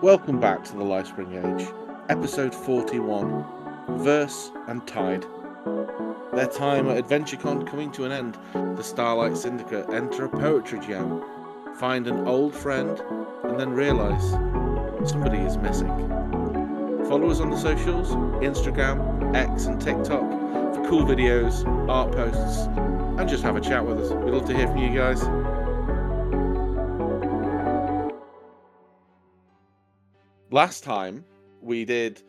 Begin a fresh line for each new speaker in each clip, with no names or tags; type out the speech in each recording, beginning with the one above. Welcome back to the Lifespring Age, episode 41 Verse and Tide. Their time at AdventureCon coming to an end, the Starlight Syndicate enter a poetry jam, find an old friend, and then realise somebody is missing. Follow us on the socials Instagram, X, and TikTok for cool videos, art posts, and just have a chat with us. We'd love to hear from you guys. last time we did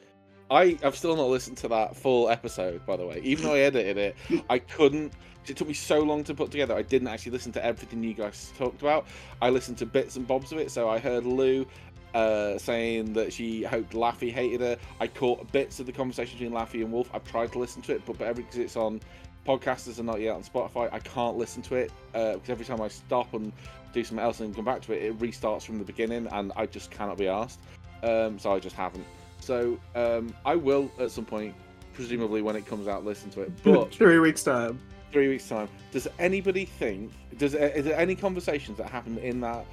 i i've still not listened to that full episode by the way even though i edited it i couldn't 'cause it took me so long to put together i didn't actually listen to everything you guys talked about i listened to bits and bobs of it so i heard lou uh, saying that she hoped Laffy hated her. I caught bits of the conversation between Laffy and Wolf. I've tried to listen to it, but, but every because it's on podcasters and not yet on Spotify, I can't listen to it uh, because every time I stop and do something else and come back to it, it restarts from the beginning, and I just cannot be asked um, so I just haven't. So um, I will at some point, presumably when it comes out, listen to it. But
three weeks time.
three weeks time, does anybody think? Does uh, is there any conversations that happened in that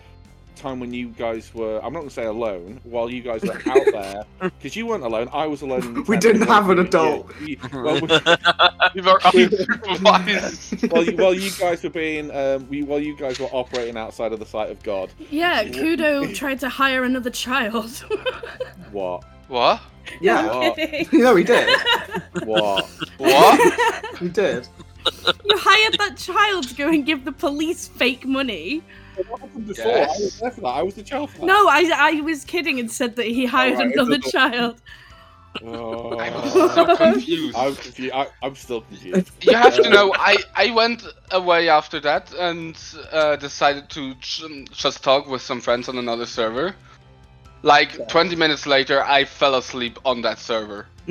time when you guys were? I'm not going to say alone, while you guys were out there, because you weren't alone. I was alone. in the
We
tent,
didn't
and
have an
you-
adult.
you- well, we-
You've already improvised.
while, you, while you guys were being, um, we, while you guys were operating outside of the sight of God,
Yeah, Kudo tried to hire another child.
what,
What?
yeah.
Oh.
What?
You know, we did.
what?
What?
We did.
you hired that child to go and give the police fake money.
what happened before? I was there for that. I was the child for that.
No, I, I was kidding and said that he hired
Alright,
another
it's a-
child.
Oh.
I'm so confused.
I'm confused. I, I'm still confused.
You have to know, I, I went away after that and uh, decided to j- just talk with some friends on another server. Like 20 minutes later, I fell asleep on that server.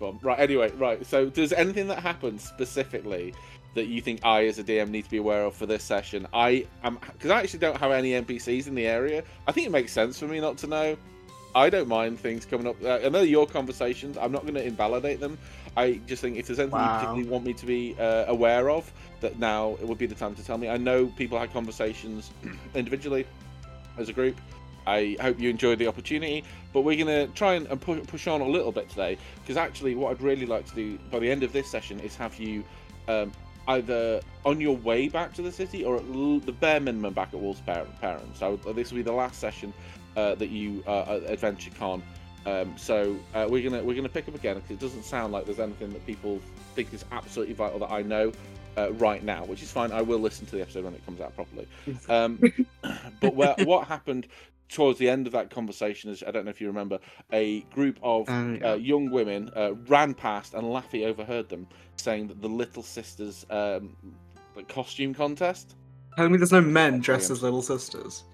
Well, right. Anyway, right. So, does anything that happened specifically that you think I, as a DM, need to be aware of for this session? I am because I actually don't have any NPCs in the area. I think it makes sense for me not to know. I don't mind things coming up. Uh, I know your conversations. I'm not going to invalidate them. I just think if there's anything you
Wow.
particularly want me to be uh, aware of, that now it would be the time to tell me. I know people had conversations individually, as a group. I hope you enjoyed the opportunity, but we're going to try and, and pu- push on a little bit today because actually, what I'd really like to do by the end of this session is have you um, either on your way back to the city or at l- the bare minimum back at Wolf's par- parents. I would, this will be the last session uh, that you uh, at Adventure Con. Um, so uh, we're gonna we're gonna pick up again because it doesn't sound like there's anything that people think is absolutely vital that I know uh, right now, which is fine. I will listen to the episode when it comes out properly. Um, but where, what happened towards the end of that conversation is I don't know if you remember a group of
Um,
uh, young women uh, ran past and Laffy overheard them saying that the little sisters um, the costume contest.
Tell me there's no men dressed as little sisters.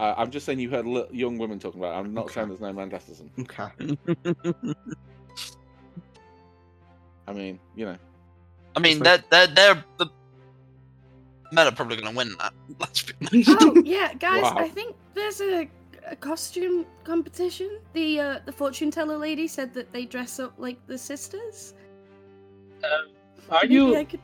Uh, I'm just saying you heard li- young women talking about. it. I'm not
Okay.
saying there's no Manchesterson.
Okay.
I mean, you know,
I mean,
That's
they're, they're, they're the men are probably going to win that. Let's be honest.
Oh, yeah, guys,
Wow.
I think there's a, a costume competition. The uh, the fortune teller lady said that they dress up like the sisters.
Are
Maybe I
you?
could...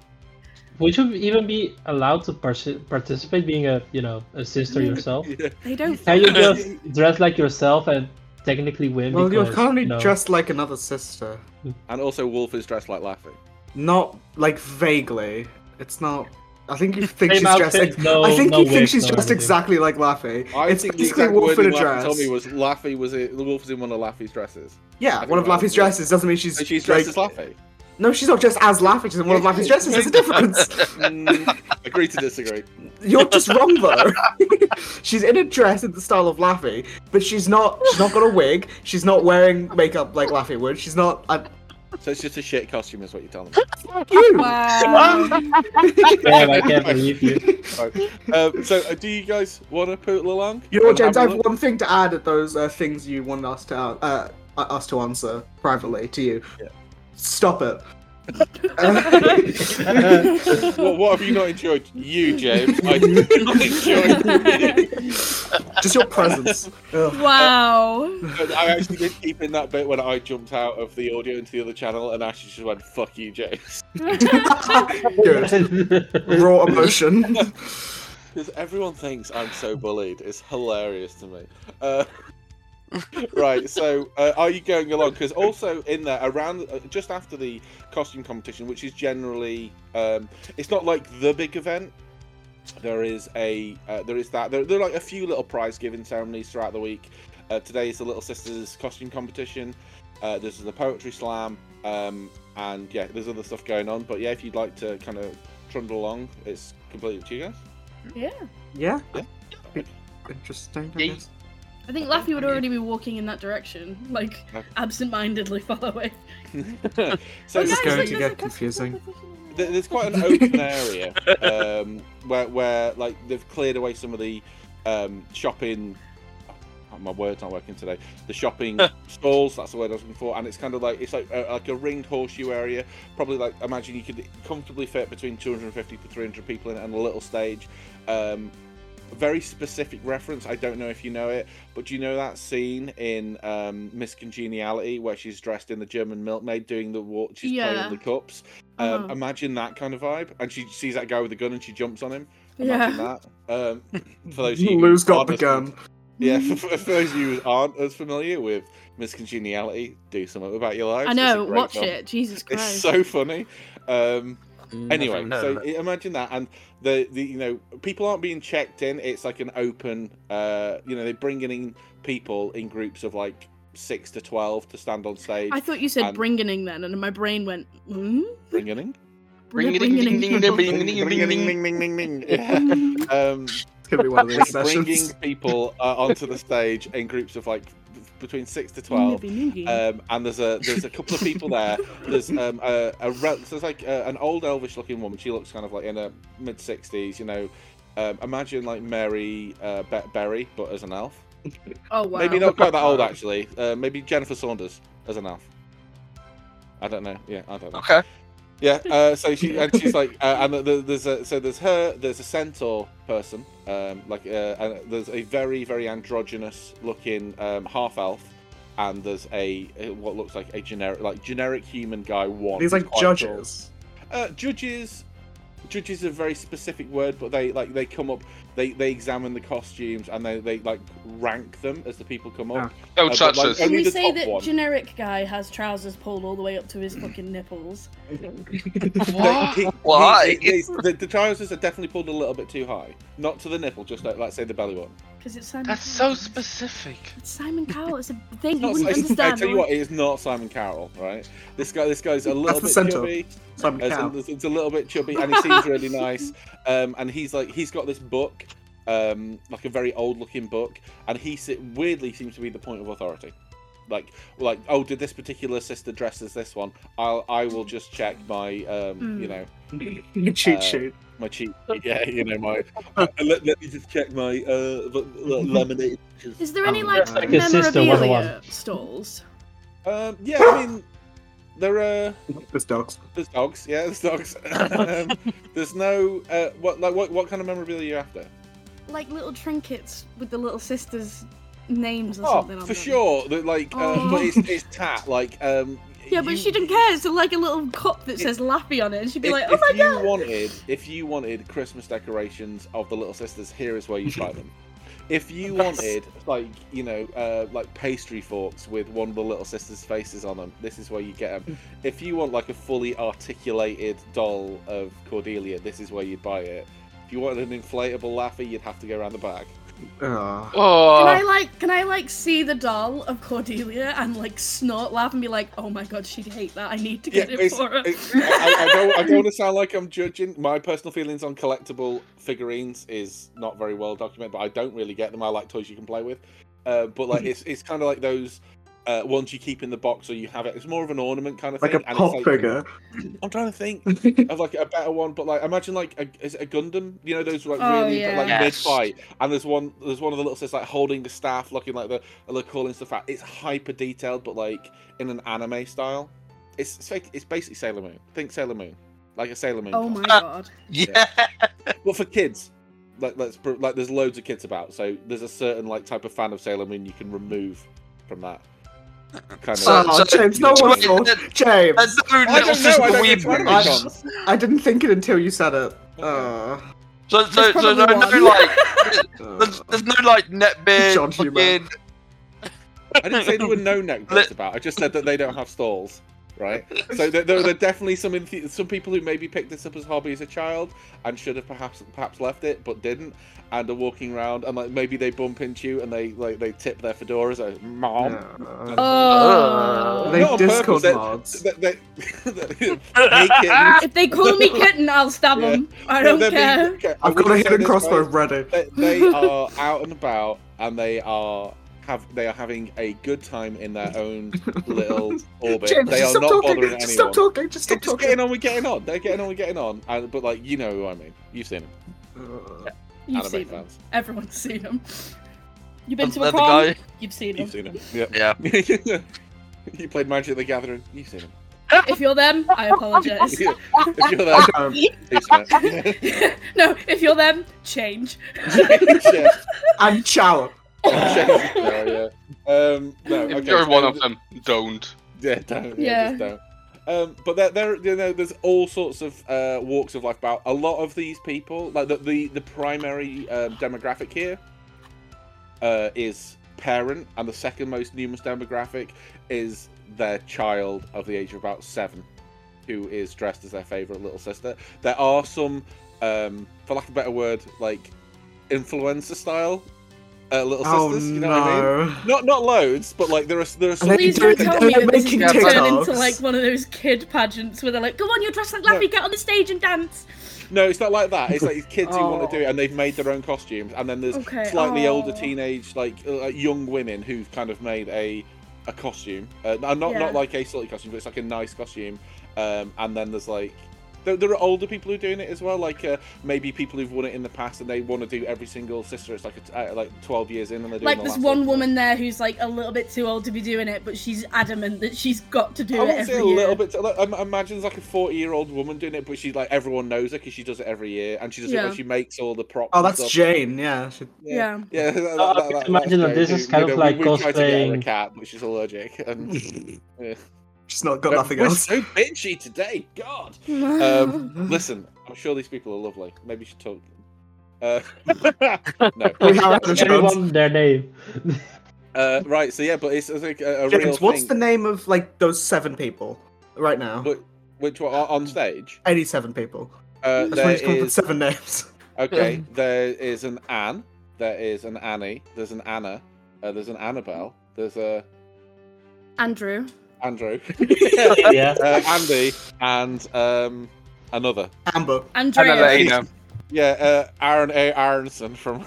Would you even be allowed to partic- participate, being a you know a sister
Yeah.
yourself?
They don't.
Can you just dress like yourself and technically win?
Well, you're
because,
currently
you know,
dressed like another sister.
and also Wolf is dressed like Laffy.
Not like vaguely. It's not. I think you think
same
she's dressed.
outfit,
ex-
oh,
no,
I think
no
you think
wig,
she's
no
dressed
everything.
exactly like Laffy.
I
it's
think the
basically
exact
Wolf in
wording
a
Laffy
dress.
told me was Laffy was in, the Wolf is in one of Laffy's dresses. I
yeah,
think
one of
that was
Laffy's
it.
dresses doesn't mean she's.
And she's dressed
like-
as Laffy.
No, she's not dressed as Laffy. She's in one of
Yeah,
Laffy's dresses. There's a difference.
Mm, agree to disagree.
You're just wrong though. she's in a dress in the style of Laffy, but she's not. She's not got a wig. She's not wearing makeup like Laffy would. She's not. I,
So it's just a shit costume, is what you're telling
fuck you.
Wow.
Damn, I can't believe you.
me. um, so uh, do you guys want to poodle along?
You know what,
And have
James?
a
I have
look?
one thing to add at those uh, things you wanted us to uh, uh, us to answer privately to you.
Yeah.
Stop it. Uh,
Well, what have you not enjoyed? You, James. I did not enjoy. you.
just your presence. Ugh.
wow.
But I actually did keep in that bit when I jumped out of the audio into the other channel, and Ashley just went, "Fuck you, James,"
Good. Raw emotion.
because everyone thinks I'm so bullied. It's hilarious to me. Uh, right so uh, are you going along because also in there around uh, just after the costume competition which is generally um, it's not like the big event there is a uh, there is that there, there are like a few little prize giving ceremonies throughout the week uh, today is the little sisters costume competition uh, this is the poetry slam um, and yeah there's other stuff going on but yeah if you'd like to kind of trundle along it's completely up to you guys
Yeah.
Yeah.
Yeah.
Be- Interesting. I
Yeah.
guess.
I think Laffy would already be walking in that direction, like
Okay.
absent-mindedly far away.
so
Oh, This is
there's-
going to get
look, there's a costume
confusing.
competition.
There- there's quite an open area um, where where like they've cleared away some of the um, shopping. oh, My words not working today. The shopping stalls, that's the word I was looking for, and it's kind of like it's like a, like a ringed horseshoe area. Probably like imagine you could comfortably fit between 250 to 300 people in it and a little stage. Um, very specific reference. I don't know if you know it, but do you know that scene in um, Miss Congeniality where she's dressed in the German milkmaid doing the walk? She's
Yeah.
playing the cups. Um,
Uh-huh.
Imagine that kind of vibe, and she sees that guy with a gun, and she jumps on him. Imagine
Yeah.
that. Um, for those of you
Lou's
who
got
aren't
the
as-
gun.
Yeah, for, for for those of you who aren't as familiar with Miss Congeniality, do something about your lives.
I
It's a
know.
great
Watch
film.
it. Jesus
It's
Christ.
so funny. Um, anyway,
Nothing, no,
so
no.
i- imagine that, and the, the you know people aren't being checked in. It's like an open, uh, you know, they're bringing in people in groups of like six to twelve to stand on stage.
I thought you said
and-
bringing then, and my brain went, hmm?
Bringing in,
Bring-
Bringing
ding- ding- ding-
people.
ding- ding- ding- ding- ding-
Bring- bring- bring- Yeah.
Mhm.
Um,
It's gonna be one of these
bringing
sessions.
people uh, onto the stage in groups of like between six to twelve.
Nibby, nibby.
Um, and there's a there's a couple of people there. There's um, a, a rel- so there's like uh an old elvish looking woman. She looks kind of like in her mid sixties. You know, um, imagine like Mary uh, Be- Berry, but as an elf.
oh wow.
uh, Maybe not quite that old actually. Uh, maybe Jennifer Saunders as an elf. I don't know. Yeah, I don't know.
Okay.
Yeah, uh, so she and she's like, uh, and the- the- there's a, so there's her, there's a centaur person, um, like, uh, and there's a very very androgynous looking um, half elf, and there's a uh, what looks like a generic like generic human guy one.
These
who's
like
quite
judges.
tall. Uh, judges, judges is a very specific word, but they like they come up, they they examine the costumes and they they like rank them as the people come
Ah.
up.
No
Uh, but, like,
judges.
I
Can
mean,
we
the
say
top
that
one.
generic guy has trousers pulled all the way up to his fucking nipples?
They-
What?
he- he-
Why?
he- he's- the, the trousers are definitely pulled a little bit too high, not to the nipple, just like let's say the belly button.
Because it's Simon.
That's so
Cowell.
specific.
It's Simon Cowell. It's a thing you
Not-
wouldn't
it's- I
understand.
tell you what, it's not Simon Carroll, right? This guy, this guy's a little
the
bit
centre.
chubby.
Simon
It's
Cowell.
a, it's a little bit chubby, and he seems really nice. Um, and he's like, he's got this book, um, like a very old-looking book, and he se- weirdly seems to be the point of authority. Like, like, oh, did this particular sister dress as this one? I'll, I will just check my, um, you
Mm.
know,
cheat
uh,
sheet.
my cheat. sheet. Yeah, you know, my. uh, let, let me just check my uh, l- l- laminated. pictures.
Is there any
Um,
like
It's like
a sister
memorabilia
101.
stalls?
Um, yeah, I mean, there are.
This dog's.
There's dogs, yeah. There's dogs. um, there's no uh, what like what, what kind of memorabilia are you after?
Like little trinkets with the little sisters' names or
Oh,
something on
for
them.
sure. the- Like, uh,
Oh.
but it's, it's tat. Like, um,
Yeah, but
you-
she didn't care. So like a little cup that
If-
says Laffy on it, and she'd be
If,
like, "Oh
if
my
you
god!"
wanted, if you wanted Christmas decorations of the little sisters, here is where you buy them. If you wanted, like you know, uh, like pastry forks with one of the little sisters' faces on them, this is where you get
Mm.
them. If you want like a fully articulated doll of Cordelia, this is where you'd buy it. If you wanted an inflatable Laffy, you'd have to go around the back.
Oh.
Can I
Uh.
Oh,
like can I like see the doll of Cordelia and like snort laugh and be like, "Oh my god, she'd hate that. I need to get it
it's-
for her."
it's- I, I don't, I don't want to sound like I'm judging. My personal feelings on collectible figurines is not very well documented, but I don't really get them. I like toys you can play with, uh, but
Hmm.
like it's it's kind of like those uh, ones you keep in the box or you have it. It's more of an ornament kind of
Like a
thing.
pop
it's
figure.
I'm trying to think of like a better one, but like imagine like a, is it a Gundam? You know those like
Oh,
really
yeah.
like
Yes.
mid fight, and there's one there's one of the little sisters like holding the staff, looking like the like calling stuff out. It's hyper detailed, but like in an anime style. It's it's, like, it's basically Sailor Moon. Think Sailor Moon, like a Sailor Moon.
oh my
Ah.
god.
Yeah.
But for kids, like let's pr- like there's loads of kids about, so there's a certain like type of fan of Sailor Moon you can remove from that. Kind of.
So-
oh,
so-
James, no
so-
one's fault. James,
That's the
I
little
don't know.
sister
I don't
weeb.
get anime
I-
cons.
I didn't think it until you said it. Uh,
So, so,
There's
so,
probably
no, no,
one.
like,
uh,
there's, there's no like net beard.
John Hume.
fucking-
I didn't say there were no neckbeards about. I just said that they don't have stalls, right? So there, there, there are definitely some enthu- some people who maybe picked this up as a hobby as a child and should have perhaps perhaps left it but didn't, and are walking around and like maybe they bump into you and they like they tip their fedoras like mom.
Uh.
Oh.
uh, They
Uh, Not on purpose,
Discord
they-
mods.
They- they- they- hey, kittens.
Ah!
If they call me kitten, I'll stab
Yeah.
them. I
No,
don't
they're being-
care.
okay, I
I've got a
wouldn't say
hidden
this, right?
crossbow ready.
They, they are out and about, and they are have they are having a good time in their own little orbit.
James,
they
just
are
stop
not
talking.
bothering
Just
anyone.
stop talking. Just
They're just
stop talking.
getting on, we're getting on. They're getting on, we're getting on. And, but like, you know who I mean. You've seen him,
Uh,
You've
anime
seen them.
fans.
Everyone's seen them. You've been to
The-
a
the
con.
guy-
You've seen them.
You've seen him. Yeah.
Yeah.
you played Magic the Gathering. You've seen him.
If you're them, I
If
apologize.
you're there,
I don't.
you've seen it.
no, if you're them, change.
Yeah.
And chow.
Yeah, yeah. Um, no,
If
okay,
you're
so
one of them, don't.
Yeah, don't. Yeah,
Yeah.
just don't. Um, but there, there, you know, there's all sorts of uh, walks of life about. A lot of these people, like the the, the primary um, demographic here, uh, is parent, and the second most numerous demographic is their child of the age of about seven, who is dressed as their favorite little sister. There are some, um, for lack of a better word, like influencer style uh, little
Oh
sisters. You know what I mean?
no.
Not not loads, but like there are there are some.
they
Please
do
don't
it-
tell
they're
me that this is
making
going to turn into
TikToks.
like one of those kid pageants where they're like, "Come on, you're dressed like
No.
Laffy, get on the stage and dance."
No, it's not like that. It's like these kids who want to
Oh.
do it, and they've made their own costumes. And then there's
Okay, oh.
slightly older
aw.
teenage, like uh, like young women who've kind of made a a costume. Uh, n- not
Yeah.
not like a silly costume, but it's like a nice costume. Um, and then there's like there, there are older people who are doing it as well. Like uh, maybe people who've won it in the past, and they want to do every single sister. It's like a t uh, like 12 years in, and they're doing
Like,
the
there's
last
one woman there who's like a little bit too old to be doing it, but she's adamant that she's got to do
I
it
would say
every
a
year.
little bit. Like, im- imagine there's like a 40 year old woman doing it, but she's like everyone knows her because she does it every year, and she does it
Yeah.
when she makes all the props.
Oh,
and
that's
stuff.
Jane. Yeah. she-
Yeah.
Yeah, that, that,
Uh, I
that,
can
that,
imagine
that's
that this
great.
is kind
We-
of
we-
like
we tried to get her a
cosplaying-
cat, but she's allergic, and
She's not got
We're-
nothing
we're
else.
So bitchy today, God. Um, Listen, I'm sure these people are lovely. Maybe you should talk. Uh, no.
We have the Jones.
Everyone their name.
Uh, right. So yeah, but it's, it's like a, a real
James, what's
thing.
the name of like those seven people right now?
But- Which one on on stage?
Eighty-seven people.
Uh,
That's why
there
he's come up with
is
seven names.
okay. There is an Anne. There is an Annie. There's an Anna. Uh, there's an Annabelle. There's a
Andrew.
Andrew.
Yeah.
uh, Andy and um, another.
Amber.
And
Andrea.
Elena.
Yeah, uh, Aaron A. Aronson from.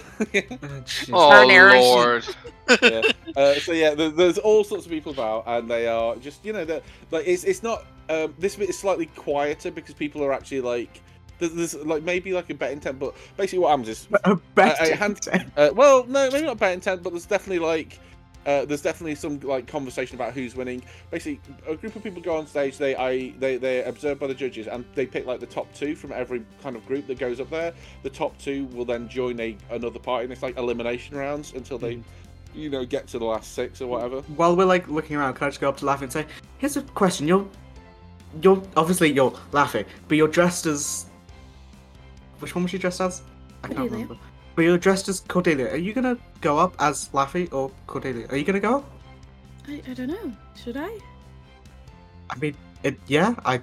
Oh,
Aaron Harrison.
Lord.
yeah. Uh, so yeah, there, there's all sorts of people about, and they are just you know that like it's it's not um, this bit is slightly quieter because people are actually like there's, there's like maybe like a betting tent, but basically what happens is
A bet.
I- I hand- uh, well no maybe not betting tent, but there's definitely like. Uh, there's definitely some like conversation about who's winning. Basically, a group of people go on stage. They I they they're observed by the judges, and they pick like the top two from every kind of group that goes up there. The top two will then join a another party, and it's like elimination rounds until they, you know, get to the last six or whatever.
While we're like looking around, can I just go up to Laughing and say, "Here's a question. You're, you're obviously you're laughing, but you're dressed as. Which one was you dressed as? I can't
Cordelia.
remember. But you're dressed as Cordelia. Are you gonna go up as Laffy or Cordelia? Are you gonna go up?
I, I don't know. Should I?
I mean, it, yeah, I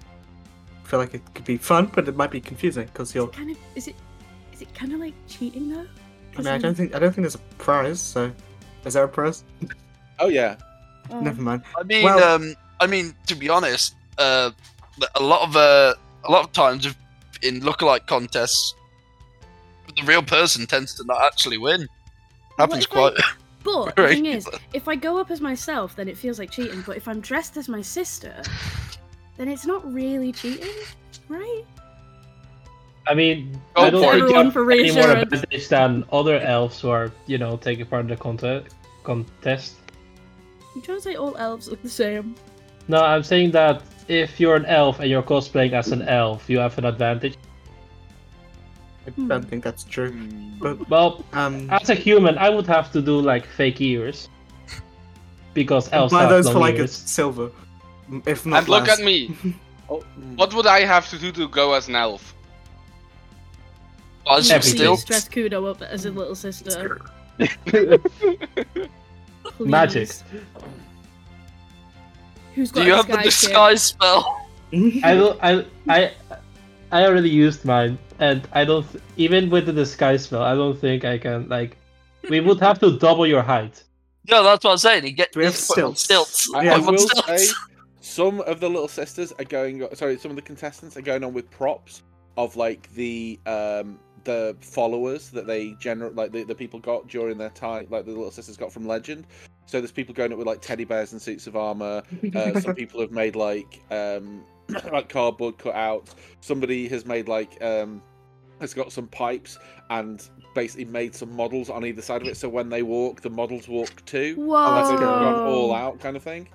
feel like it could be fun, but it might be confusing because you're.
Kind of. Is it? Is it kind of like cheating though?
I mean, I don't think I don't think there's a prize. So, is there a prize?
Oh yeah,
Oh.
Never mind.
I mean,
Well-
um, I mean, to be honest, uh, a lot of uh, a lot of times if- in lookalike contests, the real person tends to not actually win. Happens
if I-
quite.
But the
Right.
thing is, if I go up as myself, then it feels like cheating. But if I'm dressed as my sister, then it's not really cheating, right?
I mean,
Go
I don't
for it.
think you
Everyone
have
for
any more
reassurance.
advantage than other elves who are, you know, taking part in the conte- contest.
I'm trying to say all elves look the same.
No, I'm saying that if you're an elf and you're cosplaying as an elf, you have an advantage.
I
Hmm.
don't think that's true. But
Well,
um,
as a human, I would have to do like fake ears because elves
buy
have
those
long
for like a
ears.
silver, m- if not
And look
less.
at me.
oh,
What would I have to do to go as an elf?
Buy some
Everything.
steel.
Please dress Kudo up as a little sister.
Magic.
please. Who's got
Do you
a
have the
disguise kit?
disguise spell?
I will. I. I. I already used mine, and I don't. th- Even with the disguise spell, I don't think I can. Like, we would have to double your height.
No, that's what I'm saying. He gets
Do we have
he's put on
stilts?
stilts.
I,
Yeah.
I
I've got
will say,
stilts.
some of the little sisters are going. Sorry, some of the contestants are going on with props of like the um the followers that they generate, like the, the people got during their time, like the little sisters got from Legend. So there's people going up with like teddy bears and suits of armor. Uh, some people have made like um like cardboard cutouts. Somebody has made like um has got some pipes and basically made some models on either side of it. So when they walk, the models walk too. Like they've
Oh.
gone all
Whoa.
out kind of thing.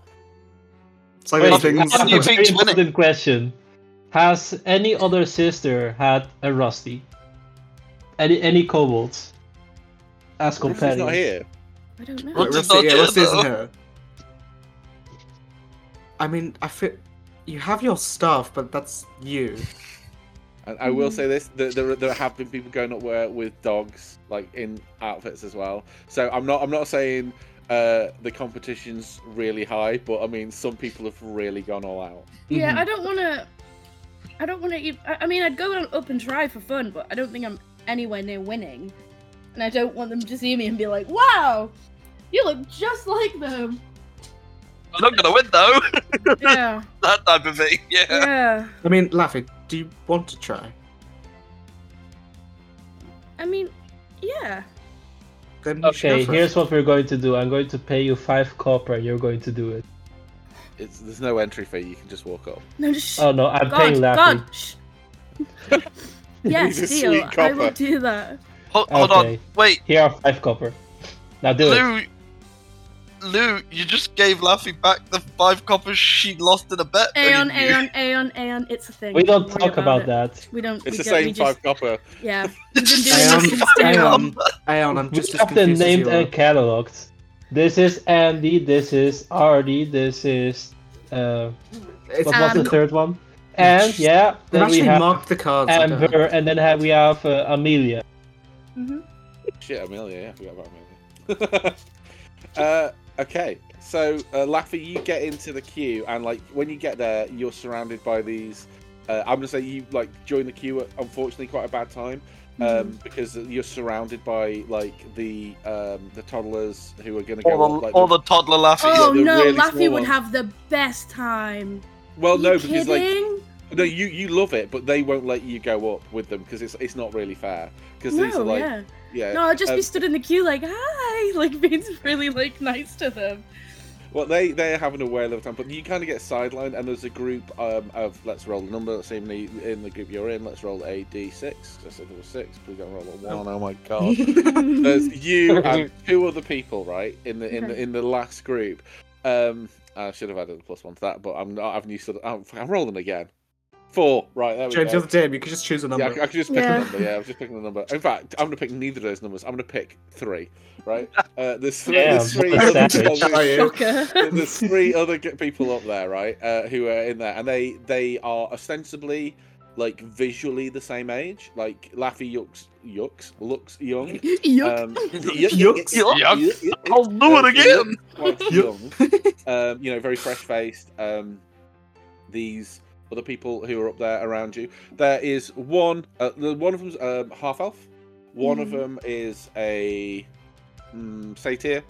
It's like
Wait,
those
I've-
things.
I've-
That's a very
Pink's winning.
important question. Has any other sister had a Rusty? Any any kobolds? As
Rusty's not
companions.
here.
I don't know.
Wait,
What the
Rusty, yeah,
fuck,
Rusty isn't
though?
here. I mean, I feel you have your stuff, but that's you.
And I will
Mhm.
say this: that there, there have been people going up where with dogs, like in outfits as well. So I'm not I'm not saying uh, the competition's really high, but I mean some people have really gone all out.
Yeah, I don't want to. I don't want to. I I mean, I'd go on up and try for fun, but I don't think I'm anywhere near winning. And I don't want them to see me and be like, "Wow, you look just like them."
I'm not gonna win though.
Yeah,
that type of thing. Yeah.
yeah.
I mean, Laffy, do you want to try?
I mean, yeah.
Then you should
Okay,
go for
here's
it.
what we're going to do. I'm going to pay you five copper. You're going to do it.
It's there's no entry fee; you can just walk up.
No, just
Oh no, I'm
God,
paying Laffy.
God. Shh. yes,
He's a
deal.
sweet
I will
copper.
do that.
Hold, hold
Okay.
on. Wait,
Here are five copper. Now do it.
Lou. Lou, you just gave Laffy back the five coppers she lost in a bet.
Aeon,
didn't you?
Aeon, Aeon, Aeon. It's a thing.
We don't
worry
talk about,
it.
that.
We don't.
It's
we
the
don't,
same Um,
we just,
five copper.
Yeah, we've been doing
Aeon,
this since day
Aeon.
one.
Aeon, I'm
We
just as
have them
confused as
named
you are.
and cataloged. This is Andy. This is Artie. This is uh,
It's,
what was
Um,
the third one? And yeah,
I've
then we
actually
have
marked the cards. I don't know.
Amber, and then have, we have uh, Amelia.
Shit, Amelia. Yeah, I forgot about Amelia. uh, okay, so uh, Laffy, you get into the queue, and like when you get there, you're surrounded by these. Uh, I'm gonna say you like join the queue at unfortunately quite a bad time um,
Mm-hmm.
because you're surrounded by like the um, the toddlers who are gonna go
All
up,
the,
like,
all the toddler Laffy.
Oh
the
no,
really small
Laffy would
ones.
have the best time.
well
Are
no
you
because like
kidding?
No, you you love it, but they won't let you go up with them because it's it's not really fair. Because these
no,
are like yeah,
yeah. No, I'll just
um,
be stood in the queue like, hi, like being really like nice to them.
well they they're having a whale of a time, but you kind of get sidelined. And there's a group um of let's roll a number. Let's see how many in the group you're in. Let's roll a d six. I said there was six. Please don't roll a one. Oh my god. there's you and two other people, right? In the in the
Okay.
in the last group. Um, I should have added a plus one to that, but I'm not. I've used. to- I'm, I'm rolling again. Four. Right there we
James,
go.
you're the DM. You could just choose a number.
Yeah, I, I could just pick
Yeah.
a number. Yeah, I was just picking a number. In fact, I'm gonna pick neither of those numbers. I'm gonna pick three. Right? Uh, there's three.
Damn,
there's three.
what a
Other,
savage.
well, there's-
Shocker.
there's three other g- people up there, right? Uh, who are in there, and they they are ostensibly like visually the same age. Like Laffy yucks yucks looks young.
Yuck.
Um,
Yucks.
Yucks.
yuck.
I'll do it
Uh,
again.
quite
Yup.
young. um, you know, very fresh faced. Um, these other people who are up there around you. There is one. Uh, the- one of them's um, half elf. One of
Mm-hmm.
Mm.
them is a mm, satyr,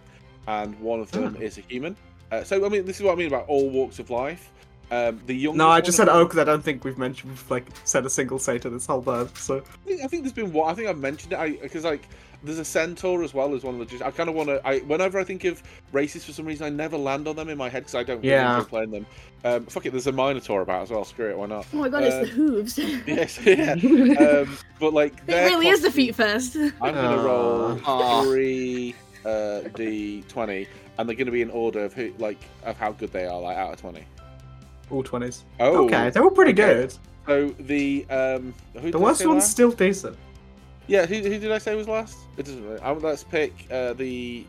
and one of them is a human. Uh, so I mean, this is what I mean about all walks of life. Um, the young.
No, I just said oh because I don't think we've mentioned we've like said a single say to this whole bird. So
I think, I think there's been one. I think I've mentioned it because like there's a centaur as well as one of the. just- I kind of want to. I whenever I think of races for some reason, I never land on them in my head because I don't really
Yeah.
enjoy playing them. Um, fuck it, there's a minotaur about as well. Screw it, why not?
oh my god, it's the hooves. it
Yes, uh, yeah. Um, but like, they're
really is the
constantly-
feet first.
I'm gonna roll
Aw.
three uh, d twenty, and they're gonna be in order of who, like, of how good they are, like out of twenty.
all twenties.
Oh,
okay, they were pretty
okay.
good.
So the um, who did
The
I
worst
say
one's
last?
still decent.
Yeah, who, who did I say was last? It doesn't. Really, I, let's pick uh, the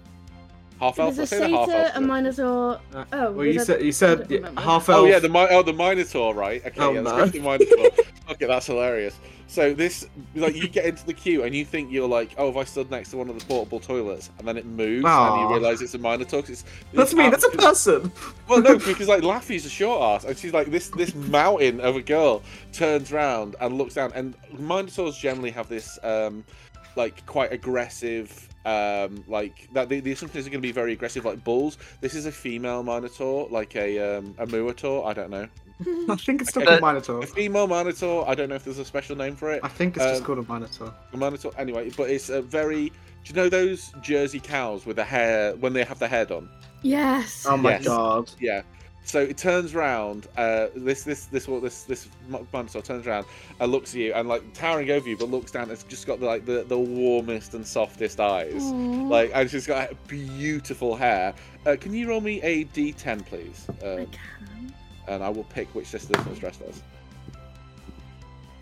half elf.
There's a
Let's say the half
satyr,
elf.
a minotaur.
Uh,
Oh,
Well, you
was
said you
I
said
don't remember.
half elf.
Oh yeah, the mi- oh the oh, minotaur, right? Okay,
Oh,
yeah,
no.
let's pick the minotaur. Fuck it, that's hilarious. So this, like, you get into the queue and you think you're like, oh, have I stood next to one of the portable toilets? And then it moves, and
Aw.
you realise it's a minor talk. It's,
That's
it's
me. That's a
absolute-
person.
Well, no, because like Laffy's a short ass, and she's like this this mountain of a girl turns round and looks down. And Minotaurs generally have this um like quite aggressive um like that the, the assumption is they're going to be very aggressive like bulls. This is a female Minotaur, like a um a Muator, I don't know.
I think it's still
Okay.
called Minotaur.
A female Minotaur, I don't know if there's a special name for it.
I think it's just
Um,
called a Minotaur.
A Minotaur anyway, but it's a very do you know those Jersey cows with the hair when they have the hair done?
Yes.
Oh my
yes.
god.
Yeah. So it turns round. Uh, this this this what this this mon- minotaur turns around and looks at you and like towering over you, but looks down. It's just got the, like the, the warmest and softest eyes.
Aw.
Like and she's got beautiful hair. Uh, can you roll me a d10, please?
I
Um,
can.
and I will pick which sister this one's dressed as.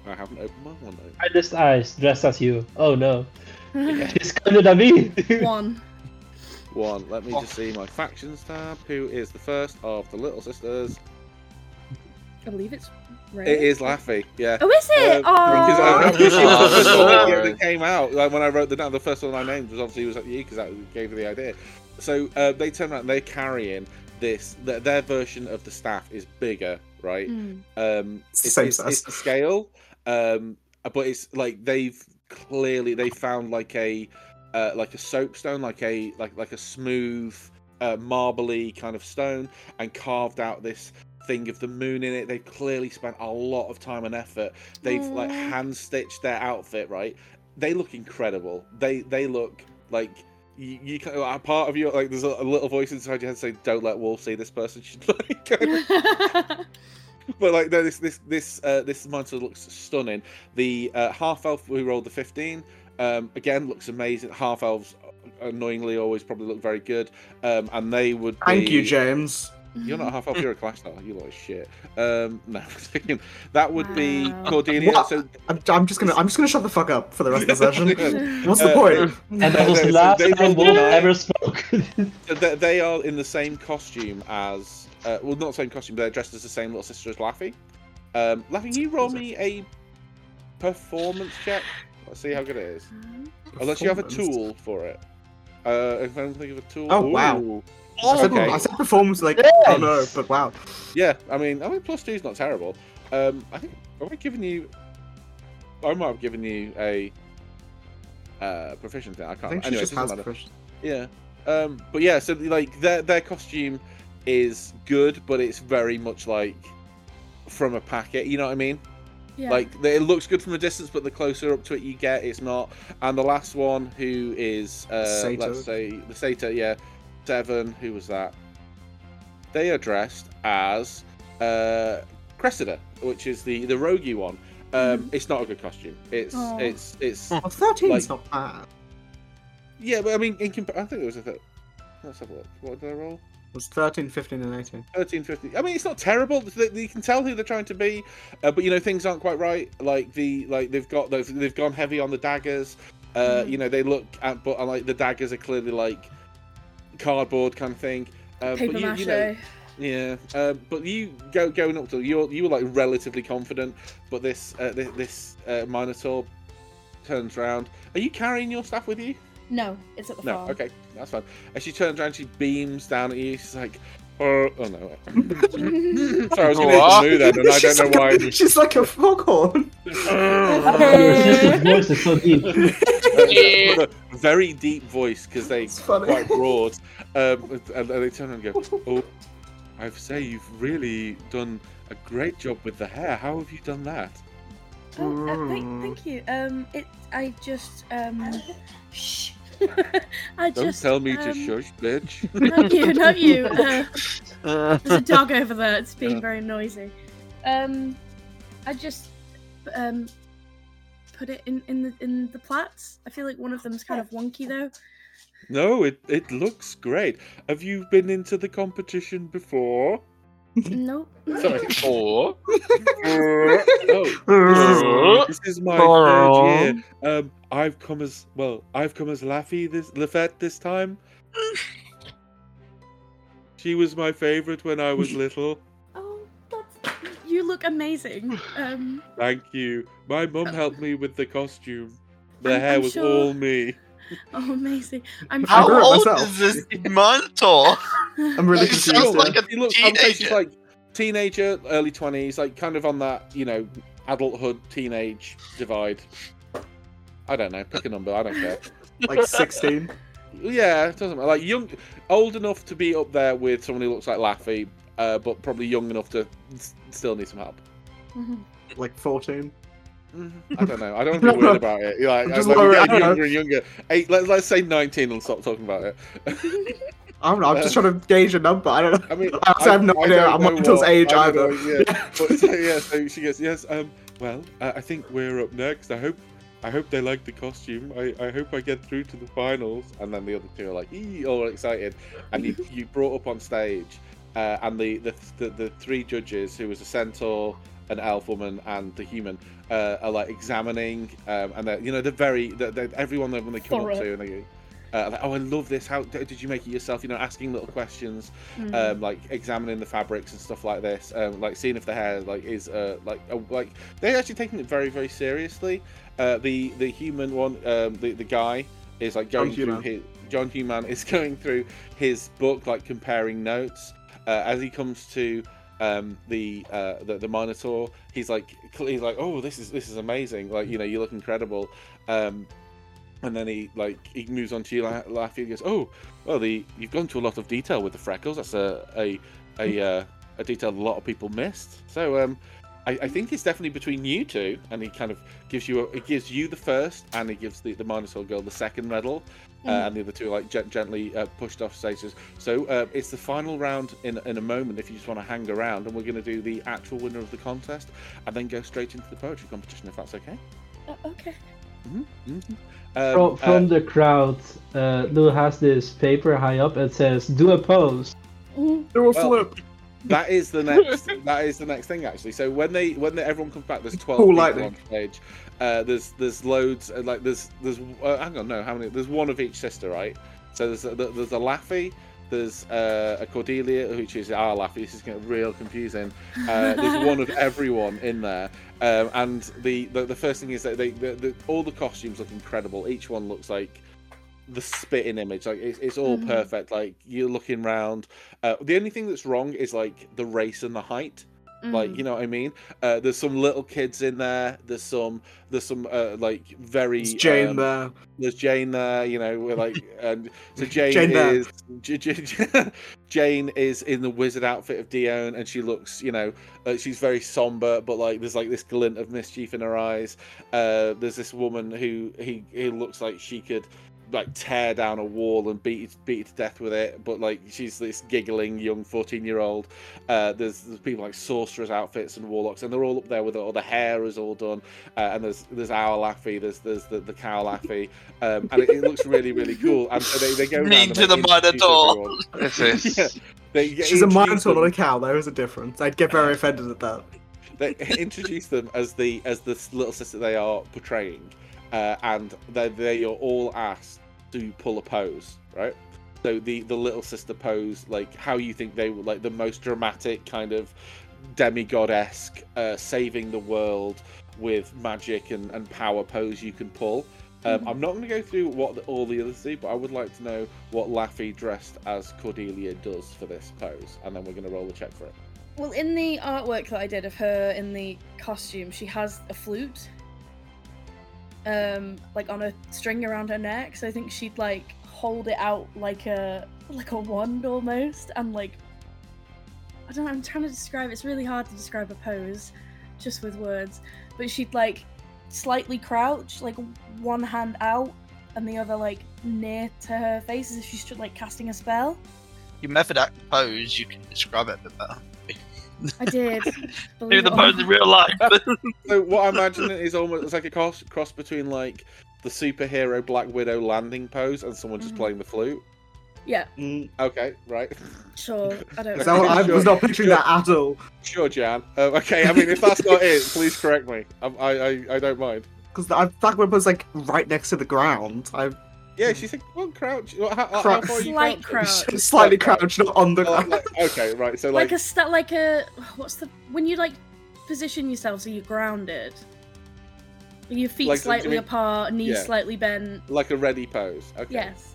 I haven't opened my one. Though.
I just eyes dressed as you. Oh no. It's kind of me.
One.
One. Let me just see my factions tab. Who is the first of the little sisters?
I believe it's red.
It is Laffy. Yeah.
Oh, is
Uh,
it?
Because I, I
oh.
appreciate the first one
Aw.
that that came out. Like when I wrote the down, the first one I named was obviously was at you because that gave her the idea. So uh, they turn around, and they're carrying this. Their, their version of the staff is bigger, right? Um,
It's the same size.
it's the scale, um, but it's like they've clearly they found like a uh, like a soapstone, like a like like a smooth, uh, marbly kind of stone, and carved out this thing of the moon in it. They've clearly spent a lot of time and effort. They've like
Aw.
hand stitched their outfit, right? They look incredible. They they look like you, you can, a part of you like there's a, a little voice inside your head saying, "Don't let Wolf see this person." She's like,
Hmm.
but like no, this this this uh, this monitor looks stunning. The uh, half elf who rolled the fifteen um, again looks amazing. Half elves uh, annoyingly always probably look very good, um, and they would.
Thank you,
be-
James.
You're not a half elf. You're a clash now. You lot of shit. Um, no, I'm just kidding. that would be
Wow.
Cordelia.
What?
So
I'm, I'm just gonna. I'm just gonna shut the fuck up for the rest of the session. What's the
Uh,
point?
and that was
no,
the
so
last
they
time
rolled
Wolf
nine.
ever spoke.
So they, they are in the same costume as, uh, well, not same costume, but they're dressed as the same little sister as Laffy. Um, Laffy, can you roll me a performance check. Let's see how good it is. Unless you have a
Performance.
tool for for it. Uh, if I don't think of a tool.
Oh, wow.
Ooh.
I said,
Okay.
I said performance like oh no, but wow.
Yeah, I mean, I mean, plus two is not terrible. Um, I think have I given you? I might have given you a uh, proficiency. I can't.
I think she
anyway,
just
it doesn't
has
matter.
proficiency.
Yeah. Um, but yeah, so like their their costume is good, but it's very much like from a packet. You know what I mean?
yeah.
Like uh, they- it looks good from a distance, but the closer up to it you get, it's not. And the last one, who is uh,
Sato.
let's say the Sato, yeah, Seven. Who was that? They are dressed as uh, Cressida, which is the the roguey one. Um, It's not a good costume. It's
Mm-hmm. Aw.
it's it's
Well, 13
Like-
is not bad.
yeah, but I mean, in compa- I think it was a. Th- let's have a look. What did I roll?
It was 13, 15, and 18.
1350. I mean, it's not terrible. Th- You can tell who they're trying to be, uh, but you know things aren't quite right. Like the like they've got they've, they've gone heavy on the daggers. Uh,
Mhm.
You know they look at but uh, like the daggers are clearly like cardboard kind of thing. Uh,
Paper
but you,
mache.
you know, yeah. Uh, but you go going up to you you were like relatively confident, but this uh, this, this uh, minotaur turns round. Are you carrying your stuff with you?
No, it's at the
No.
farm.
Okay, that's fine. And she turns around, she beams down at you. She's like, "Oh, oh no." Sorry, I was going to hit
What?
the moo then, and I
She's
don't know why.
like a- She's like a foghorn.
Your sister's voice is so deep.
With a Very deep voice because they
It's funny.
quite broad, um, and, and they turn around and go, "Oh, I have to say you've really done a great job with the hair. How have you done that?"
Oh, uh, thank, thank you. Um, it. I just. Um. Shh. I
Don't
just.
tell me to
um,
shush, bitch.
Not you. Not you. Uh,
Uh,
There's a dog over there. It's being very noisy. Um, I just um put it in in the in the plats. I feel like one of them's kind of wonky though.
no, it it looks great. Have you been into the competition before?
Nope.
Sorry.
Or
oh,
Uh,
This is my
Carl.
third year. Um, I've come as well. I've come as Laffy this Lafette this time. she was my favourite when I was little.
Oh, that's. You look amazing. Um,
Thank you. My mum helped me with the costume. The
I'm-
hair
I'm
was
sure-
all me.
oh, amazing. I'm
I
How
grew up
old
myself.
is this mentor?
I'm really
Like,
She
confused.
sounds
looked-
Like
like a
she looked- I would say she's
teenager.
like teenager, early twenties, like kind of on that you know adulthood teenage divide. I don't know. Pick a number. I don't care.
like 16.
Yeah, it doesn't matter. Like young, old enough to be up there with someone who looks like Laffy, uh, but probably young enough to s- still need some help.
Mhm.
Like 14.
I don't know. I don't want to be weird about it. You're Like,
Mm-hmm. I'm just
like, we're
worried,
getting
I don't
younger and younger. Eight, let, let's say 19 and stop talking about it.
I'm, I'm just trying to gauge a number. I don't know.
I mean,
I also have no idea.
don't
I'm
know
not Anton's
what-
age
I
either.
don't know, yeah. But, so, yeah, so she goes, yes. Um, well, uh, I think we're up next. I hope, I hope they like the costume. I, I hope I get through to the finals. And then the other two are like, "Ee," all excited. And you, you brought up on stage, uh, and the the, the the three judges, who was a centaur, an elf woman, and the human, uh, are like examining, um, and they're you know they're very they're, they're, everyone that when they come up
Thorough.
to and they go. Uh, like, oh, I love this. How did you make it yourself? You know, asking little questions
Mm.
um, like examining the fabrics and stuff like this, um, like seeing if the hair like is uh, like uh, like they're actually taking it very very seriously. Uh, the the human one, um, the the guy is like
John
going through
Human.
his John Human is going through his book like comparing notes uh, as he comes to. Um, the, uh, the the Minotaur, he's like he's like, oh, this is this is amazing. Like you know, you look incredible. Um, and then he like he moves on to you, la- laugh. He goes, oh, well, the you've gone to a lot of detail with the freckles. That's a a a, uh, a detail a lot of people missed. So um, I, I think it's definitely between you two. And he kind of gives you a, it gives you the first, and he gives the the Minotaur girl the second medal. Uh,
Mhm.
and the other two are like gent- gently uh, pushed off stages. So uh, it's the final round in in a moment. If you just want to hang around, and we're going to do the actual winner of the contest, and then go straight into the poetry competition if that's okay.
Uh, okay.
hmm
Mm-hmm. From, from the crowd, uh, Lou has this paper high up that says, "Do a pose."
Mhm.
They're all
Well,
flip.
that is the next that is the next thing actually so when they when they, everyone comes back there's 12
Cool
people
lightning.
on stage uh there's there's loads uh, like there's there's uh, hang on no how many there's one of each sister right so there's a, there's a laffy there's uh, a cordelia which is our laffy this is getting real confusing uh, there's one of everyone in there um, and the, the the first thing is that they the, the, all the costumes look incredible each one looks like the spitting image like it's, it's all
Mm-hmm.
Mhm.
perfect like you're looking round uh, the only thing that's wrong is like the race and the height. Like
Mm.
you know what I mean? Uh, there's some little kids in there. There's some. There's some uh, like very.
It's Jane
um,
there.
There's Jane there. You know, we're like and so Jane,
Jane there.
is J- J- J- Jane is in the wizard outfit of Dion, and she looks. You know, uh, she's very somber, but like there's like this glint of mischief in her eyes. Uh, there's this woman who he who looks like she could like tear down a wall and beat it- beat it to death with it, but like she's this giggling young fourteen year old. Uh, there's, there's people like sorcerers outfits and warlocks, and they're all up there with it. All the hair is all done, uh, and there's there's our laffy, there's there's the, the cow laffy, um, and it, it looks really really cool. And so they, they go around
Need
and
to
they
the
introduce
Minotaur.
everyone.
This is.
Yeah. They
She's a
introduce
minotaur,
them-
not a cow. There is a difference. I'd get very offended at that.
they introduce them as the as the little sister they are portraying, uh, and they they are all asked to pull a pose, right? So the the little sister pose, like how you think they were like the most dramatic kind of demigod esque, uh, saving the world with magic and, and power pose you can pull. Um,
Mhm.
I'm not going to go through what the, all the others do, but I would like to know what Laffy dressed as Cordelia does for this pose, and then we're going to roll a check for it.
Well, in the artwork that I did of her in the costume, she has a flute, um, like on a string around her neck. So I think she'd like hold it out like a like a wand almost, and like I don't know. I'm trying to describe. It's really hard to describe a pose, just with words. But she'd like slightly crouch, like one hand out and the other like near to her face, as if she's just like casting a spell.
Your method act pose, you can describe it a bit better.
I did.
Do
believe
the
it or not.
pose in real life.
So what I imagine it is almost it's like a cross, cross between like the superhero Black Widow landing pose and someone just
Mhm.
playing the flute.
Yeah,
Mm.
Okay, right.
sure. I don't.
Is
know.
that what- I was not picturing
Sure.
that at all.
Sure, Jan. Um, okay, I mean if that's not it, please correct me. I I, I, I don't mind.
Because that one was like right next to the ground. I
Yeah, she's like, well, crouch. Well, how, how
Crouch.
far are you
Slight
crouching?
crouch.
slightly crouched, not on the
Oh,
ground.
like- okay, right. So
like,
like,
a sta- like a what's the when you like position yourself so you're grounded. Your feet
Like, do you
slightly
mean-
apart, knees
Yeah.
slightly bent.
Like a ready pose. Okay.
Yes.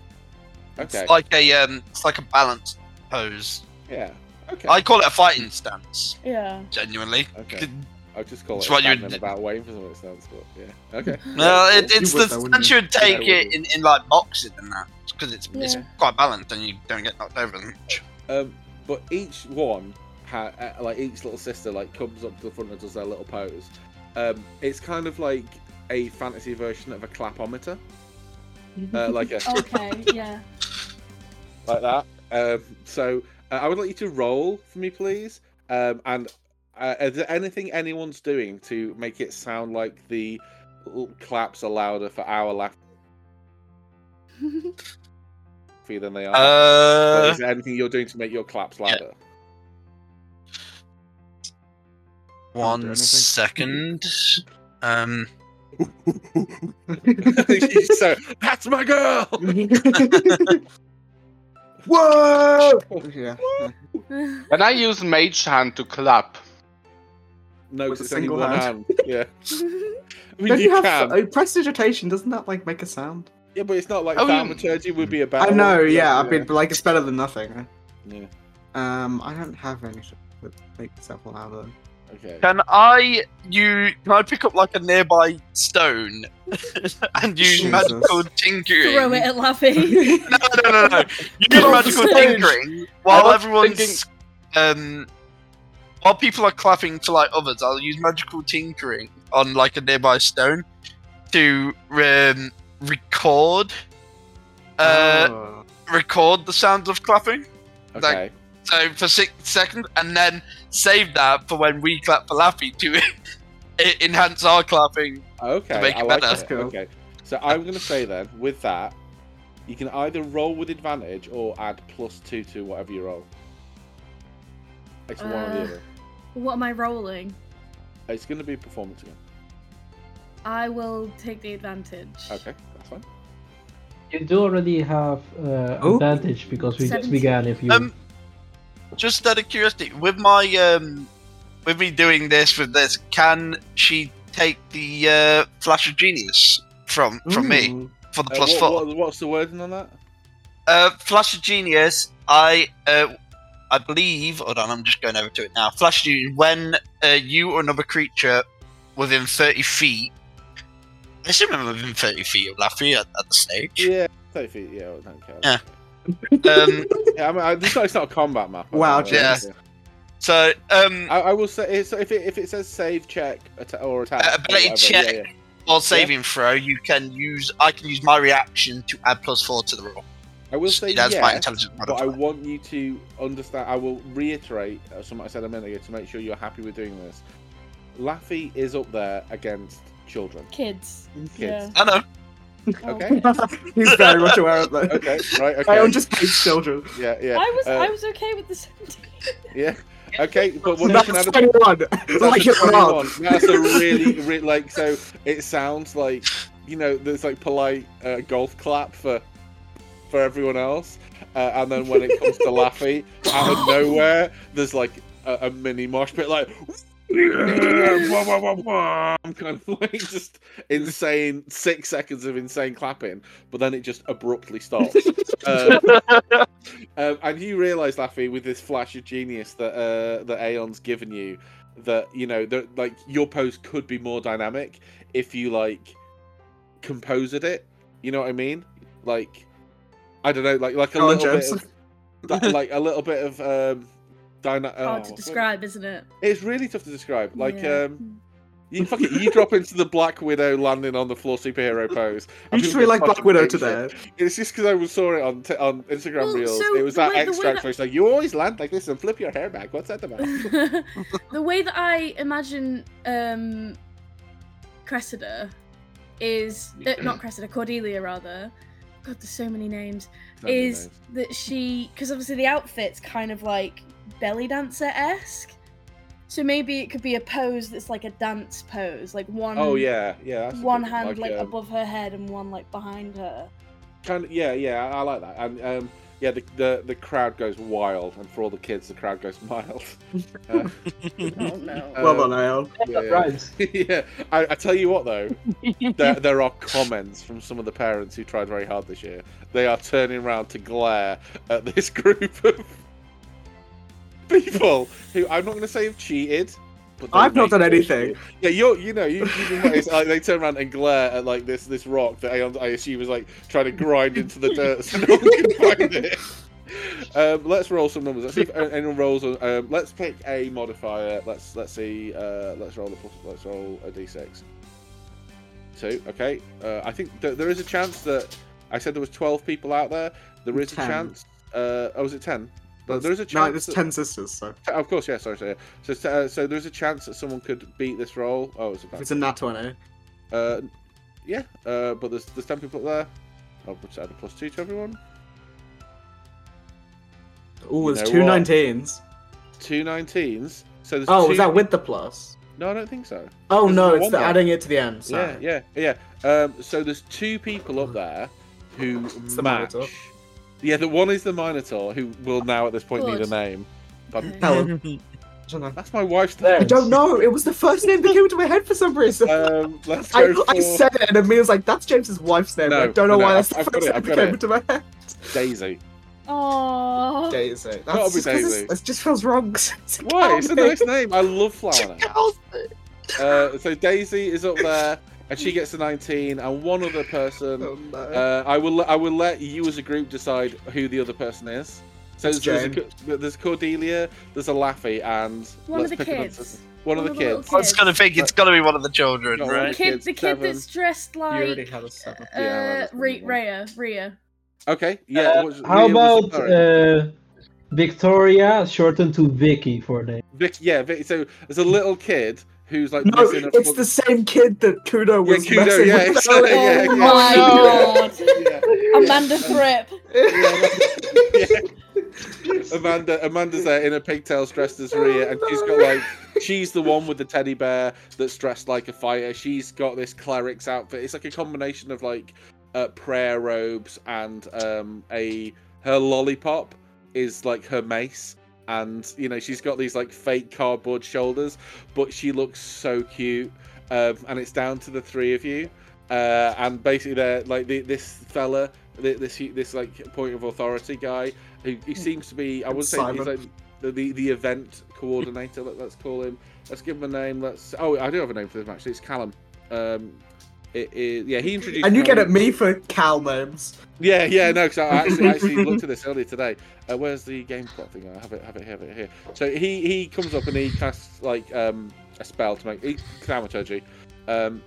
Okay.
It's like a um, it's like a balanced pose.
yeah. Okay.
I call it a fighting stance.
Yeah.
Genuinely,
okay. I'll just call it
It's
a
what you-
standing about waiting for someone to stand up. Yeah. Okay.
well, it,
You
it's
would
the
though, wouldn't
stance
you?
you would take
Yeah, I
it in, in like boxing and that because it's it's
Yeah.
quite balanced and you don't get knocked over as much.
Um, but each one, ha- uh, like each little sister, like comes up to the front and does their little pose. Um, it's kind of like a fantasy version of a clapometer, uh, like a
Okay. Yeah.
like that. Um, so uh, I would like you to roll for me, please. Um, and uh, is there anything anyone's doing to make it sound like the l- claps are louder for our laugh for you than they are? So
Uh,
is there anything you're doing to make your claps louder?
do
one
anything.
second. Um,
so that's my girl.
Whoa! Yeah.
Can I use Mage Hand to clap?
No,
With
'cause it's
a
only
single
one hand.
hand.
Yeah, I mean,
Don't
you,
you have
can.
uh, prestidigitation? Doesn't that like make a sound?
Yeah, but it's not like
Oh,
oh,
you-
thaumaturgy would be a
I
battle.
know. Yeah, I've been but, like it's better than nothing.
Uh, Yeah.
Um, I don't have anything that makes myself louder.
Okay.
can I you can I pick up like a nearby stone and use
Jesus.
magical tinkering?
Throw it at Laffy.
No, no, no, no. You
Get
do
off the
magical
stage.
tinkering while
was
everyone's um while people are clapping to like others. I'll use magical tinkering on like a nearby stone to um, record uh
Oh.
record the sounds of clapping.
Okay.
So for six seconds, and then save that for when we clap for Laffy to e- enhance our clapping.
okay.
make
I
it
like
better.
that.
Cool.
Okay. So I'm gonna say then, with that, you can either roll with advantage or add plus two to whatever you roll. It's one or the
Uh.
other.
what am I rolling?
It's gonna be performance again.
I will take the advantage.
Okay, that's fine.
You do already have uh,
Ooh.
advantage because we just
Seventeen.
began. If you
Um, just out of curiosity, with my um, with me doing this with this, can she take the uh, flash of genius from from me
Ooh.
for the
Uh,
plus
what-
four?
what- what's the wording on that?
Uh, flash of genius. I uh, I believe. Hold on, I'm just going over to it now. Flash of genius. When uh, you or another creature within thirty feet. I assume I'm within 30 feet of Laffy at, at the stage.
Yeah, thirty feet. Yeah, I don't care.
Yeah. Um,
Yeah, I mean, I- it's not, it's not a combat map. I
Wow,
don't know.
James. so, um,
I, I will say so if it if it says save check atta- or attack
Uh,
or
ability
whatever,
check.
yeah, yeah.
or saving throw, you can use. I can use my reaction to add plus four to the roll.
I will say
That's my
yes,
intelligence
but I
modifier.
want you to understand. I will reiterate uh, something I said a minute ago to make sure you're happy with doing this. Laffy is up there against children,
Kids.
kids.
Yeah.
I know.
Oh.
Okay.
He's very much aware of that.
Okay, right. Okay.
I own just page children.
Yeah, yeah,
I was
uh,
I was okay with the 17.
yeah. Okay, but what
That's
you can add a
21.
That's
Like
a
your mom.
21. That's a really, really like so. It sounds like you know there's like polite uh, golf clap for for everyone else, uh, and then when it comes to Laffy, out of nowhere there's like a, a mini mosh pit, like wah, wah, wah, wah, I'm kind of like just insane six seconds of insane clapping, but then it just abruptly stops. um, um, and you realise, Laffy, with this flash of genius that uh, that Aeon's given you, that you know that like your pose could be more dynamic if you like composed it. You know what I mean? Like I don't know, like like a
Go on,
little bit
James.
of, that, like a little bit of um dyna-
Hard to
oh,
describe, isn't it?
It's really tough to describe. Like
Yeah.
um you fucking you drop into the Black Widow landing on the floor superhero pose.
You
and
just
people go
really like Black
fucking
Widow
apeshit.
today.
It's just because I was- saw it on t- on Instagram
Well,
Reels.
so
it was
the
that
way- the way
extract
that-
where it's like, you always land like this and flip your hair back. What's that about?
the way that I imagine um, Cressida is uh, not Cressida, Cordelia rather. God, there's so many names. is that she? Because obviously the outfit's kind of like belly dancer esque. So maybe it could be a pose that's like a dance pose, like one
Oh yeah, yeah. that's a
one
good
hand like,
um,
above her head and one like behind her.
kind of, yeah, yeah. I I like that. And um, yeah, the, the the crowd goes wild, and for all the kids, the crowd goes mild. Uh,
Oh no.
Well
uh,
done, Niall.
yeah, yeah.
Rhymes.
yeah, I, I tell you what though, there, there are comments from some of the parents who tried very hard this year. They are turning around to glare at this group of people who I'm not going to say have cheated. But they
I've not
make
done
them
anything.
cheat. Yeah, you're, you know, you, you do notice, like, they turn around and glare at like this this rock that I, I assume is like trying to grind into the dirt so no one can find it. Um, let's roll some numbers. Let's see if anyone rolls. on- Um, let's pick a modifier. Let's let's see. Uh, let's roll a plus, let's roll a d6. Two. Okay. Uh, I think th- there is a chance that I said there was twelve people out there. There is a
Ten.
chance. Uh, oh, is it ten? There-
That's-
There is a
No,
chance.
there's
that-
ten sisters, so
Oh, Of course, yeah. Sorry, sorry. So, uh, so there's a chance that someone could beat this roll. Oh, it's a
if
bad.
it's a nat twenty.
Uh, yeah, uh, but there's there's ten people up there. Oh, I'll just add a plus two to everyone.
Oh,
You
there's
know
two
what?
19s.
Two 19s. So there's
Oh,
two-
is that with the plus?
No, I don't think so.
Oh
There's
no,
the
it's
one
the
there.
adding it to the end. Sorry.
Yeah, yeah, yeah. Um, so there's two people up there who
It's the
match.
Minotaur.
Yeah, the one is the Minotaur, who will now at this point need a
Good.
name. Pardon?
Helen. I don't know.
That's my wife's
I
name.
don't know. It was the first name that came into my head for some reason.
Um, let's
I,
go for
I said it, and then me was like, "That's James's wife's name."
No,
I don't know
no,
why
I've- I've
that's the
got
first
it,
name
I've
that
got
came
it.
into my head.
Daisy.
Aww.
Daisy.
gotta
That's
be
just 'cause it's-
Daisy.
It just feels wrong. "Oh,
Why? It's a nice name. I love Flower. Now.
Girls.
Uh, so Daisy is up there, and she gets a 19, and one other person.
Oh, no.
Uh, I will. I will let you as a group decide who the other person is. So
It's
there's,
Jane.
a, there's Cordelia, there's a Laffy, and
One of
let's
the
pick another-
kids.
One, of
One
the
of the little
kids.
I was gonna think it's gotta be one of the children,
Got one.
The
right?
kid, the kid
Seven.
that's dressed
you already
like
had a seven.
Yeah, I
uh,
understand
Rhea,
that.
Rhea, Rhea.
Okay. Yeah.
Uh,
what's-
How
Leah, what's-
about
sorry.
uh, Victoria shortened to Vicky for a name?
Vic, yeah. Vic, so there's a little kid who's like
No,
missing a
it's the same kid that Kudo
yeah,
was
Kudo,
messing
yeah,
with.
exactly, yeah,
Oh
yeah,
my
yeah, yeah,
Amanda Thripp.
yeah. Amanda, Amanda's there in a pigtails dressed as Rhea, and she's got like she's the one with the teddy bear that's dressed like a fighter. She's got this cleric's outfit. It's like a combination of like uh, prayer robes and um, a her lollipop is like her mace, and you know she's got these like fake cardboard shoulders, but she looks so cute. Um, and it's down to the three of you, uh, and basically they're like the, this fella, thi- this this like point of authority guy who, who
Hmm.
seems to be I would say he's
Simon.
like the, the, the event coordinator. Let, let's call him. Let's give him a name. Let's. Oh, I do have a name for him actually. It's Callum. Um, it is. Yeah, he introduced.
And you get
Callum.
at me for Cal names.
Yeah, yeah, no, because I actually, I actually looked at this earlier today. Uh, where's the game plot thing? I have it, have it here, have it here. So he he comes up and he casts like um a spell to make he, thaumaturgy, um,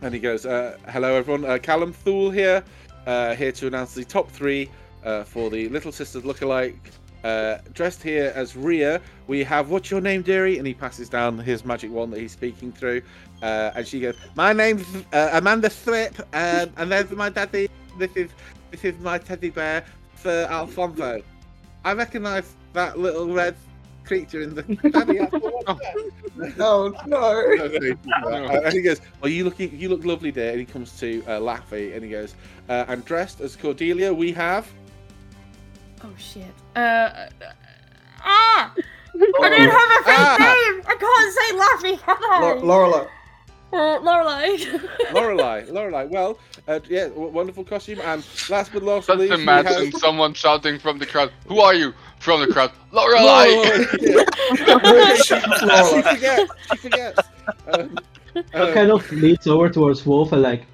and he goes, uh, "Hello, everyone. Uh, Callum Thule here, uh, here to announce the top three uh, for the Little Sisters lookalike." Uh, dressed here as Rhea, we have what's your name, dearie? And he passes down his magic wand that he's speaking through, uh, and she goes, "My name's uh, Amanda Thrip, um, and there's my daddy. This is this is my teddy bear, Sir Alfonso. I recognise that little red creature in the teddy bear.
Oh no.
Uh, and he goes, "Well, you look, you look lovely, dear." And he comes to uh, Laffy, and he goes, uh, "And dressed as Cordelia, we have."
Oh shit. Uh, uh, ah! I don't have a fake
Oh. Ah!
name. I can't say Laffy, can I?
La- Lorelai.
Uh, Lorelei.
Lorelei, Lorelei. Well, uh, yeah, w- wonderful costume. And last but not
Just
least, we have
imagine someone shouting from the crowd, "Who are you?" From the crowd, Lorelai.
Lorelei. Yeah. she
Lorelai.
forgets. She forgets. Um, um,
kind of leans over towards Wolf and like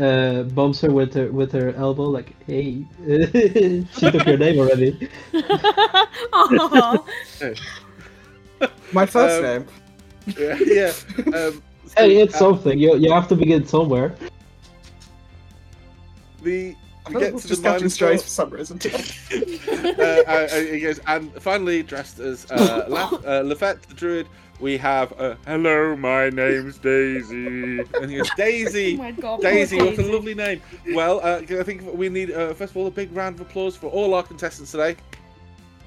uh, bumps her with her with her elbow, like, "Hey, she took your name already."
Aw.
My first
Um,
name.
yeah, yeah. Um, so,
Hey, it's
uh,
something. You you have to begin somewhere.
the
I
we
feel like
get
we're
to the
just catching
Minotaur.
strays for some reason.
uh, uh, he goes, and finally, dressed as uh, La- uh, Lafette the Druid, we have uh, Hello, my name's Daisy. And he goes,
oh
Daisy,
my god. poor
Daisy, what a
Daisy.
lovely name. Well, uh, I think we need, uh, first of all, a big round of applause for all our contestants today.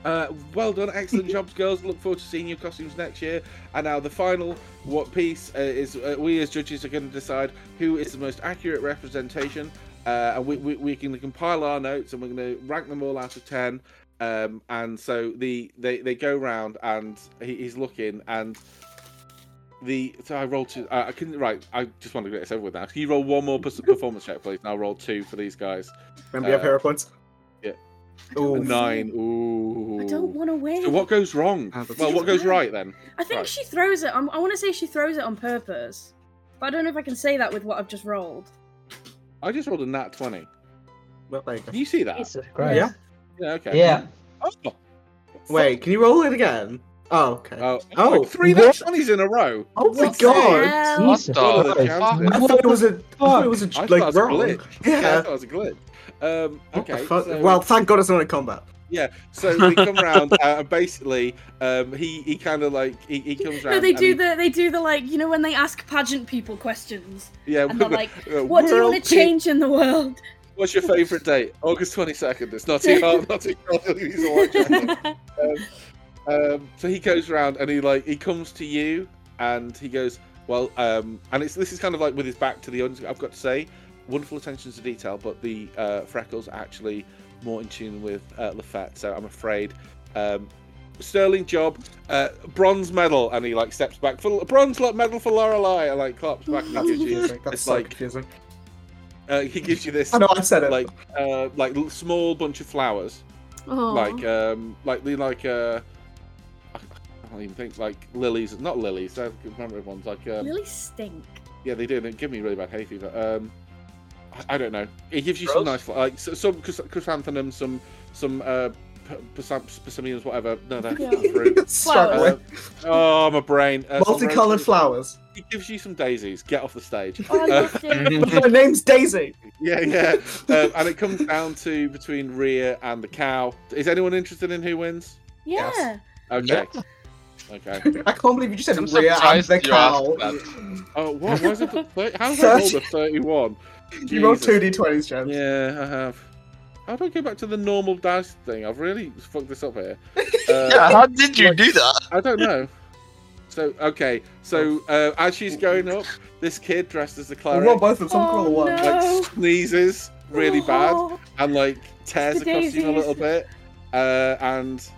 Uh, well done, excellent jobs, girls. Look forward to seeing your costumes next year. And now the final what piece uh, is uh, we as judges are going to decide who is the most accurate representation uh, and we, we, we're going to compile our notes and we're going to rank them all out of 10 um, and so the they, they go round and he, he's looking and the so i rolled two uh, i couldn't right i just want to get this over with now Can you roll one more pers- performance check please and i'll roll two for these guys
Remember, you have
Uh,
hero points.
I don't
Ooh.
A
wanna
Oh, nine
win.
ooh
I don't want to win.
so what goes wrong
Ah, but-
well what goes right then
I think
Right.
she throws it. On, I want to say she throws it on purpose, but I don't know if I can say that with what I've just rolled.
i just rolled a nat 20
Well, there you go.
Can you see that
Jesus Christ.
Yeah.
yeah okay
Yeah.
oh,
Wait, can you roll it again? Oh, okay.
oh,
Oh,
three nat
what?
20s in a row
oh my
What the
god!
hell?
What
Jesus
What are the
the
Christ.
fuck?
chances?
I thought it was a. I thought it was a
I thought it
like
was a
wrong.
glitch.
Yeah.
Yeah, I thought it was a glitch. Um,
What the
okay.
fuck?
so-
Well, thank God it's not in combat.
so they come round uh, and basically, um, he he kind of like he, he comes round.
No, they
and
do
he-
the they do the like you know when they ask pageant people questions
yeah.
and they're like,
uh,
what do you
world
want
peace-
to change in the world?
What's your favourite date? August twenty second. It's not too hard. Not too hard. He's a white gentleman. um, so he goes round and he like he comes to you and he goes, well, um, and it's this is kind of like with his back to the audience. I've got to say, wonderful attention to detail, but the uh, freckles are actually more in tune with uh, Lafette. So I'm afraid. Um, Sterling job, uh, bronze medal, and he like steps back for bronze medal for Lorelei, and like claps back. at you.
Confusing. That's
It's
so
like-
confusing.
Uh, he gives you this
I know I said it.
like uh, like l- small bunch of flowers,
Aw.
like um, like the- like uh, I I can't even think like lilies, not lilies. I can remember ones like um,
really stink.
yeah, they do. They give me really bad hay fever. Um, I, I don't know. It gives you some
Rose?
nice fl- like so, some chrysa- chrysanthemums, some some uh, p- persam- persimmons, whatever. No, that's
Yeah.
not fruit. Uh,
Struggling.
oh, my brain. Uh, some rosemary-
Multicolored flowers.
He gives you some daisies. Get off the stage.
Oh,
Uh,
nothing.
My name's Daisy.
Yeah, yeah. um, and it comes down to between Rhea and the cow. Is anyone interested in who wins?
yeah.
Yes.
Okay. Okay.
I can't believe you just said
I'm
Rhea and
surprised
the
you asked
cow.
Oh, what? Why is it? thir- How's that rolled a thirty-one?
You rolled
Jesus.
two d20s, James.
Yeah, I have. How do I go back to the normal dice thing? I've really fucked this up here. Uh,
Yeah, how did you do that?
I don't know. So okay, so uh, as she's going up, this kid dressed as the
Well,
cleric
roll both of them. Some
Oh,
call one.
no.
like sneezes really bad.
Oh,
and like tears
It's
the
the
costume a
daisies.
little bit, uh, and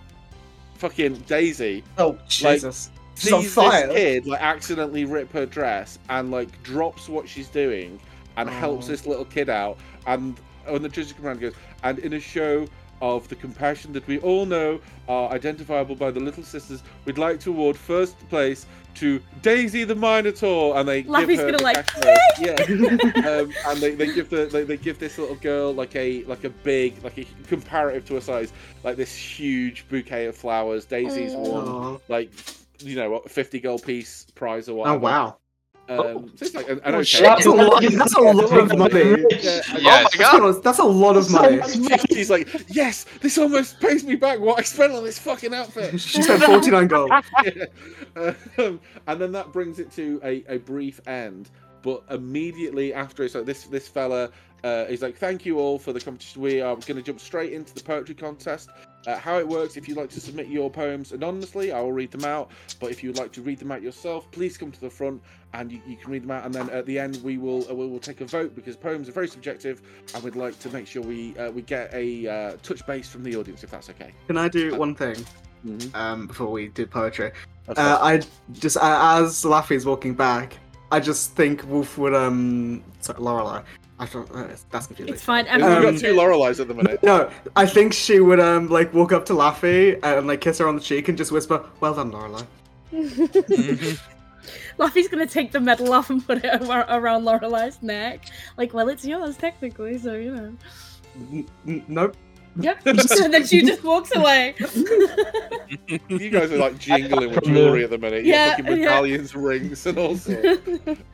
fucking Daisy
Oh Jesus! She's
sees
on fire.
this kid like accidentally rip her dress and like drops what she's doing and helps
Oh.
this little kid out. And when the judges come around, goes and in a show of the compassion that we all know are identifiable by the little sisters, we'd like to award first place to Daisy the Minotaur, and they
Laffy's
give her
gonna
the
like,
cash prize. yeah, um, and they, they give the they, they give this little girl like a like a big like a comparative to her size like this huge bouquet of flowers. Daisy's
Aw.
worn
Oh,
like you know what, fifty gold piece prize or
oh
whatever.
wow!
Um, so it's like an, an
Oh,
okay.
shit.
That's a lot. That's a lot of money.
Yeah, and
Yeah,
oh my god!
That's, a lot of money.
She's like, yes, this almost pays me back what I spent on this fucking outfit.
She spent 49 gold.
um, and then that brings it to a, a brief end. But immediately after, it's like this this fella uh, is like, "Thank you all for the competition. We are going to jump straight into the poetry contest. Uh, how it works: if you'd like to submit your poems anonymously, I will read them out. But if you'd like to read them out yourself, please come to the front and you, you can read them out. And then at the end, we will uh, we will take a vote because poems are very subjective, and we'd like to make sure we uh, we get a uh, touch base from the audience if that's okay.
Can I do one thing
Mm-hmm.
um, before we do poetry? Uh, I just uh, as Laffy's walking back, I just think Wolf would um sorry, Lorelai. I don't. Uh, that's confusing.
it's fine.
We've
Emma
Um,
got
reads
two
it.
Loreleis at the minute.
No, I think she would um like walk up to Laffy and like kiss her on the cheek and just whisper, "Well done, Lorelai."
Mm-hmm.
Laffy's gonna take the medal off and put it ar- around Lorelei's neck. Like, well, it's yours technically, so you know.
N- n- nope.
Yep. and then she just walks away.
You guys are like jingling with
From
jewelry
the-
at the minute. You're
Yeah,
fucking
yeah.
medallions, rings, and all sorts.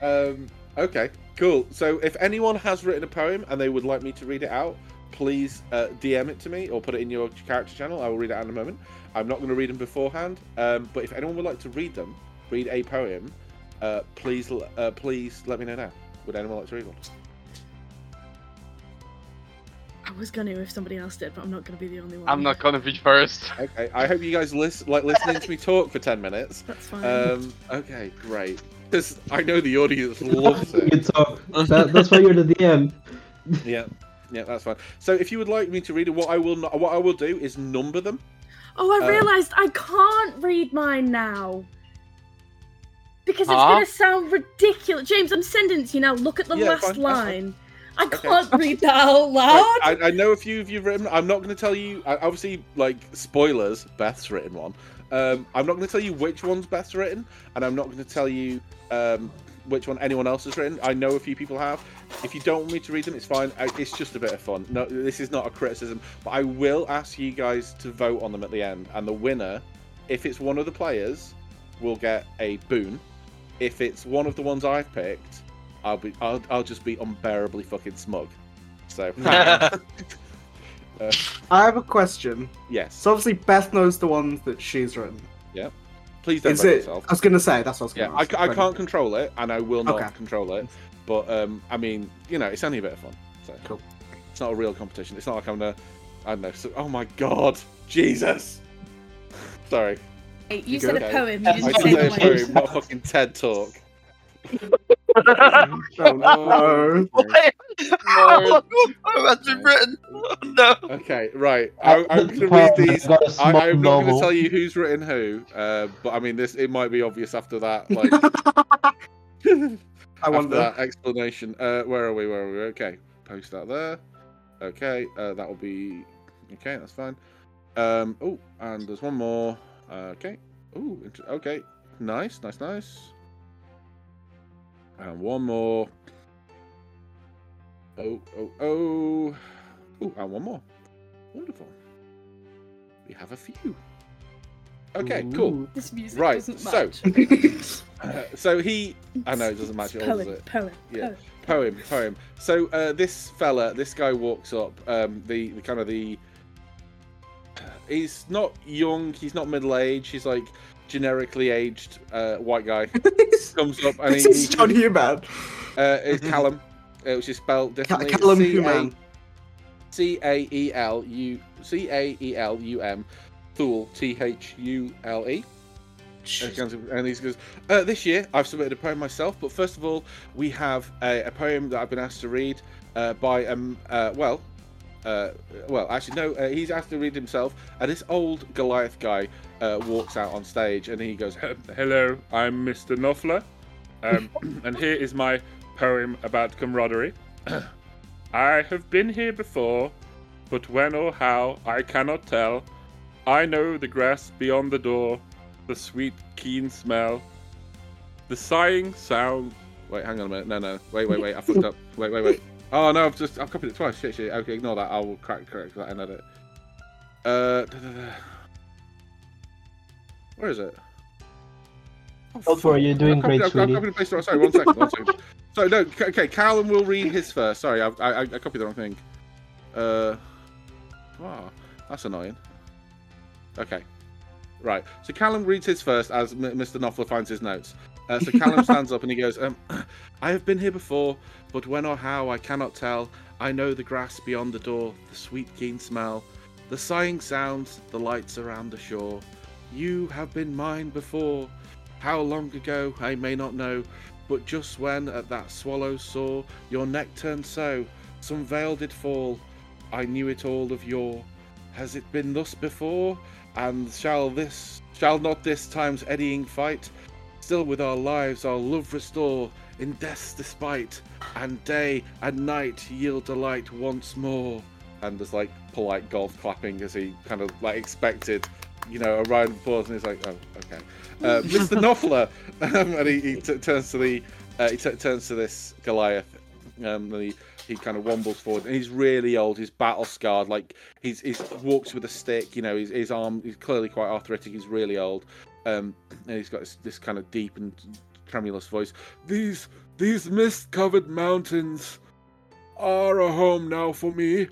um, okay, cool. So if anyone has written a poem and they would like me to read it out, please uh, DM it to me or put it in your character channel. I will read it out in a moment. I'm not going to read them beforehand, um, but if anyone would like to read them, read a poem, uh, please, l- uh, please let me know now. Would anyone like to read one?
I was gonna if somebody else did, but I'm not gonna be the only one.
I'm not gonna be first.
Okay, I hope you guys listen, like listening to me talk for ten minutes.
That's fine.
Um, okay, great. Because I know the audience loves it.
You talk. That, that's why you're the DM.
yeah, yeah, that's fine. So if you would like me to read it, what I will not, what I will do is number them.
Oh, I
Uh,
realised I can't read mine now. Because it's
Huh?
going to sound ridiculous. James, I'm sending it to you now. Look at the
Yeah,
last
fine, that's fine.
line. I
Okay.
can't read that out loud.
I, I know a few of you've written. I'm not going to tell you. I- Obviously, like spoilers. Beth's written one. Um, I'm not going to tell you which one's Beth's written, and I'm not going to tell you um, which one anyone else has written. I know a few people have. If you don't want me to read them, it's fine. I, it's just a bit of fun. No, this is not a criticism, but I will ask you guys to vote on them at the end, and the winner, if it's one of the players, will get a boon. If it's one of the ones I've picked, I'll be. I'll, I'll just be unbearably fucking smug. So.
I have a question.
Yes.
So obviously Beth knows the ones that she's written.
Please don't
Is
vote
it?
yourself.
I was gonna say that's what I was
Yeah,
gonna.
I,
ask.
I can't control it, and I will not
Okay.
control it. But um, I mean, you know, it's only a bit of fun. So
Cool.
It's not a real competition. It's not like I'm gonna. I don't know. So, oh my god, Jesus! Sorry,
Hey, you
uh, you
said
go.
a poem. You
That's
I
didn't
fine.
say
did
the
a
language.
poem, not a fucking TED talk.
Oh, no.
That's been written. Oh, no.
Okay, right. I, I'm gonna read these. I, I'm not gonna tell you who's written who, uh, but I mean, this it might be obvious after that. Like,
I
After
wonder.
that explanation. Uh, where are we? Where are we? Okay, post that there. Okay, uh, that will be okay. That's fine. Um, oh, and there's one more. Uh, okay. Oh, inter- okay. Nice, nice, nice. And one more. Oh, oh, oh. Oh, and one more. Wonderful. We have a few. Okay, cool.
This music
Right,
doesn't
so-
match.
so he. I know it doesn't match at all, does
poem,
it?
poem,
Yeah.
poem.
poem poem so uh, this fella this guy walks up um, the, the kind of the he's not young he's not middle aged he's like generically aged uh, white guy
this
comes up and
this
he,
is John Human.
uh, it's callum it was just spelled
Ca-
differently
Callum
C A-
Human.
C A E L U C A E L U M, Thule T H U L E. And he goes, uh, this year I've submitted a poem myself, but first of all, we have a, a poem that I've been asked to read uh, by, um, uh, well, uh, well, actually, no, uh, he's asked to read himself. And this old Goliath guy uh, walks out on stage and he goes, Hello, I'm Mr. Knopfler, um, and here is my poem about camaraderie. I have been here before, but when or how I cannot tell. I know the grass beyond the door, the sweet, keen smell, the sighing sound. Wait, hang on a minute. No, no. Wait, wait, wait. I fucked up. Wait, wait, wait. Oh no, I've just I've copied it twice. Shit, shit. Okay, ignore that. I will correct correct that and edit. Uh, da, da, da. where is it? Oh,
Don't worry, you're doing
I've copied-
great,
I've- I've
sweetie.
copied and pasted it. Sorry, one second, one second. So no, c- okay. Callum will read his first. Sorry, I, I, I copied the wrong thing. Uh, wow, that's annoying. Okay, right. So Callum reads his first as M- Mr. Knopfler finds his notes. Uh, so Callum stands up and he goes, um, "I have been here before, but when or how I cannot tell. I know the grass beyond the door, the sweet keen smell, the sighing sounds, the lights around the shore. You have been mine before." How long ago, I may not know, but just when at that swallow soar your neck turned so, some veil did fall. I knew it all of yore. Has it been thus before? And shall this, shall not this time's eddying fight still with our lives our love restore in death's despite, and day and night yield delight once more? And there's like polite golf clapping as he kind of like expected, you know, a round of applause, and he's like, oh, okay uh, Mr. Knopfler, um, and he, he t- turns to the uh, he t- turns to this Goliath, um, and he, he kind of wambles forward, and he's really old, he's battle scarred, like he's he's walks with a stick, you know, his his arm he's clearly quite arthritic, he's really old, um, and he's got this, this kind of deep and tremulous voice. These these mist covered mountains are a home now for me,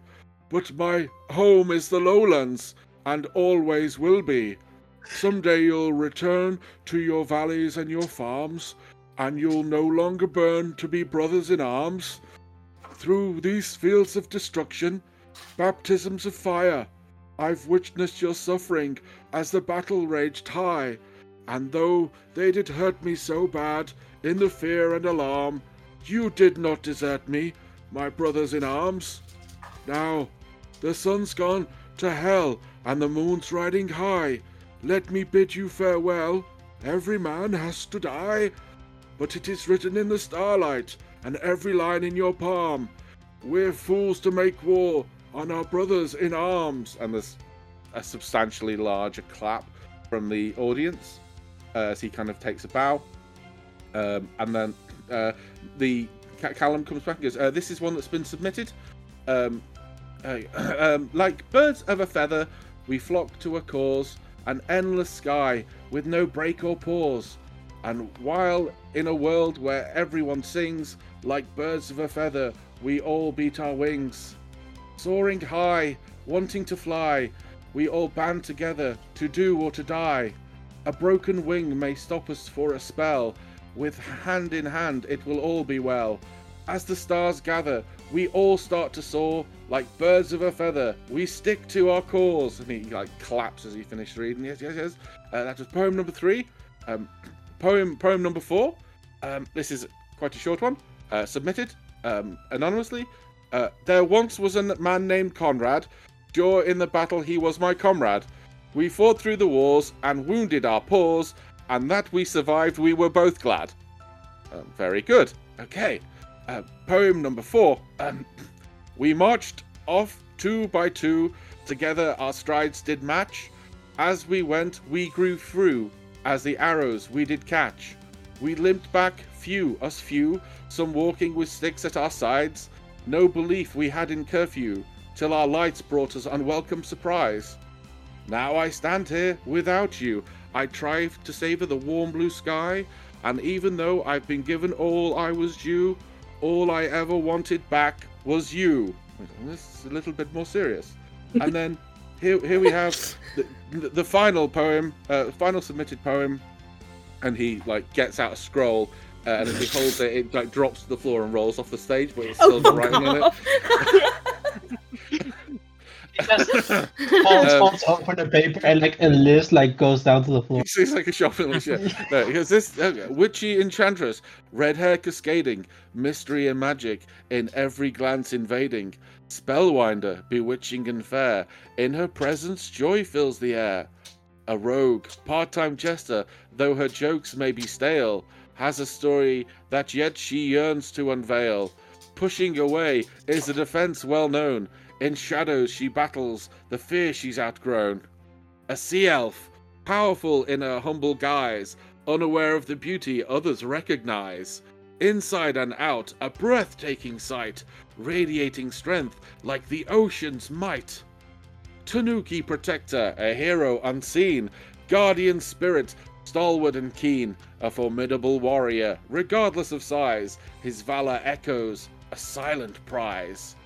but my home is the lowlands, and always will be. Someday you'll return to your valleys and your farms, and you'll no longer burn to be brothers in arms. Through these fields of destruction, baptisms of fire, I've witnessed your suffering as the battle raged high. And though they did hurt me so bad, in the fear and alarm, you did not desert me, my brothers in arms. Now, the sun's gone to hell, and the moon's riding high. Let me bid you farewell. Every man has to die, but it is written in the starlight, and every line in your palm. We're fools to make war on our brothers in arms. And there's a substantially larger clap from the audience uh, as he kind of takes a bow. Um, and then uh, the Ca- Callum comes back and goes, uh, "This is one that's been submitted. Um, uh, um, like birds of a feather, we flock to a cause, an endless sky with no break or pause. And while in a world where everyone sings, like birds of a feather, we all beat our wings, soaring high, wanting to fly." We all band together to do or to die. A broken wing may stop us for a spell. With hand in hand, it will all be well. As the stars gather, we all start to soar like birds of a feather. We stick to our cause. And he like claps as he finished reading. Yes, yes, yes. Uh, that was poem number three. Um, poem poem number four. Um, this is quite a short one. Uh, submitted um, anonymously. Uh, there once was a man named Conrad. Sure, in the battle he was my comrade. We fought through the wars and wounded our paws, and that we survived we were both glad. Um, very good. Okay. Uh, poem number four. Um, we marched off two by two, together our strides did match. As we went, we grew through, as the arrows we did catch. We limped back, few, us few, some walking with sticks at our sides. No belief we had in curfew, till our lights brought us unwelcome surprise. Now I stand here without you. I try to savor the warm blue sky, and even though I've been given all I was due, all I ever wanted back was you. This is a little bit more serious. And then here, here we have the, the final poem, uh, final submitted poem, and he like gets out a scroll. Uh, and as he holds it, it like drops to the floor and rolls off the stage, but it's still
fuck
writing on it.
off.
It just falls,
Um,
falls off on the paper and like a list like goes down to the floor.
It's like a shopping list. Yeah. No, because this okay, witchy enchantress, red hair cascading, mystery and magic in every glance invading, spellwinder bewitching and fair. In her presence, joy fills the air. A rogue, part-time jester, though her jokes may be stale, has a story that yet she yearns to unveil. Pushing away is a defense well known. In shadows she battles the fear she's outgrown. A sea elf, powerful in her humble guise, unaware of the beauty others recognize. Inside and out, a breathtaking sight, radiating strength like the ocean's might. Tanuki Protector, a hero unseen, guardian spirit, stalwart and keen, a formidable warrior, regardless of size, his valor echoes, a silent prize.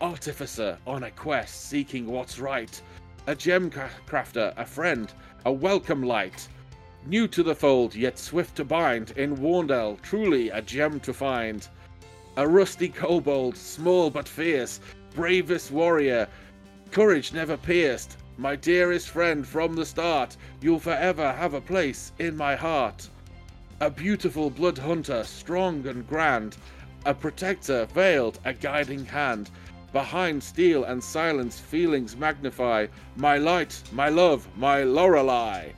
Artificer on a quest seeking what's right, a gem cra- crafter, a friend, a welcome light. New to the fold, yet swift to bind, in Warndell, truly a gem to find. A rusty kobold, small but fierce, bravest warrior, courage never pierced. My dearest friend from the start, you'll forever have a place in my heart. A beautiful blood hunter, strong and grand, a protector veiled, a guiding hand. Behind steel and silence, feelings magnify. My light, my love, my Lorelei.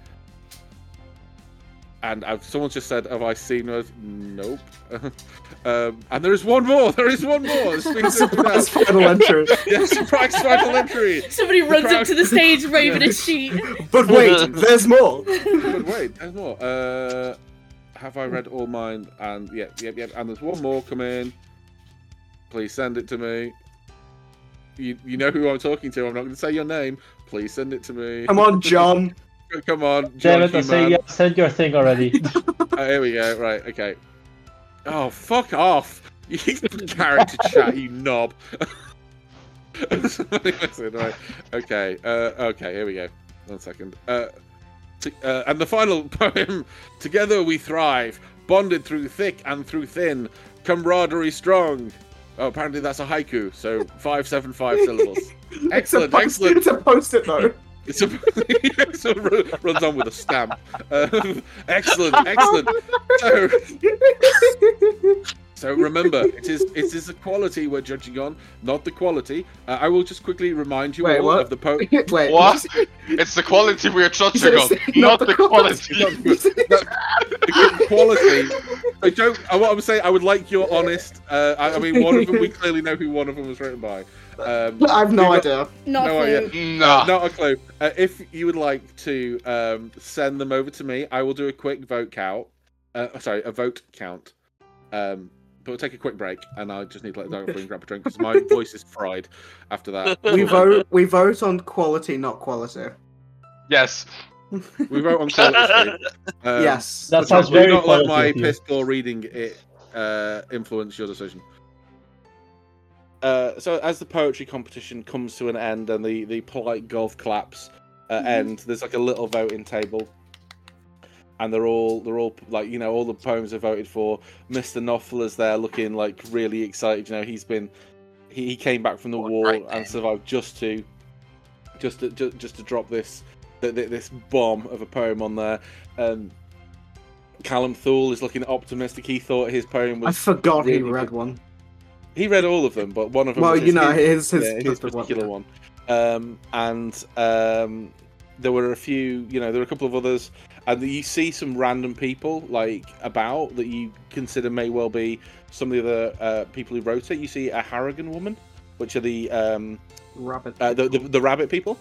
And I've, someone's just said, "Have I seen her?" Nope. um, and there is one more. There is one more. This thing's
Surprise final entry.
yeah, surprise final entry.
Somebody runs
crowd-
up to the stage waving
Yeah.
a sheet.
But wait, there's more.
But wait, there's more. Uh, have I read all mine? And yep, yep, yep. And there's one more come in. Please send it to me. You, you know who I'm talking to. I'm not going to say your name. Please send it to me.
Come on, John.
Come on,
Damn
John.
it, I say
Keyman.
you have sent your thing already.
Oh, here we go. Right, okay. Oh, fuck off. You character chat, you knob. Somebody listen, right. Okay, uh, okay, here we go. One second. Uh, t- uh, and the final poem Together we thrive, bonded through thick and through thin, camaraderie strong. Oh, apparently that's a haiku, so 575 syllables. Excellent,
it's a post-
excellent.
It's a post-it though.
It's a, it's a ru- runs on with a stamp. Um, excellent, excellent. So, So remember, it is it is the quality we're judging on, not the quality. Uh, I will just quickly remind you
Wait,
all
what?
of the po-
Wait,
What? It's the quality we are
You said
judging on,
it's-
not the quality.
the quality. I don't. I, what I'm saying, I would like your honest. Uh, I, I mean, one of them. We clearly know who one of them was written by. Um,
I have no
We got-
idea.
Not
No
a clue.
idea.
Nah.
Not a clue. Uh, if you would like to um, send them over to me, I will do a quick vote count. Uh, sorry, a vote count. Um, but we'll take a quick break, and I just need to let the dog up and grab a drink because my voice is fried after that.
We vote. We vote on quality, not quality.
Yes.
We vote on quality. Um,
yes.
That
That's
sounds very
Do not let
quality
my
of you.
pistol reading it uh, influence your decision. Uh, so as the poetry competition comes to an end and the, the polite golf claps uh,
Mhm.
end, there's like a little voting table, and they're all they're all like you know all the poems are voted for. Mister Knopfler's there looking like really excited. You know he's been he, he came back from the
Right
war
then.
and survived just to just to just, just to drop this th- th- this bomb of a poem on there. Um, Callum Thule is looking optimistic. He thought his poem
I
was.
forgot he
really
read
good.
one.
He read all of them, but one of them.
Well,
was
you
his-
know, his his,
yeah, his
husband one.
particular one. Um, and um, there were a few, you know, there were a couple of others, and you see some random people like about that you consider may well be some of the other uh, people who wrote it. You see a Harrigan woman, which are the um,
Rabbit.
uh, the, the the rabbit people.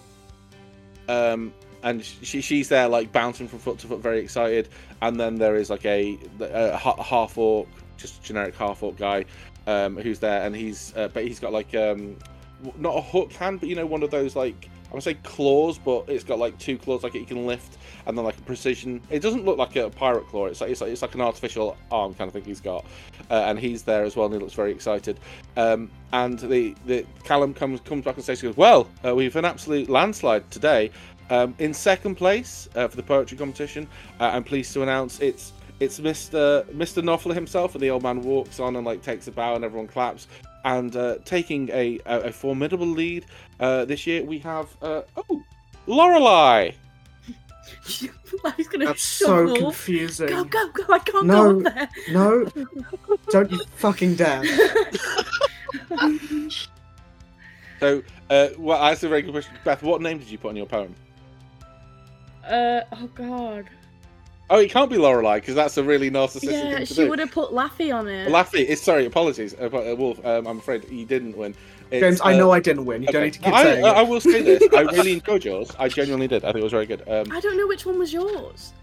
Um, and she she's there like bouncing from foot to foot, very excited. And then there is like a, a half orc, just generic half orc guy, um, who's there, and he's uh, but he's got like um, w- not a hook hand, but you know one of those like I would say claws, but it's got like two claws, like it can lift, and then like a precision. It doesn't look like a pirate claw. It's like it's like, it's like an artificial arm kind of thing he's got, uh, and he's there as well, and he looks very excited. Um, and the, the Callum comes comes back and says, he goes, "Well, uh, we've an absolute landslide today. Um, in second place uh, for the poetry competition, uh, I'm pleased to announce it's it's Mr. Mr. Knopfler himself." And the old man walks on and like takes a bow, and everyone claps. And uh, taking a, a, a formidable lead uh, this year, we have uh, oh Lorelei.
Larry's gonna
That's
shove
so
Wolf.
confusing.
Go, go, go! I can't
No.
go up there.
No, don't you fucking dare.
So, uh, well, that's a very good question, Beth. What name did you put on your poem?
uh, oh god.
Oh, it can't be Lorelei because that's a really narcissistic
Yeah,
thing to
she
do.
would have put Laffy on it.
Laffy, it's sorry, apologies, uh, uh, Wolf. Um, I'm afraid you didn't win. It's,
James, I
uh,
know I didn't win. You don't
okay.
need to keep
I,
saying
I, I
it.
will say this. I really enjoyed yours. I genuinely did. I think it was very good. Um,
I don't know which one was yours.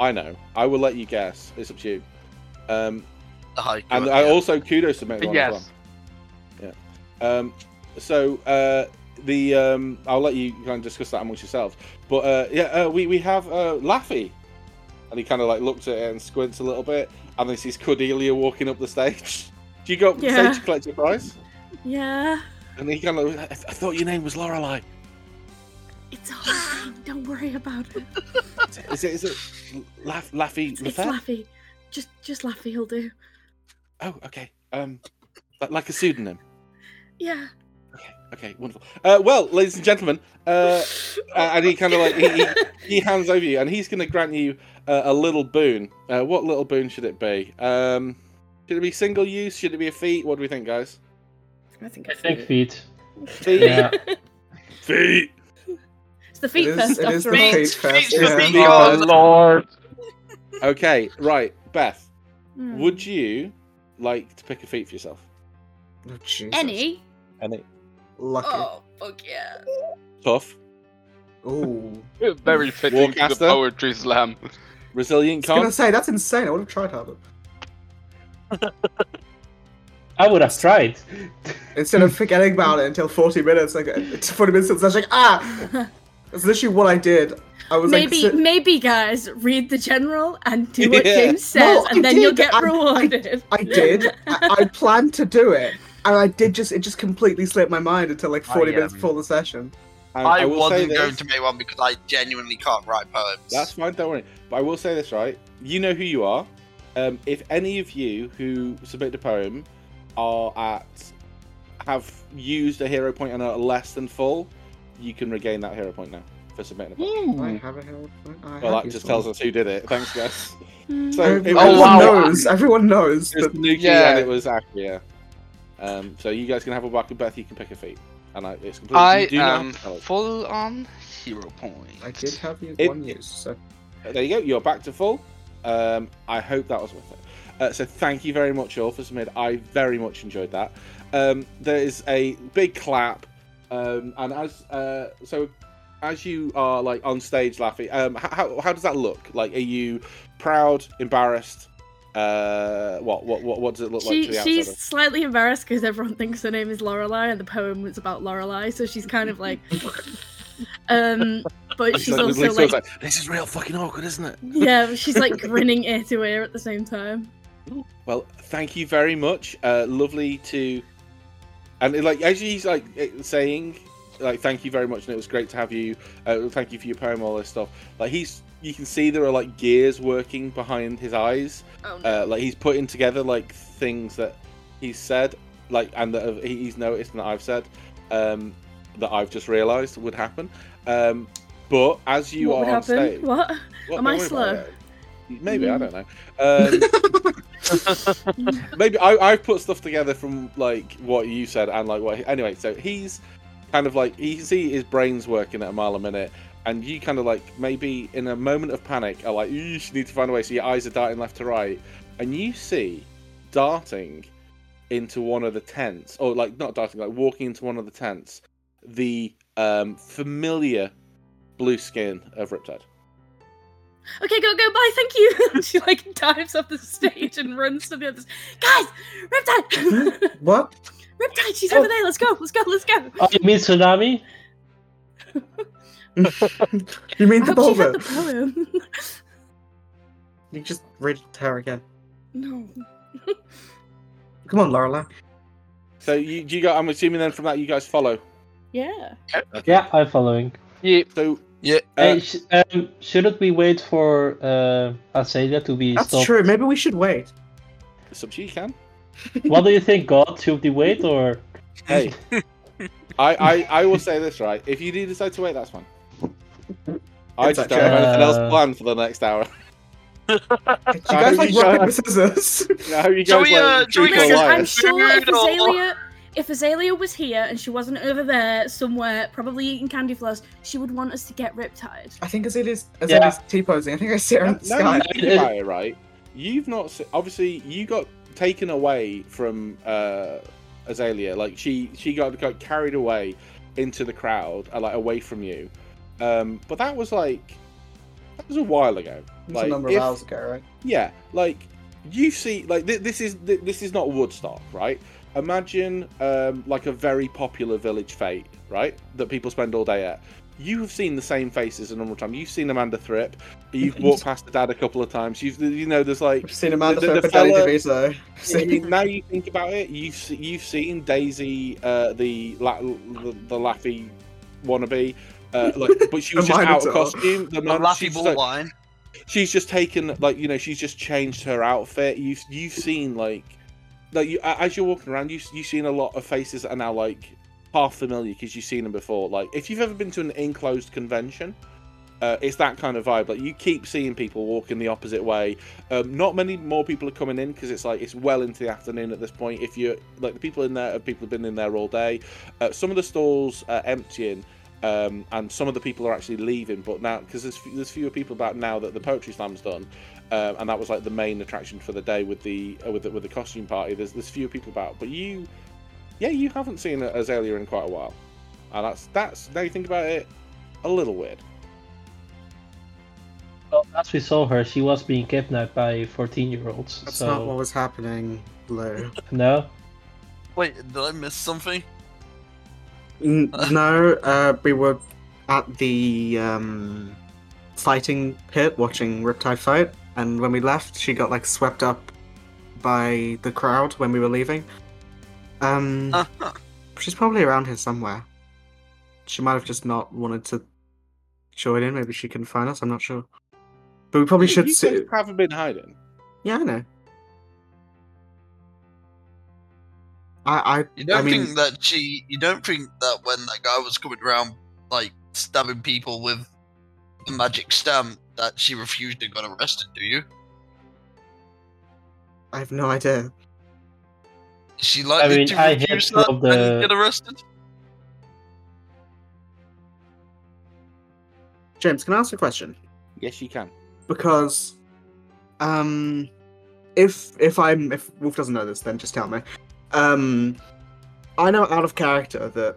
I know. I will let you guess. It's up to you. Um,
The haiku
and
at
I
the end.
also kudos to Megan.
Yes.
Um, so uh, the um, I'll let you kind of discuss that amongst yourselves. But uh, yeah, uh, we we have uh, Laffy, and he kind of like looks at it and squints a little bit, and then sees Cordelia walking up the stage. Do you go up the
Yeah.
stage to collect your prize?
Yeah,
And he kind of, I, I thought your name was Lorelei.
it's a whole thing. Don't worry about it.
Is it? Is it Laff, Laffy?
It's, it's
Lafair?
Laffy. Just, just Laffy. He'll do.
Oh, okay. Um, like, like a pseudonym.
Yeah.
Okay, okay, wonderful. Uh, well, ladies and gentlemen, uh, and he kind
uh,
of like he, he, he hands over you, and he's going to grant you uh, a little boon. Uh, what little boon should it be? Um, should it be single use? Should it be a feat? What do we think, guys?
I think.
I
it's
think feet.
Feet.
Yeah.
Feet.
It's the feet
It is-
fest
it is
after
the
all.
feet
Feet,
fest.
feet,
yeah.
feet. Oh,
lord.
Okay, right, Beth.
Hmm.
Would you like to pick a feat for yourself?
Oh, Jesus.
any?
Any
Lucky.
Oh fuck yeah!
tough,
Ooh.
Very fitting to the
Warcaster?
poetry slam.
resilient,
I was gonna
con,
say that's insane. I would have tried harder.
I would have tried.
Instead of forgetting about it until 40 minutes, like uh, 40 minutes, I was like, ah, that's literally what I did. I was
Maybe,
like, sit-
maybe guys, read the general and do what
Yeah.
James says,
No, I
and then you'll
did.
get
I- I-
rewarded.
I did. I, I planned to do it, and I did just it just completely slipped my mind until like 40
I,
minutes
um,
before the session.
And
I,
will say
wasn't
this-
going to make one because I genuinely can't write poems.
That's fine, don't worry. But I will say this, right? You know who you are. Um, if any of you who submit a poem are at have used a hero point and are less than full, you can regain that hero point now. for submitting a book.
I
Ooh.
have a held. I
Hmm. Well,
have
that just
used
tells
one.
us who did it. Thanks, guys.
Mm.
So it was,
Everyone
Oh, wow.
knows. Everyone knows.
it was
That,
Nuki
Yeah.
and it was Akria. Um, so you guys can have a whack and Beth. You can pick a feat, and I, it's completely. you
I
do not
am
have to tell us.
full on hero point.
I did have you
It-
one use. So
There you go. You're back to full. Um, I hope that was worth it. Uh, so thank you very much all for submitting. I very much enjoyed that. Um, there is a big clap, um, and as uh, so as you are like on stage laughing, um, h- how how does that look? Like, are you proud, embarrassed? Uh, what what what what does it look like
She,
to the
she's
outsider?
slightly embarrassed because everyone thinks her name is Lorelai and the poem was about Lorelai, so she's kind of like, um, but she's
like,
also
literally
like,
sort of like, this is real fucking awkward, isn't it?
yeah, but she's like grinning ear to ear at the same time.
Well, thank you very much. Uh, lovely to, and like as he's like it- saying, like thank you very much, and it was great to have you. Uh, thank you for your poem, all this stuff. Like he's, you can see there are like gears working behind his eyes.
Oh no.
Uh, like he's putting together like things that he's said, like and that have- he- he's noticed and that I've said, um, that I've just realised would happen. Um, but as you
what
are
would
on
happen?
stage,
What?
well,
Am
don't
I
worry about
slow?
it. Maybe I don't know. Um, maybe I I put stuff together from like what you said and like what. Anyway, so he's kind of like you can see his brains working at a mile a minute, and you kind of like maybe in a moment of panic are like you need to find a way. So your eyes are darting left to right, and you see darting into one of the tents, or like not darting, like walking into one of the tents, the um, familiar blue skin of Riptide.
Okay, go, go, bye, thank you. she like dives off the stage and runs to the others. Guys, Riptide,
what?
Riptide,
Oh.
she's over there. Let's go, let's go, let's go.
Oh, you mean tsunami?
You mean
I
the
hope she
boulder?
had the poem.
You just read it to her again.
no.
Come on, Lorelai.
So you, you got. I'm assuming then from that you guys follow.
Yeah.
Yeah, I'm following.
Yeah.
So
Yeah.
uh,
Hey, sh- um, shouldn't we wait for uh, Aselia to be
That's
stopped?
true. Maybe we should wait.
it's up to you, Cam.
What do you think, God? Should we wait or?
Hey, I, I I will say this right. If you do decide to wait, that's fine. I just
It's like,
don't have anything else
uh,
planned for the next hour.
Do you guys like
you
rock paper scissors?
I hope you
Shall
guys
we, uh,
like,
shall we
truth or
go-
Listen, I'm
lies.
sure if
Noodle.
Azalea, if Azalea was here and she wasn't over there somewhere, probably eating candy floss, she would want us to get Riptide.
I think Azalea's
Yeah.
Azalea's T posing. I think I see her in the
No,
sky.
you think about it, right? You've not se- obviously you got taken away from uh, Azalea. Like she she got, got carried away into the crowd, uh, like away from you. Um, but that was like that was a while ago.
It was
Like,
a number
if-
of hours ago, right?
yeah like you see like th- this is th- this is not woodstock right imagine um like a very popular village fete right that people spend all day at you have seen the same faces a number of times you've seen amanda thrip you've walked past the dad a couple of times you've you know there's like
I've seen Amanda
the- the
Thorpe and Danny
fella-
DeVito.
I mean, now you think about it, you've se- you've seen Daisy, uh, the la- the, the Laffy wannabe, uh, like, but she was
The
just out of
Minotaur.
costume. The,
The
mon-
Laffy
she's
Ball
just like-
line.
she's just taken like you know she's just changed her outfit you've you've seen like like you, a- as you're walking around you, you've seen a lot of faces that are now like half familiar because you've seen them before like if you've ever been to an enclosed convention uh, it's that kind of vibe like you keep seeing people walking the opposite way um, not many more people are coming in because it's like it's well into the afternoon at this point if you're like the people in there people have been in there all day uh, some of the stalls are emptying um, and some of the people are actually leaving. But now, because there's, there's fewer people about now that the poetry slam's done, um, and that was like the main attraction for the day with the uh, with the, with the costume party. There's there's fewer people about, but you, yeah, you haven't seen a- Azalea in quite a while, and that's that's now you think about it, a little weird.
Well, as we saw her, she was being kidnapped by 14-year-olds.
That's
so
not what was happening, Lou.
no.
Wait, did I miss something?
N- no, uh, we were at the um, fighting pit watching Riptide fight, and when we left, she got like swept up by the crowd when we were leaving.
Hmm.
Um,
Uh-huh.
she's probably around here somewhere. She might have just not wanted to join in. Maybe she couldn't find us. I'm not sure. But we probably
You-
should
you
see.
guys haven't been hiding.
Yeah, I know. I, I
You don't
I mean-
think that she? You don't think that when that guy was coming around like stabbing people with a magic stamp that she refused and got arrested, do you?
I have no idea.
She likely
mean,
to
I had
refuse
some
that
of the-
and get arrested.
James, can I ask a question?
Yes, you can.
Because, um, if if I'm if Wolf doesn't know this, then just tell me. Um, I know out of character that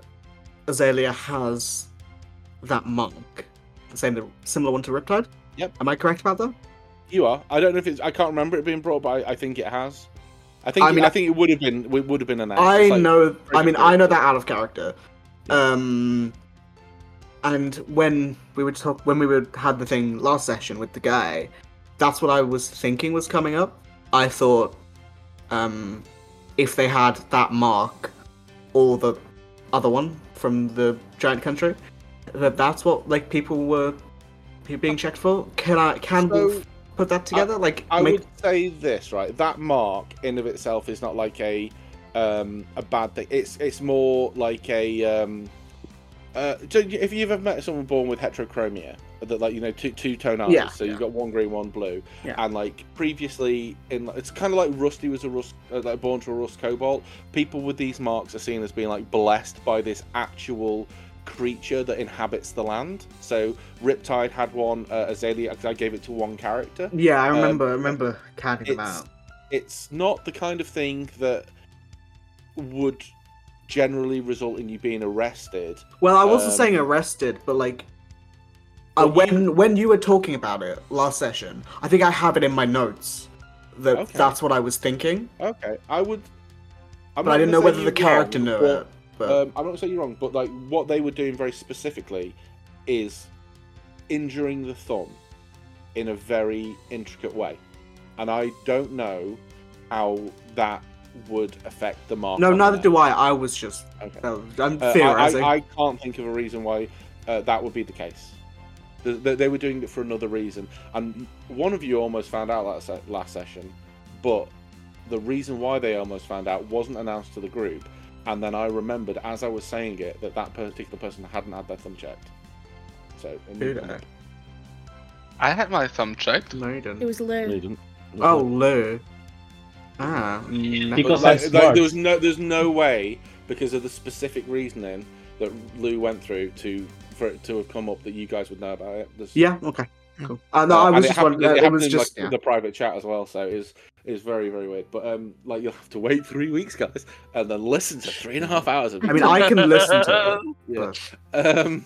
Azalea has that mark, the same similar one to Riptide.
Yep.
Am I correct about that?
You are. I don't know if it's. I can't remember it being brought, but I, I think it has. I think.
I mean,
I
I-
think it would have been. It would have been announced.
I
It's like-
know. I mean,
good.
I know that out of character. Um, and when we would talk, when we would had the thing last session with the guy, that's what I was thinking was coming up. I thought, um, if they had that mark, or the other one from the giant country, that that's what like people were pe- being checked for. Can I can
So,
Wolf put that together? like
I
make-
would say this right. That mark in of itself is not like a um, a bad thing. It's it's more like a. Um, uh, so y- if you've ever met someone born with heterochromia, that like you know two two tone eyes,
Yeah,
so
yeah.
you've got one green, one blue,
Yeah.
and like previously in like- it's kind of like Rusty was a Rus uh, like born to a Rust Cobalt. People with these marks are seen as being like blessed by this actual creature that inhabits the land. So Riptide had one, uh, Azalea. 'cause I gave it to one character
yeah, I
um,
remember. I remember counting them
it's-
out.
it's not the kind of thing that would generally result in you being arrested.
Well, I wasn't saying
Um,
arrested, but like uh,
Well, you-
when when you were talking about it last session, I think I have it in my notes that
Okay.
that's what I was thinking,
Okay, I would. I'm
but I
not gonna
didn't know
say
whether the
you're
character
wrong,
knew
but,
it. But
Um, I'm not saying you're wrong, but like what they were doing very specifically is injuring the thumb in a very intricate way, and I don't know how that would affect the mark.
no,
on
neither
there.
do I. I was just
Okay.
uh, I'm
Uh,
theorizing.
I, I, I can't think of a reason why uh, that would be the case. The, the, they were doing it for another reason, and one of you almost found out last, se- last session, but the reason why they almost found out wasn't announced to the group. And then I remembered as I was saying it that that particular person hadn't had their thumb checked. So it
Who
moved
the
on.
heck?
I had my thumb checked.
No, you didn't.
It was Lou.
No, you didn't.
oh, Lou. Ah, mm,
But like-
Because- I'm
like,
smart.
there was no, there's no way because of the specific reasoning that Lou went through to for it to have come up that you guys would know about it. There's-
yeah, okay, cool. Uh, no, I
and
was
it
just
happened-
wondering.
it
It,
happened
was
in,
just
like, the private chat as well, so it's it's very very weird. But um, like you'll have to wait three weeks, guys, and then listen to three and a half hours of.
I mean, I can listen to it.
Yeah. Um,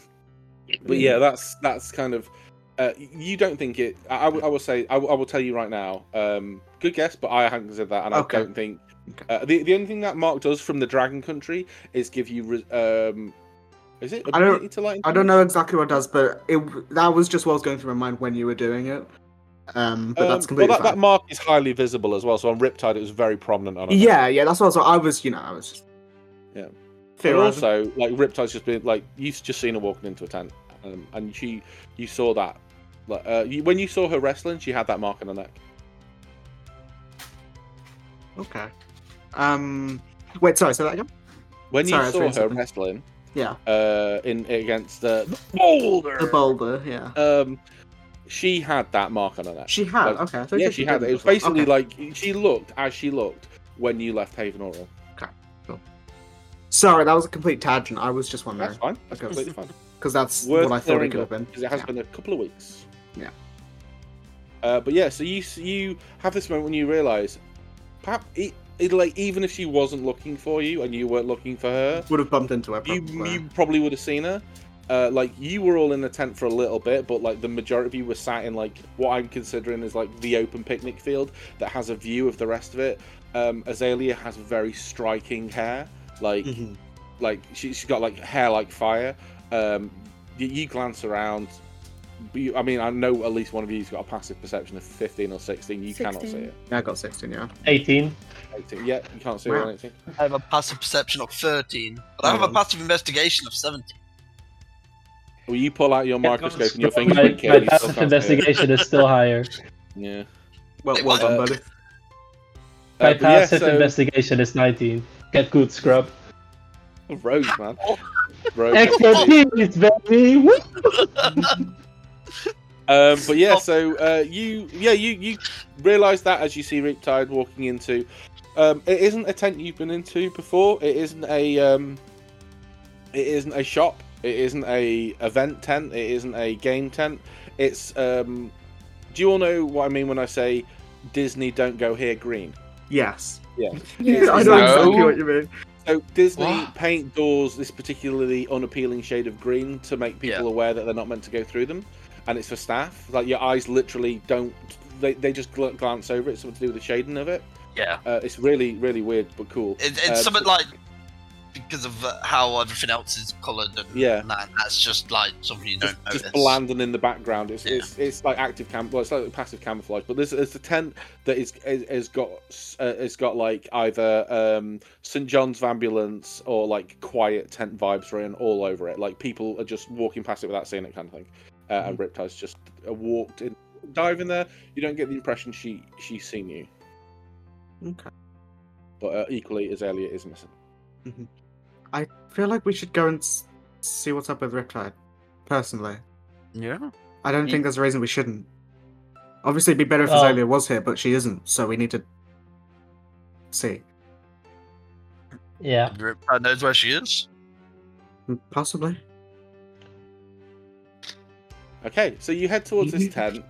but
Mm.
yeah, that's that's kind of. Uh, you don't think it? I, I will- I will say I, will- I will tell you right now. Um, good guess, but I haven't considered that, and
Okay.
I don't think. Uh, the the only thing that Mark does from the Dragon Country is give you. Re- um, is it?
I don't-
ability to light
I don't know exactly what it does, but it that was just what was going through my mind when you were doing it. Um, but
Um,
that's completely
well, that, that
fine.
mark is highly visible as well. So on Riptide, it was very prominent on it.
yeah, yeah, that's what I was. I was, you know, I was just
Yeah. But
theorizing.
also, like Riptide's just been like you've just seen her walking into a tent, um, and she you saw that. Like, uh, you, when you saw her wrestling, she had that mark on her neck.
okay. Um, wait, sorry, say that again.
When
Sorry, I
you
was
saw her
reading something.
wrestling,
Yeah,
uh, in against uh, the boulder,
the boulder. Yeah,
um, she had that mark on her neck.
she had.
Like,
okay, I thought
yeah,
you
she
said
had it. It was
before.
basically
Okay,
like she looked as she looked when you left Haven Oral.
Sorry, that was a complete tangent. I was just wondering
That's fine. That's
Okay.
completely fine.
because that's
Worth
what I thought it
clearing
could have
up,
been.
because it has
Yeah.
been a couple of weeks.
Yeah.
Uh, but yeah, so you s- you have this moment when you realise, perhaps it, it, e, like even if she wasn't looking for you and you weren't looking for her,
Would have bumped into it.
you
probably.
you probably would have seen her. Uh, like you were all in the tent for a little bit, but like the majority of you were sat in like what I'm considering is like the open picnic field that has a view of the rest of it. Um, Azalea has very striking hair, like
Mhm.
like she, she's got like hair like fire. Um, you, you glance around. You, I mean, I know at least one of you's got a passive perception of 15 or 16. You cannot see
16.
it.
Yeah, I got sixteen. Yeah.
18.
18. Yeah, you can't see it
Wow.
on 18.
I have a passive perception of 13, but I have a
Mhm.
passive investigation of 17.
Well, you pull out your
Yeah,
microscope
that's-
and your
My,
fingers
my
prick it and you still
passive
can't see it.
investigation is still
Uh,
higher.
Yeah.
Well,
It
well
was-
done,
uh,
buddy.
My
Uh, but yeah,
passive
so-
investigation is 19. Get good, scrub.
Rose, man. Rose.
Expertise, baby. Woo!
Um, but yeah, so uh, you yeah you you realise that as you see Riptide walking into, um, it isn't a tent you've been into before. It isn't a um, it isn't a shop. It isn't a event tent. It isn't a game tent. It's um, do you all know what I mean when I say Disney don't go here green?
Yes.
Yeah.
I know
No.
exactly what you mean.
So Disney
What?
paint doors this particularly unappealing shade of green to make people
Yeah.
aware that they're not meant to go through them, and it's for staff. Like your eyes literally don't. They, they just gl- glance over it. It's something to do with the shading of it.
Yeah.
Uh, it's really really weird but cool.
It, it's
Uh,
something
so-
like because of uh, how everything else is coloured and
Yeah.
and that, that's just like something you don't
Just,
notice.
just bland and in the background. It's,
Yeah.
it's it's like active cam. Well, it's like passive camouflage. But there's, there's a tent that is is, is got s- uh, it's got like either um, St John's ambulance or like quiet tent vibes written all over it. Like people are just walking past it without seeing it, kind of thing. Uh, And Riptide's just uh, walked in, dive in there. You don't get the impression she she's seen you,
Okay.
but uh, equally Azalea is missing.
I feel like we should go and s- see what's up with Riptide. Personally,
Yeah.
I don't
Ye-
think there's a reason we shouldn't. Obviously, it'd be better if
Well-
Azalea was here, but she isn't, so we need to see.
Yeah.
Riptide knows where she is.
Possibly.
Okay, so you head towards this
Mhm.
tent.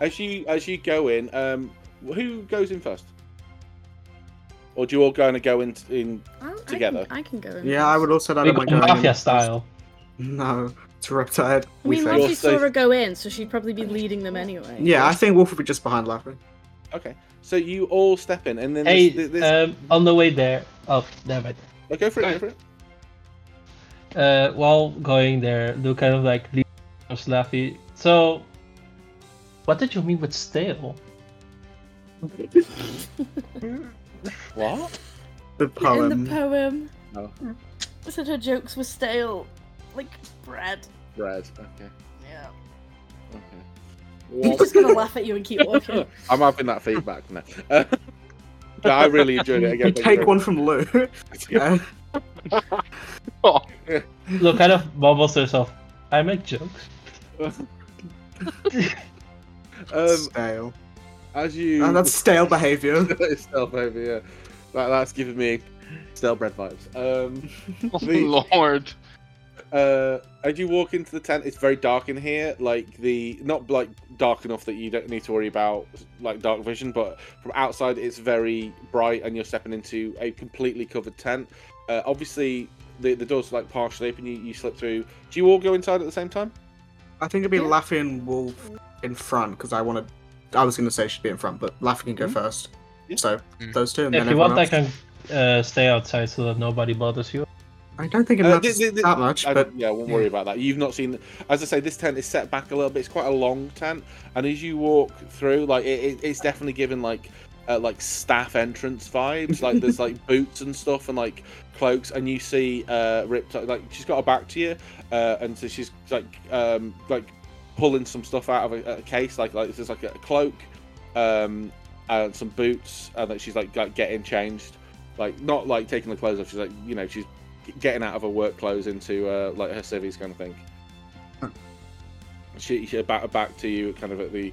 As you as you go in, um, who goes in first? Or do you all going to go in? in
I- I
Together.
can- I can go in.
Yeah, I would also not
We
have
go
my going.
mafia
in-
style.
No, it's Riptide.
I
We
mean,
think.
You're
Luffy saw
safe.
her go in, so she'd probably be leading them anyway.
Yeah, I think Wolf would be just behind Laughing.
Okay, so you all step in, and then
Hey,
this, this,
uh,
um, on the way there. Oh, never mind.
oh, go for it, go for it.
uh, while going there, Lou kind of like leaves Slaffy. So, what did you mean with stale?
What?
The poem.
In the poem.
No.
I said her jokes were stale, like bread.
Red. Okay.
Yeah.
Okay.
She's just gonna laugh at you and keep walking.
I'm having that feedback now. Uh, no, I really enjoyed it. Again,
you
thank you
take one from Lou.
very much.
yeah.
Lou kind of mumbles to herself, I make jokes.
um,
stale.
as
Um,
you,
Oh, that's stale behavior.
It's stale over yeah. That, that's giving me stale bread vibes. Um,
Oh,
the-
Lord.
uh as you walk into the tent it's very dark in here like the not like dark enough that you don't need to worry about like dark vision but from outside it's very bright and you're stepping into a completely covered tent uh, obviously the, the doors are like partially open you, you slip through do you all go inside at the same time
I think it'd be
Yeah.
Laffy and Wolf in front because I wanted. I was going to say she'd be in front, but Laffy can go
Mhm.
first.
Yeah.
So
Mhm.
those two, and
if
then
you want,
everyone
I
else.
can uh, stay outside so that nobody bothers you.
I don't think it
Uh,
matters
thi- thi- thi-
that much,
I,
but
yeah, I won't worry about that. You've not seen, as I say, this tent is set back a little bit. It's quite a long tent, and as you walk through, like it, it, it's definitely given like uh, like staff entrance vibes. Like there's like boots and stuff, and like cloaks, and you see uh, ripped like she's got her back to you, uh, and so she's like um, like pulling some stuff out of a, a case, like like there's like a cloak, um, and some boots, and that she's like, like getting changed. Like not like taking the clothes off. She's like you know she's getting out of her work clothes into uh, like her civvies kind of thing. She, she back back to you kind of at the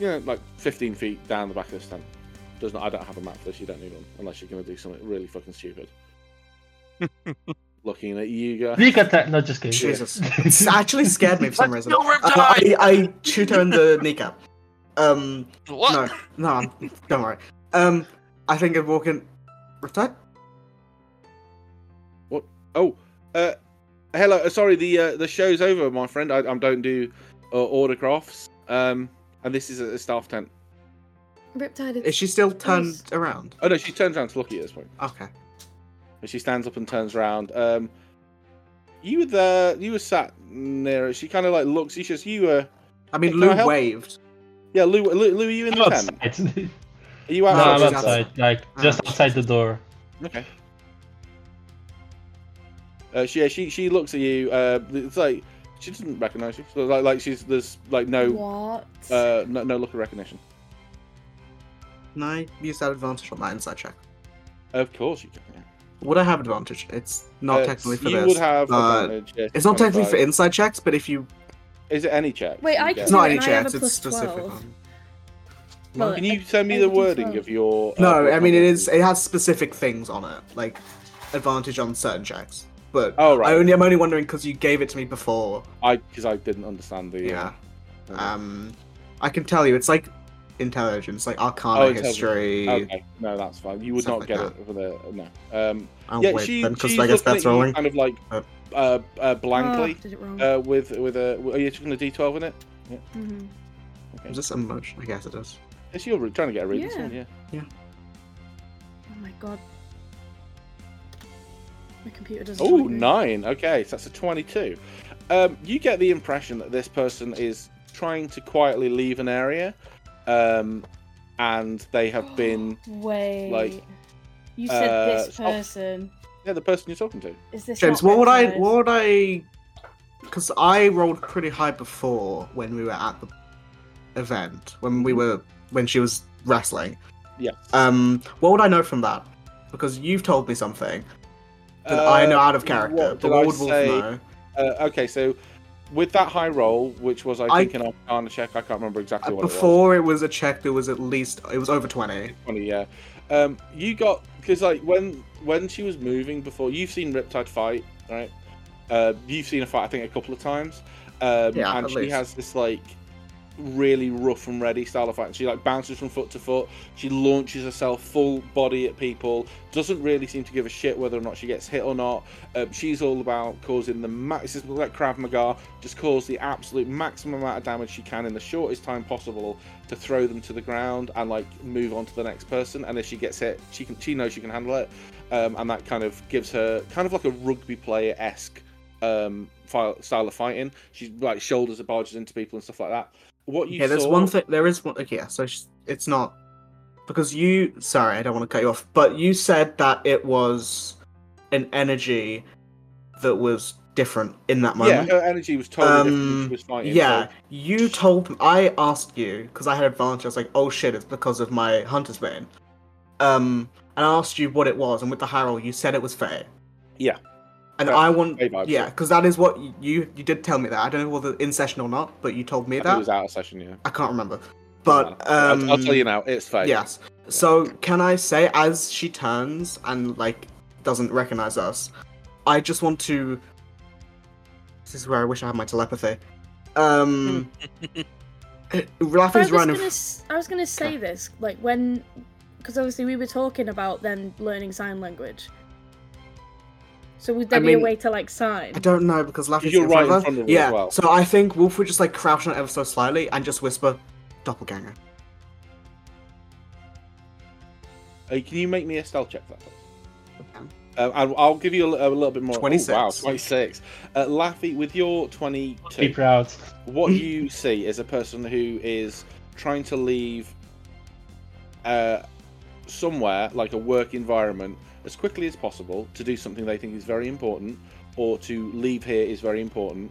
you know like 15 feet down the back of this tent. Does not. I don't have a map for this. You don't need one unless you're going to do something really fucking stupid. Looking at you guys.
Sneak attack! No, just kidding.
Jesus, it's actually scared me for some
Let's
reason.
go,
Uh,
Riptide!
I, I shoot her in the kneecap. Um,
What?
no, no, I'm- don't worry. Um, I think I'd walk in. Riptide.
Oh, uh, hello. uh, Sorry, the uh, the show's over, my friend. I, I don't do uh, autographs. Um, and this is a, a staff tent.
Riptide is.
Is she still turned around?
Oh no, she turns around to look at you at this point.
Okay.
And she stands up and turns around. Um, you were there. You were sat near her. She kind of like looks. She says, "You were,
I mean,
Can I
Lou
help?
waved.
yeah, Lou. Lou, Lou are you in
I'm
the tent?
outside.
Are you
no,
out?
Oh,
I'm
she's
outside. Like, just
Ah.
outside the door.
Okay. Uh, she, yeah, she she looks at you. Uh, it's like she doesn't recognize you. So, like like she's there's like no
What?
uh no, no look of recognition.
Can I use that advantage on my inside check?
Of course you can. yeah.
Would I have advantage? It's not
Uh,
technically for
you
this.
would have
but-
advantage. yes,
It's not
on the
technically for
die.
inside checks, but if you
Is it any check?
Wait, I
it's
No,
not
and
any
I have
checks,
a
it's
plus
specific.
12.
on-
Well,
Can you send me
I
the
think it's
wording
wrong.
of your? uh,
No, I mean it
weapon?
is. It has specific things on it, like advantage on certain checks. But
Oh right,
I only, I'm only wondering because you gave it to me before.
I because I didn't understand the.
Yeah.
uh,
Um, I can tell you, it's like intelligence, like Arcana
Oh, intelligence.
history.
Okay, no, that's fine. You would not
Stuff like
get
that.
it for the no. Um,
I'll
yeah,
wait
she,
then,
she's
because I guess
looking
that's
at you
rolling.
kind of like
Uh.
uh, uh,
Oh,
blankly
did it wrong.
uh, with with a. Are you taking a D twelve in it?
Mhm.
Okay.
Is this emotion? I guess it is.
Yes, you're re- trying to get a read.
Yeah.
Yeah. yeah.
Oh my god. My computer doesn't.
Oh,
like me.
nine. Okay, so that's a 22. Um, you get the impression that this person is trying to quietly leave an area, um, and they have been
Wait.
like,
you said
uh,
this
stop.
person.
yeah the person you're talking to.
Is this
James,
not
what would I?
Bedford?
What would I? Because I rolled pretty high before when we were at the event when we were when she was wrestling.
Yeah.
Um, what would I know from that? Because you've told me something that I know out of character,
Uh, what
but
did
what
I
would Wolf
say?
know?
Uh, okay, so with that high roll, which was I
I- Uh,
think an Arcana check, I can't remember exactly what it was.
Before it was a check that was at least it was over twenty.
Twenty, yeah. Um, you got because like when when she was moving before, you've seen Riptide fight, right? Uh, you've seen a fight, I think, a couple of times. Um,
Yeah,
and
at
she
least.
has this like really rough and ready style of fight. She like bounces from foot to foot. She launches herself full body at people. Doesn't really seem to give a shit whether or not she gets hit or not. Um, she's all about causing the max. It's like Krav Maga, just cause the absolute maximum amount of damage she can in the shortest time possible to throw them to the ground and like move on to the next person. And if she gets hit, she can. She knows she can handle it, um, and that kind of gives her kind of like a rugby player esque um, fi- style of fighting. She like shoulders and barges into people and stuff like that. What you
Yeah, there's
saw-
one thing. There is one. Okay, yeah, so sh- it's not because you. Sorry, I don't want to cut you off, but you said that it was an energy that was different in that
Yeah,
moment.
her energy was totally different when
Um,
she was fighting.
Yeah,
so-
you told. I asked you because I had advantage. I was like, "Oh shit, it's because of my hunter's bane." Um, and I asked you what it was, and with the high roll, you said it was Fae.
Yeah.
And
Yeah,
I want,
Fae vibes,
yeah,
yeah.
because that is what y- you you did tell me that. I don't know whether in session or not, but you told me
I think it
that.
was out of session. Yeah,
I can't remember. But um,
I'll, I'll tell you now. It's fake.
Yes. So can I say, as she turns and like doesn't recognize us, I just want to. This is where I wish I had my telepathy. Um,
I
Rafi's
was,
running.
gonna, s- I was gonna say this, like when, because obviously we were talking about then learning sign language. So would there
I
be
mean-
a way to like sign?
I don't know because Laffy's
You're
in
right
front of
in front
her.
of her
Yeah.
as well.
So I think Wolf would just like crouch down ever so slightly and just whisper, "Doppelganger."
Uh, can you make me a stealth check for that, please?
Okay.
Um, and I'll give you a, li- a little bit more. Ooh,
26.
wow, 26. Uh, Laffy, with your 22,
Be proud.
what you see is a person who is trying to leave uh, somewhere like a work environment as quickly as possible to do something they think is very important or to leave here is very important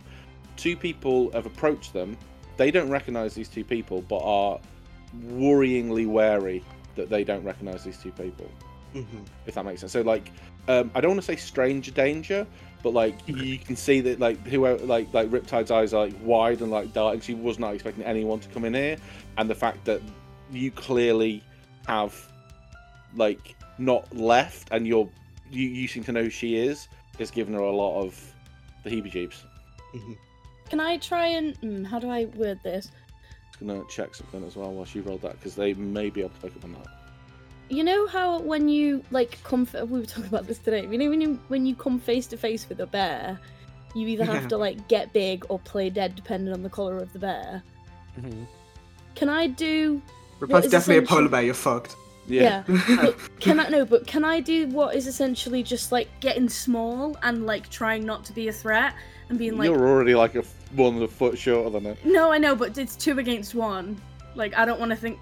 two people have approached them they don't recognize these two people but are worryingly wary that they don't recognize these two people
Mm-hmm.
if that makes sense. So like, um, I don't want to say stranger danger, but like you can see that like whoever like like Riptide's eyes are like wide and like dark, and she was not expecting anyone to come in here, and the fact that you clearly have like not left, and you're you, you seem to know who she is, has given her a lot of the heebie-jeebies.
Can I try and mm, how do I word this?
Just gonna check something as well while she rolled that because they may be able to pick up on that.
You know how when you like come, fa- we were talking about this today. You know when you when you come face to face with a bear, you either have
Yeah.
to like get big or play dead, depending on the color of the bear. Can I do? What
Reptile's
is
definitely a
essential-
polar bear. You're fucked.
yeah. Can I no? But can I do what is essentially just like getting small and like trying not to be a threat and being like,
You're already like a f- more than a foot shorter than her.
no, I know, but it's two against one. Like I don't want to think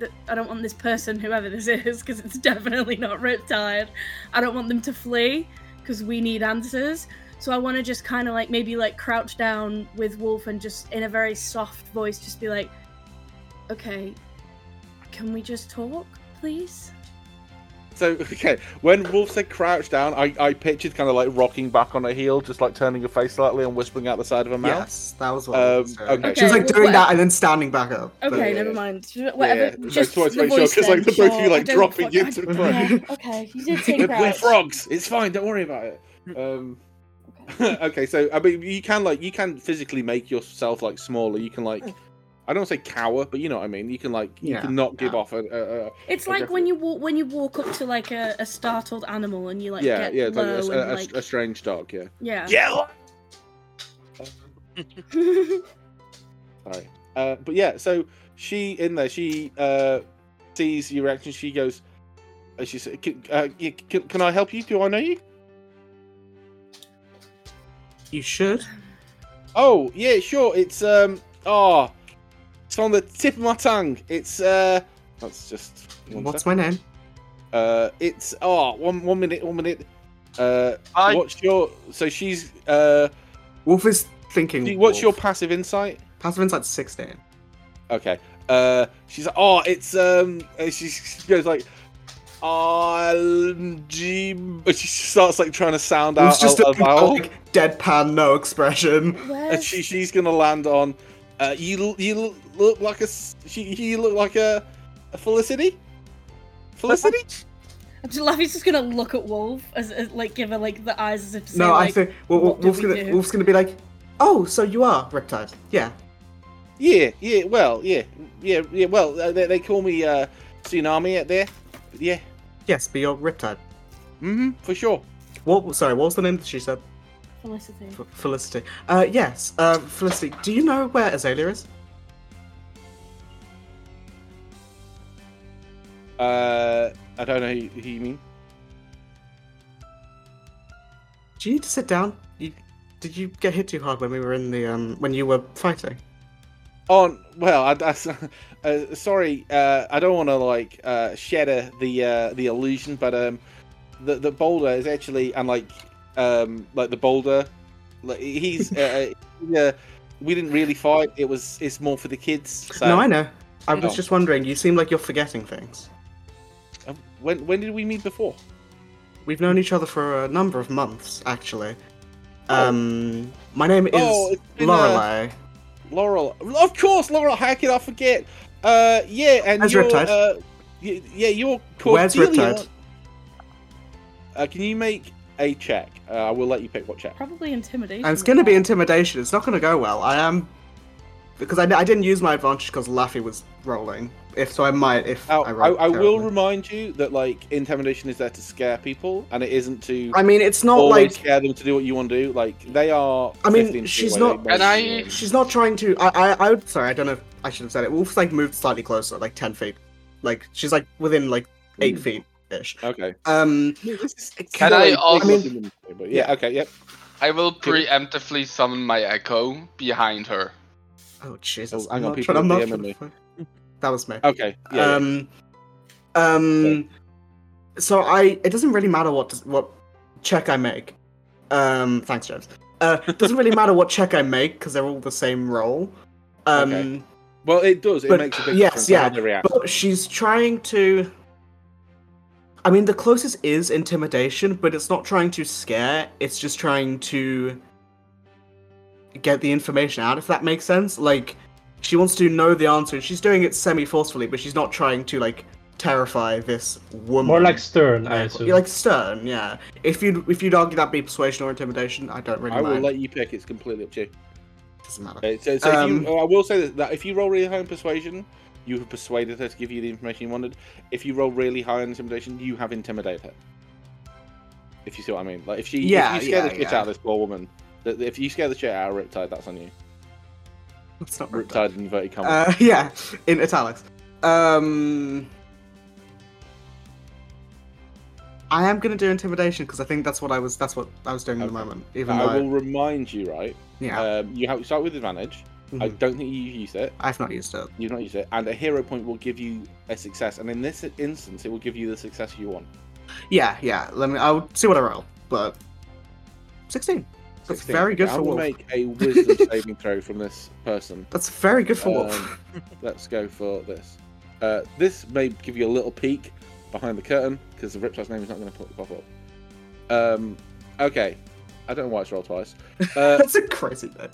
that I don't want this person, whoever this is, because it's definitely not Riptide. I don't want them to flee because we need answers. So I want to just kind of like maybe like crouch down with Wolf and just in a very soft voice just be like, okay, can we just talk, please?
So okay, when Wolf said crouch down, I, I pictured kind of like rocking back on her heel, just like turning her face slightly and whispering out the side of her mouth.
Yes, that was what. I was
Um,
doing.
okay.
She was like
Okay,
doing
what-
that and then standing back up. but-
Okay,
yeah.
never mind. Whatever.
Yeah,
Just
I just wanted to
the
make sure,
voice
'cause, like,
then,
the both of you,
sure,
like,
I don't
dropping
fuck- I-
into the crowd.
yeah, Okay, you did say
We're, we're
crouch.
frogs. It's fine. Don't worry about it. Um, okay, so I mean, you can like you can physically make yourself like smaller. You can like
Hmm.
I don't wanna say cower, but you know what I mean. You can like you
Yeah,
can not give
yeah.
off a, a, a
It's
I
like when you walk when you walk up to like a, a startled animal and you like
yeah
get
yeah it's
low
like a,
and
a- a-
like
a strange dog. Yeah.
yeah.
Yeah.
Sorry. Uh, but yeah, so she in there, she uh, sees your reaction. She goes, uh, she said, can, uh, y- can, "Can I help you? Do I know you?"
You should.
Oh yeah, sure. It's um, oh, it's on the tip of my tongue. It's uh, that's just one
What's
sec.
my name?
uh, it's oh, one one minute, one minute. Uh,
I
what's your so she's uh,
Wolf is thinking.
do you- what's your
wolf.
passive insight?
passive insight's sixteen?
Okay. Uh, she's like, oh, it's um. And she, she goes like, RLG. But she starts like trying to sound out
Wolf's just
a, a
looking
vowel,
like deadpan, no expression.
Where's
and she she's gonna land on. Uh, you l- you l- look like a s- she you look like a, a Felicity. Felicity.
I'm just laughing. He's just gonna look at Wolf as, as like give her like the eyes as if to say
No,
like,
I think well,
what did
Wolf's
we
gonna
do?
Wolf's gonna be like, oh, so you are Riptide? Yeah.
yeah, yeah. Well, yeah, yeah, yeah. Well, uh, they, they call me uh, tsunami out there. Yeah.
Yes, but you're Riptide.
Mm-hmm. For sure.
What? Sorry, what was the name that she said?
Felicity.
F- Felicity. Uh, yes. Uh, Felicity. Do you know where Azalea is?
Uh, I don't know who, who you mean.
Do you need to sit down? You, did you get hit too hard when we were in the um when you were fighting?
Oh well, I, I- uh, sorry, uh, I don't want to like uh, shatter the uh, the illusion, but um, the the boulder is actually and like um like the boulder, like he's uh, yeah, we didn't really fight. It was it's more for the kids. So,
no, I know. I was
Oh.
just wondering. You seem like you're forgetting things.
Uh, When when did we meet before?
We've known each other for a number of months, actually. Um, my name is
Oh, it's been, uh,
Lorelei.
Laurel, of course, Laurel. How could I forget? Uh, yeah, and
Where's
you're
Riptide?
uh, y- yeah, you're
Where's
Cordelia.
Riptide?
Uh, can you make a check? Uh, I will let you pick what check.
Probably intimidation.
And it's going to be
yeah.
intimidation. It's not going to go well. I am because I, I didn't use my advantage because Laffy was rolling. If so, I might if
Now,
I
Oh, I,
roll.
I, will remind you that like intimidation is there to scare people, and it isn't to
I mean, it's not
always
like
scare them to do what you want to do. Like they are.
I mean,
15 feet
she's
away,
not-
they
And I-
basically-
she's not trying to. I, I I would sorry. I don't know. if I should have said it. Wolf's like moved slightly closer, like ten feet. Like she's like within like eight
Hmm.
feet ish.
Okay.
Um,
Can I also-
But yeah. Okay. Yep.
I will preemptively summon my echo behind her.
Oh Jesus!
Oh, hang
I'm
on,
not
people
trying. I'm
are
not
DMing
trying to- That was me.
Okay. Oh, Yeah. yeah.
um, um. So I, it doesn't really matter what what check I make. Um, thanks, James. Uh, it doesn't really matter what check I make because they're all the same roll. Um,
Okay. well, it does. It
but-
makes a big
yes,
difference. how
yeah,
they react.
but she's trying to. I mean, the closest is intimidation, but it's not trying to scare. It's just trying to get the information out, if that makes sense. Like, she wants to know the answer. She's doing it semi-forcefully, but she's not trying to like terrify this woman.
More like stern, I
Yeah,
assume.
like stern, yeah. If you would if you'd argue that be persuasion or intimidation, I don't really
I will
mind.
let you pick. It's completely up to you.
Doesn't matter.
Okay, so, so if
Um,
you, uh, I will say that, that if you roll really high in persuasion, you have persuaded her to give you the information you wanted. If you roll really high in intimidation, you have intimidated her. If you see what I mean, like if she,
Yeah,
if you scare the
yeah,
shit
yeah.
out of this poor woman, that if you scare the shit out of Riptide, that's on you.
It's not rude.
Riptide in inverted commas.
Uh, yeah, in italics. Um, I am gonna do intimidation because I think that's what I was. That's what I was doing at the
Okay.
moment. Even
I
though,
will remind you, right?
yeah,
Um, you have start with advantage. I
mhm.
don't think you've used it.
I've not used it.
You've not used it, and a hero point will give you a success. And in this instance, it will give you the success you want.
Yeah, yeah. Let me. I'll see what I roll. But sixteen. That's
16.
very good
Okay,
for
I will
Wolf.
make a wisdom saving throw from this person.
That's very good for
Um,
Wolf.
let's go for this. Uh, this may give you a little peek behind the curtain because the Riptide's name is not going to pop up. Um, okay, I don't know why it's rolled twice. Uh,
That's a crazy name.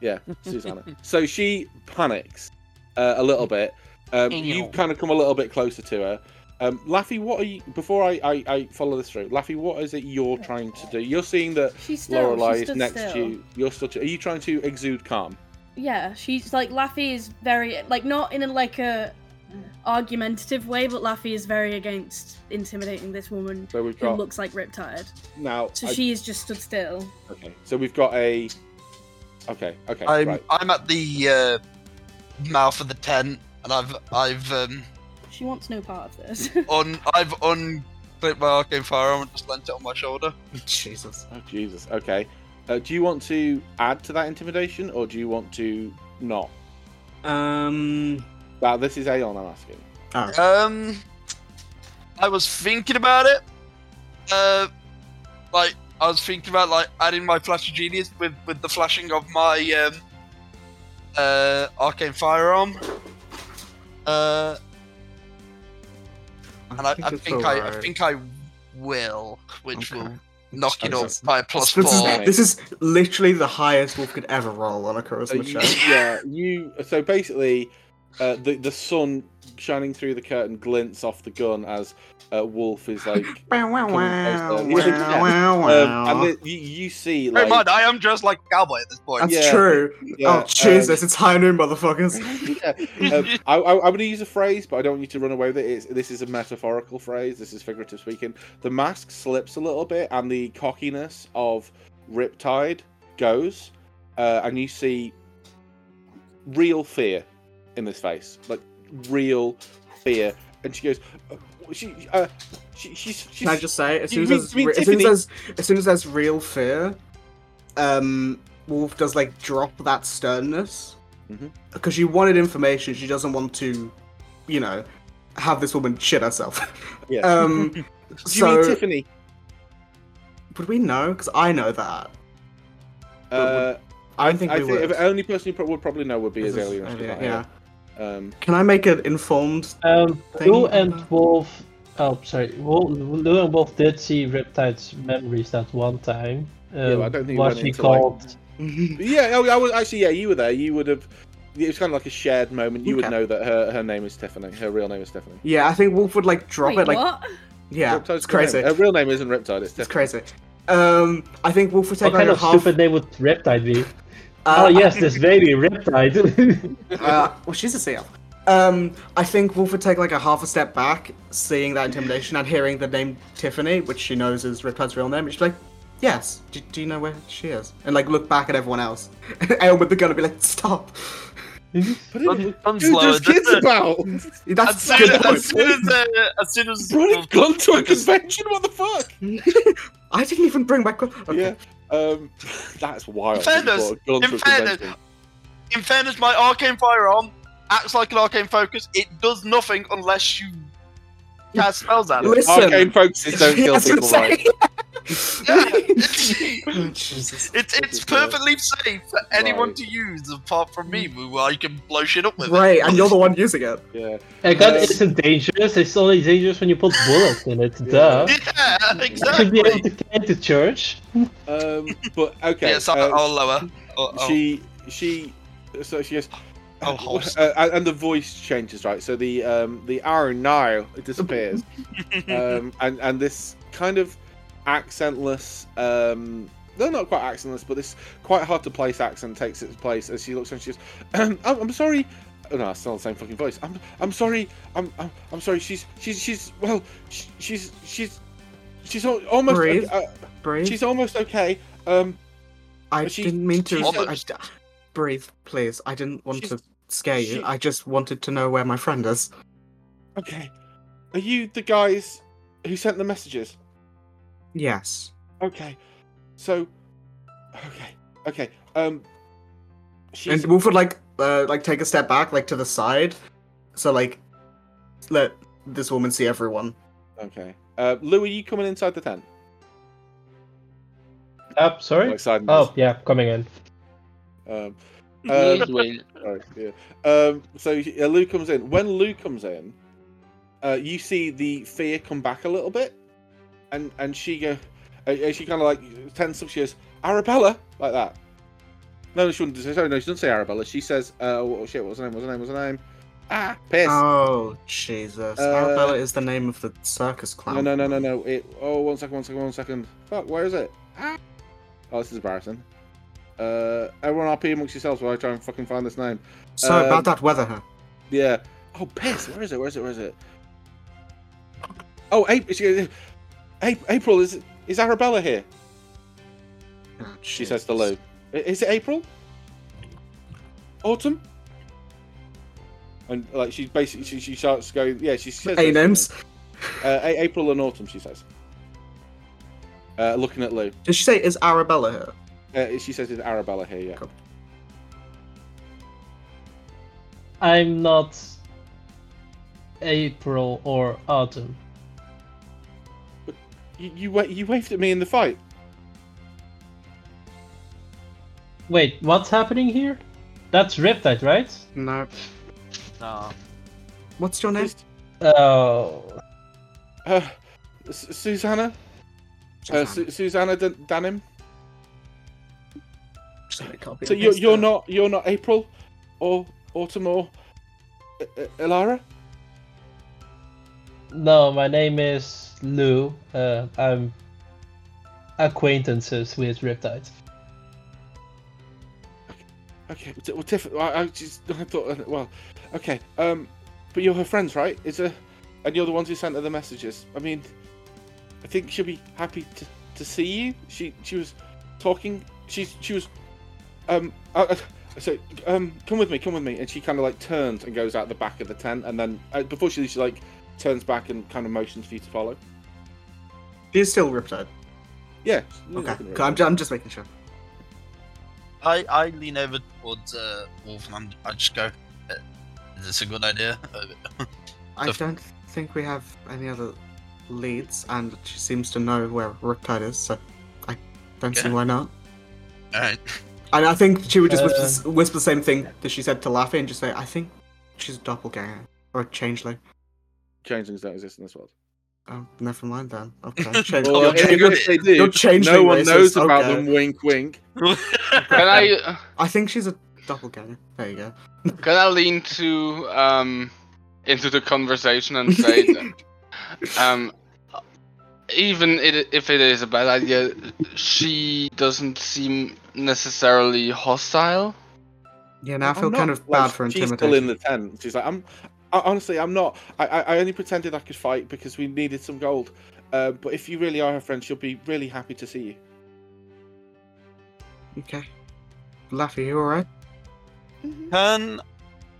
yeah, Susanna. so she panics uh, a little bit. Um, you kind of come a little bit closer to her. Um, Laffy, what are you? Before I, I, I follow this through, Laffy, what is it you're trying to do? You're seeing that
She's still.
Lorelai
she
is
stood
next
still.
to you. You're still. Are you trying to exude calm?
Yeah, she's like Laffy is very like not in a like a argumentative way, but Laffy is very against intimidating this woman
So we've
who
got
looks like Riptide.
now.
So
I-
she is just stood still.
okay. So we've got a. Okay. Okay.
I'm
right.
I'm at the uh, mouth of the tent, and I've I've um
She wants no part of this.
un I've un clipped my arcane firearm and just lent it on my shoulder.
Jesus.
Oh Jesus. Okay. Uh, do you want to add to that intimidation, or do you want to not?
Um.
Well, this is Aeon. I'm asking.
Um, I was thinking about it. Uh, like I was thinking about like adding my flash of genius with with the flashing of my um uh arcane firearm. Uh, and I, I
it's
think I, I
alright.
think I will, which
Okay.
will knock it up
Jesus.
by a plus
This is,
four.
this is literally the highest Wolf could ever roll on a
So
charisma
you,
check.
yeah. You. So basically, uh, the the sun shining through the curtain glints off the gun as uh, Wolf is like.
Wow, wow, wow,
Coming
wow,
close there. Yeah.
wow, wow.
Um, and the, you, you see like
Bear in mind, I am dressed like a cowboy at this point.
That's
yeah,
true.
yeah, um,
oh Jesus, it's high noon, motherfuckers.
yeah. Um, I, I, I'm going to use a phrase, but I don't want you to run away with it. It's, this is a metaphorical phrase. This is figurative speaking. The mask slips a little bit, and the cockiness of Riptide goes, uh, and you see real fear in this face, like real fear. And she goes, uh, she, uh, she, she's, she's.
Can I just say, as
You
soon as
mean-
there's
you mean
re- as soon as
Tiffany-
there's, as soon as there's real fear, um, Wolf does like drop that sternness
Mhm.
because she wanted information. She doesn't want to, you know, have this woman shit herself.
Yeah.
Um,
Do you mean
so
Tiffany?
would we know? Because I know that.
Uh,
I don't think
I
we
think
would.
the only person who pro- would probably know would be
This is-
Azalea.
okay,
Yeah.
yeah.
Um,
Can I make an informed?
Um,
Thing
Lou and
about-
Wolf. Oh, sorry. Wolf, Lou and Wolf did see Riptide's memories that one time. Um,
Yeah, but I don't think he
what
went
she
into, like-
called.
But Yeah, oh, I was actually. Yeah, you were there. You would have. It was kind of like a shared moment. You would
Okay.
know that her her name is Stephanie. Her real name is Stephanie.
yeah, I think Wolf would like drop
Wait,
it. Like
what?
yeah,
Riptide's
it's
real name-
crazy.
Her real name isn't Riptide. It's
It's
Stephanie.
crazy. Um, I think Wolf would take
What
like
kind
a
of
half.
stupid name would Riptide be?
Ah.
uh,
oh yes, this baby Riptide.
uh, well, she's a seal. Um, I think Wolf would take like a half a step back, seeing that intimidation and hearing the name Tiffany, which she knows is Riptide's real name. and She's like, "Yes, do, do you know where she is?" And like look back at everyone else. Aeon with the gun would be like, "Stop."
But
Sun-
it-
sun's
Dude,
lower
there's
than
kids
the-
about.
As
That's a
soon
good
as as
point.
soon as, uh, as soon as
Brought a gun to a convention. What the fuck?
I didn't even bring my. gun. Okay.
Yeah. Um, that's wild.
In fairness,
Brought a gun
in
to a
fairness,
convention.
in fairness, my arcane firearm acts like an arcane focus. It does nothing unless you cast spells at it.
Listen.
Arcane focuses don't
I
kill
was gonna
people, right?
say.
Yeah, it's,
Oh, Jesus.
it's, it's perfectly safe for anyone to use apart from me, where I can blow shit up with
Right,
it.
and you're the one using it.
Yeah.
A gun
Um,
isn't dangerous. It's only dangerous when you put bullets in it. Duh.
Yeah,
You should be able
exactly.
to carry to church.
Um, but okay.
Yes, I'll,
uh,
I'll lower. I'll, I'll-
she she so she goes
I'll host.
uh, and- and the voice changes right so the um the iron now disappears um and and this kind of accentless um no, not quite accentless, but this quite hard to place accent takes its place as she looks and she goes, um, I'm, I'm sorry. Oh, no, it's still the same fucking voice. I'm, I'm sorry. I'm, I'm, I'm sorry. She's, she's, she's, well, she, she's, she's, she's al- almost,
Breathe.
okay- uh,
Breathe.
she's almost okay. Um,
I
She-
didn't mean to.
she
I
said-
d- breathe, please. I didn't want
She's-
to scare you.
she-
I just wanted to know where my friend is.
Okay. Are you the guys who sent the messages?
Yes.
Okay. So okay. Okay. Um she's
And Wolf would like, uh, like take a step back, like to the side, so like let this woman see everyone.
Okay. Uh Lou, are you coming inside the tent?
Up, sorry.
Like side
Oh yeah, coming in.
Um
Please
um,
wait.
sorry, yeah. um so uh, Lou comes in. When Lou comes in, uh, you see the fear come back a little bit, and and she go, uh, uh, she kind of like tense up. She goes, Arabella, like that. No, she wouldn't. Sorry, no, she doesn't say Arabella. She says, uh, oh shit, what was her name? What was her name? What was her name? Ah, piss.
Oh Jesus!
Uh,
Arabella is the name of the circus clown.
No, no, no, no, no. It. Oh, one second, one second, one second. Fuck, where is it? Ah. Oh, this is embarrassing. Uh, everyone RP amongst yourselves while I try and fucking find this name.
So
Um,
about that weather, huh?
Yeah. Oh, piss. Where is it? Where is it? Where is it? Oh, April. April is is Arabella here?
Oh,
She says to Lou. "I- Is it April? Autumn? And like she basically she, she starts going yeah she says
A
those
names.
things. uh, A- April and autumn she says. Uh, looking at Lou,
Did she say is Arabella here?
uh, she says it's Arabella here. Yeah.
I'm not April or Autumn.
You you, wa- you waved at me in the fight.
Wait, what's happening here? That's Riptide, right?
No.
No.
What's your name?
Oh,
Uh, S- Susanna, Uh, Su- Susanna Dan- Danim.
Sorry, copy
So
and
you're
paste
you're
that.
not you're not April, or autumn or uh, uh, Elara.
no, my name is Lou. Uh, I'm acquaintances with Riptide.
Okay, d- well, diff- I, I just I thought, uh, well, okay, um, but you're her friends, right? Is a, and you're the ones who sent her the messages. I mean, I think she'll be happy to, to see you. She she was talking. She's she was, um, I, I, so um, come with me, come with me, and she kind of like turns and goes out the back of the tent, and then uh, before she leaves, she like turns back and kind of motions for you to follow.
She's still Riptide.
Yeah.
Okay. I'm, ju- I'm just making sure.
I, I lean over towards uh, Wolf and I'm, I just go, "Uh, is this a good idea? Uh,
I
The f-
don't think we have any other leads, and she seems to know where Riptide is, so I don't see
Yeah.
why not.
Alright.
And I think she would just
Uh,
whisper, whisper the same thing that she said to Laffy and just say, I think she's a doppelganger or a changeling.
Changelings don't exist in this world.
Oh, never mind then. Okay. Change-
Well,
Oh,
you're
yeah,
changing-
you're-
if they do,
you're changeling
no one
races,
knows about
okay.
them. Wink, wink.
Can I uh,
I think she's a doppelganger. There you go.
can I lean to um into the conversation and say um even it, if it is a bad idea, she doesn't seem necessarily hostile.
Yeah, now I feel
I'm
kind
not,
of
like,
bad for
She's
intimidation.
still in the tent. She's like, I'm. I, honestly, I'm not. I, I, I only pretended I could fight because we needed some gold. Uh, but if you really are her friend, she'll be really happy to see you.
Okay. Laffy, you alright?
Mhm.
Can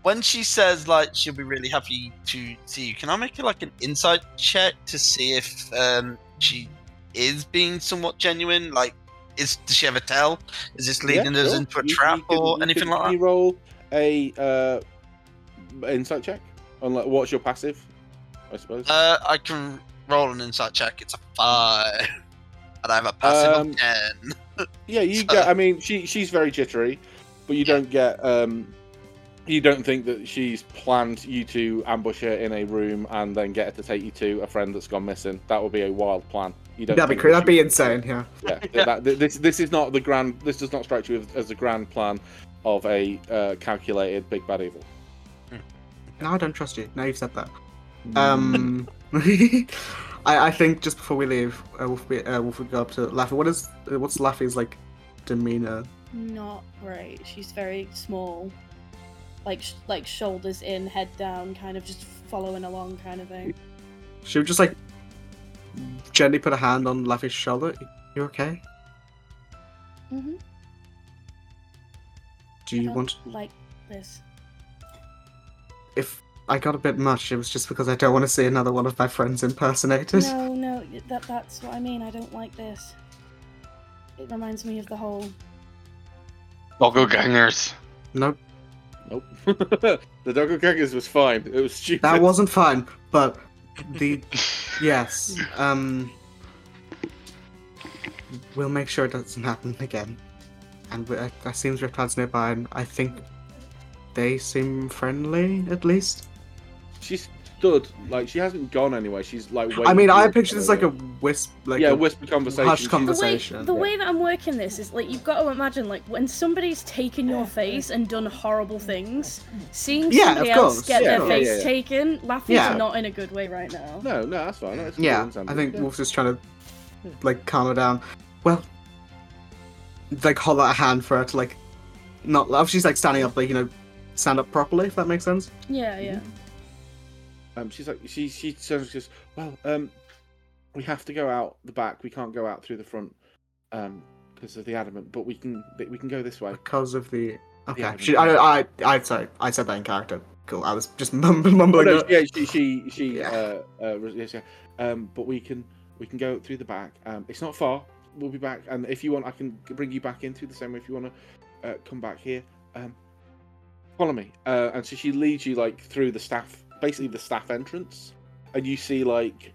when she says like she'll be really happy to see you, can I make it like an insight check to see if um she is being somewhat genuine? Like, is does she ever tell? Is this leading
Yeah,
us
sure.
into a
You- you
trap
can-
or
you
anything
can-
like
Can
that?
you roll a uh, insight check? On like, what's your passive? I suppose.
Uh, I can roll an insight check. It's a five, and I have a passive
Um,
of ten.
yeah, you
so-
get. I mean, she she's very jittery, but you don't get. um you don't think that she's planned you to ambush her in a room and then get her to take you to a friend that's gone missing. That would be a wild plan. You don't.
That'd be
think
crazy.
that
That'd be
she-
insane, yeah.
yeah, th- that, th- this this is not the grand. This does not strike you as, as a grand plan of a uh, calculated big bad evil.
Now I don't trust you. Now you've said that. Um, I, I think just before we leave, uh, Wolf, be- uh, Wolf would go up to Laffy. What is uh, what's Laffy's like demeanor?
Not great. She's very small, like sh- like shoulders in, head down, kind of just following along, kind of thing.
She would just like gently put a hand on Laffy's shoulder. You okay?
Mm-hmm.
Do you want?
like this?
If I got a bit much, it was just because I don't want to see another one of my friends impersonated.
No, no, that that's what I mean. I don't like this. It reminds me of the whole.
Doppelgangers.
Nope,
Nope. the Dogo Gaggers was fine. It was stupid.
that wasn't fun. But the yes, um, we'll make sure it doesn't happen again. And we- I, I seems Riptide's nearby, and I think they seem friendly at least.
She's stood like she hasn't gone anywhere. She's like. Waiting
I mean,
for
I
you.
picture this like a wisp, like
yeah
a
whisper conversation.
hushed
She's-
The way,
conversation.
the way that I'm working this is like you've got to imagine like when somebody's taken your face and done horrible things, seeing
Yeah,
somebody
of
else
course.
get
Yeah,
their
yeah,
face
yeah, yeah.
taken, laughing's
Yeah.
not in a good way right now.
No, no, that's fine. That's
Yeah,
completely
I think
understandable.
Wolf's just trying to like calm her down. Well, like hold out a hand for her to like not laugh. She's like standing up, like you know, stand up properly. If that makes sense.
Yeah, yeah.
Um, she's like she she turns and goes, well, um, we have to go out the back. We can't go out through the front, um, because of the adamant. But we can we can go this way.
Because of the okay.
Yeah, I
she,
remember.
I, I, I, sorry, I said that in character. Cool. I was just mum- mumbling.
Oh, no,
it.
yeah, she she she.
Yeah.
Uh, uh, re- yes, yeah. Um, but we can we can go through the back. Um, it's not far. We'll be back, and if you want, I can bring you back in through the same way. If you want to uh, come back here, um, follow me. Uh, and so she leads you like through the staff, basically the staff entrance, and you see like.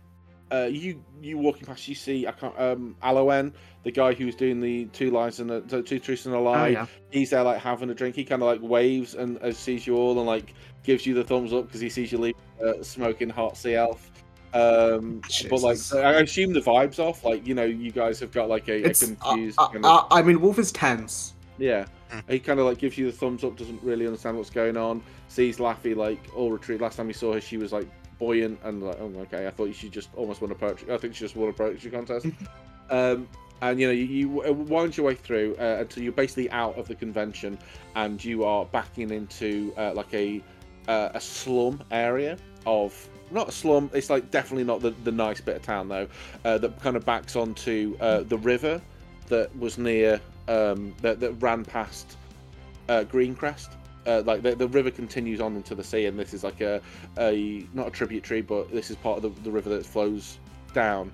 Uh, you you walking past, you see I can't um Aloen, the guy who was doing the two lies and a, two truths and a
Oh,
lie
yeah.
he's there like having a drink. He kind of like waves and uh, sees you all and like gives you the thumbs up because he sees you leave uh, smoking hot sea elf. Um, but like
Jesus.
I assume the vibes off. Like you know, you guys have got like a, a
It's. uh,
confused.
I,
kind of,
I, I mean, Wolf is tense.
yeah,
Mm.
he kind of like gives you the thumbs up. Doesn't really understand what's going on. Sees Laffy like all retreat. Last time we saw her, she was like buoyant and like, oh okay, I thought she just almost won a poetry. I think she just won a poetry contest. um, and you know, you, you uh, wind your way through uh, until you're basically out of the convention and you are backing into uh, like a uh, a slum area of not a slum. It's like definitely not the, the nice bit of town though. Uh, that kind of backs onto uh, the river that was near um, that that ran past uh, Greencrest. Uh, like the, the river continues on into the sea, and this is like a, a not a tributary, but this is part of the, the river that flows down.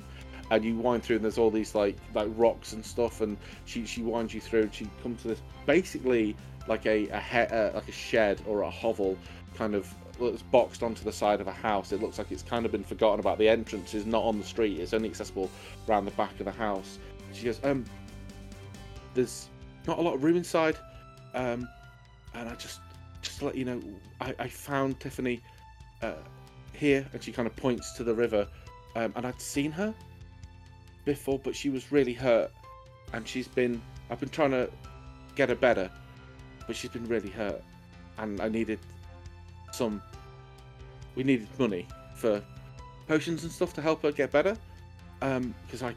And you wind through, and there's all these like like rocks and stuff, and she she winds you through, and she comes to this basically like a, a he, uh, like a shed or a hovel kind of that's boxed onto the side of a house. It looks like it's kind of been forgotten about. The entrance is not on the street; it's only accessible around the back of the house. She goes, um, there's not a lot of room inside. Um, and I just, just to let you know, I, I found Tiffany uh, here, and she kind of points to the river. Um, and I'd seen her before, but she was really hurt, and she's been. I've been trying to get her better, but she's been really hurt, and I needed some. We needed money for potions and stuff to help her get better, because I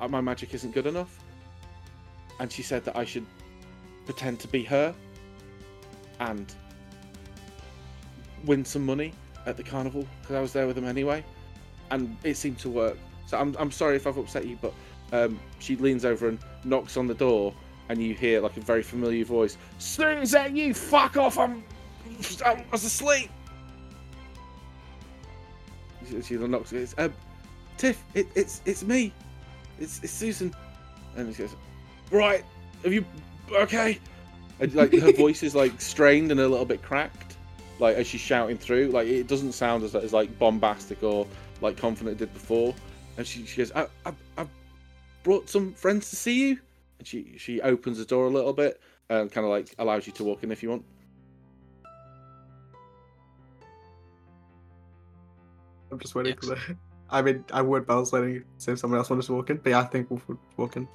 m my magic isn't good enough and she said that I should pretend to be her and win some money at the carnival because I was there with them anyway, and it seemed to work. So I'm, I'm sorry if I've upset you, but um, she leans over and knocks on the door, and you hear like a very familiar voice: "Snooze at you! Fuck off! I'm I was asleep." She, she knocks. It's um, Tiff. It, it's it's me. It's it's Susan. And she goes, right have you okay and, like her voice is like strained and a little bit cracked like as she's shouting through like it doesn't sound as, as like bombastic or like confident it did before and she, she goes I, I, I brought some friends to see you and she she opens the door a little bit and kind of like allows you to walk in if you want
I'm just waiting for the. I mean, I would, but I was waiting to see if someone else wanted to walk in. But yeah, I think Wolf would walk in.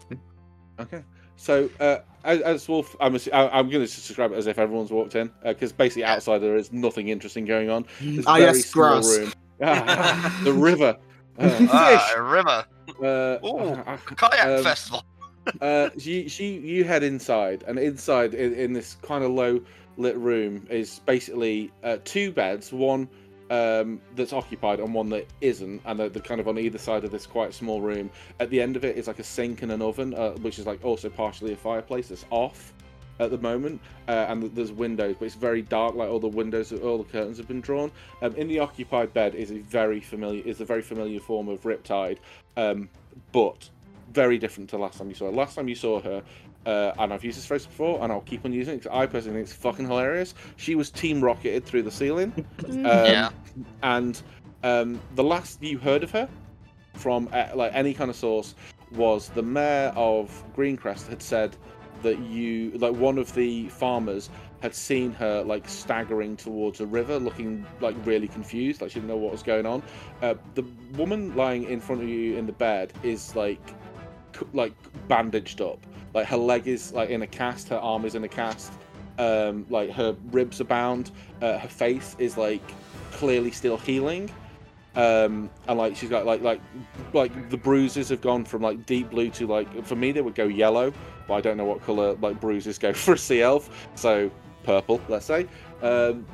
Okay. So uh, as, as Wolf, I'm, assu- I- I'm going to describe it as if everyone's walked in because basically outside there is nothing interesting going on. There's
Ah,
very
yes,
small
grass.
room. Ah, the river. Uh,
Ah, a river.
uh,
Ooh.
uh,
Kayak
Um,
festival.
uh, she, she, you head inside, and inside in, in this kind of low lit room is basically uh, two beds, one um, that's occupied and one that isn't, and they're, they're kind of on either side of this quite small room. At the end of it is like a sink and an oven, uh, which is like also partially a fireplace that's off at the moment, uh, and there's windows, but it's very dark. Like all the windows, all the curtains have been drawn. Um, in the occupied bed is a very familiar is a very familiar form of Riptide, um, but very different to last time you saw her. Last time you saw her, uh, and I've used this phrase before, and I'll keep on using it because I personally think it's fucking hilarious. She was team rocketed through the ceiling.
Mm.
Um,
Yeah.
And um, the last you heard of her from uh, like any kind of source was the mayor of Greencrest had said that you like one of the farmers had seen her like staggering towards a river, looking like really confused, like she didn't know what was going on. Uh, the woman lying in front of you in the bed is like, c- like bandaged up. Like her leg is like in a cast, her arm is in a cast. Um, like her ribs are bound. Uh, her face is like clearly still healing. Um, and like she's got like like like the bruises have gone from like deep blue to like for me they would go yellow, but I don't know what color like bruises go for a sea elf, so purple let's say. Um,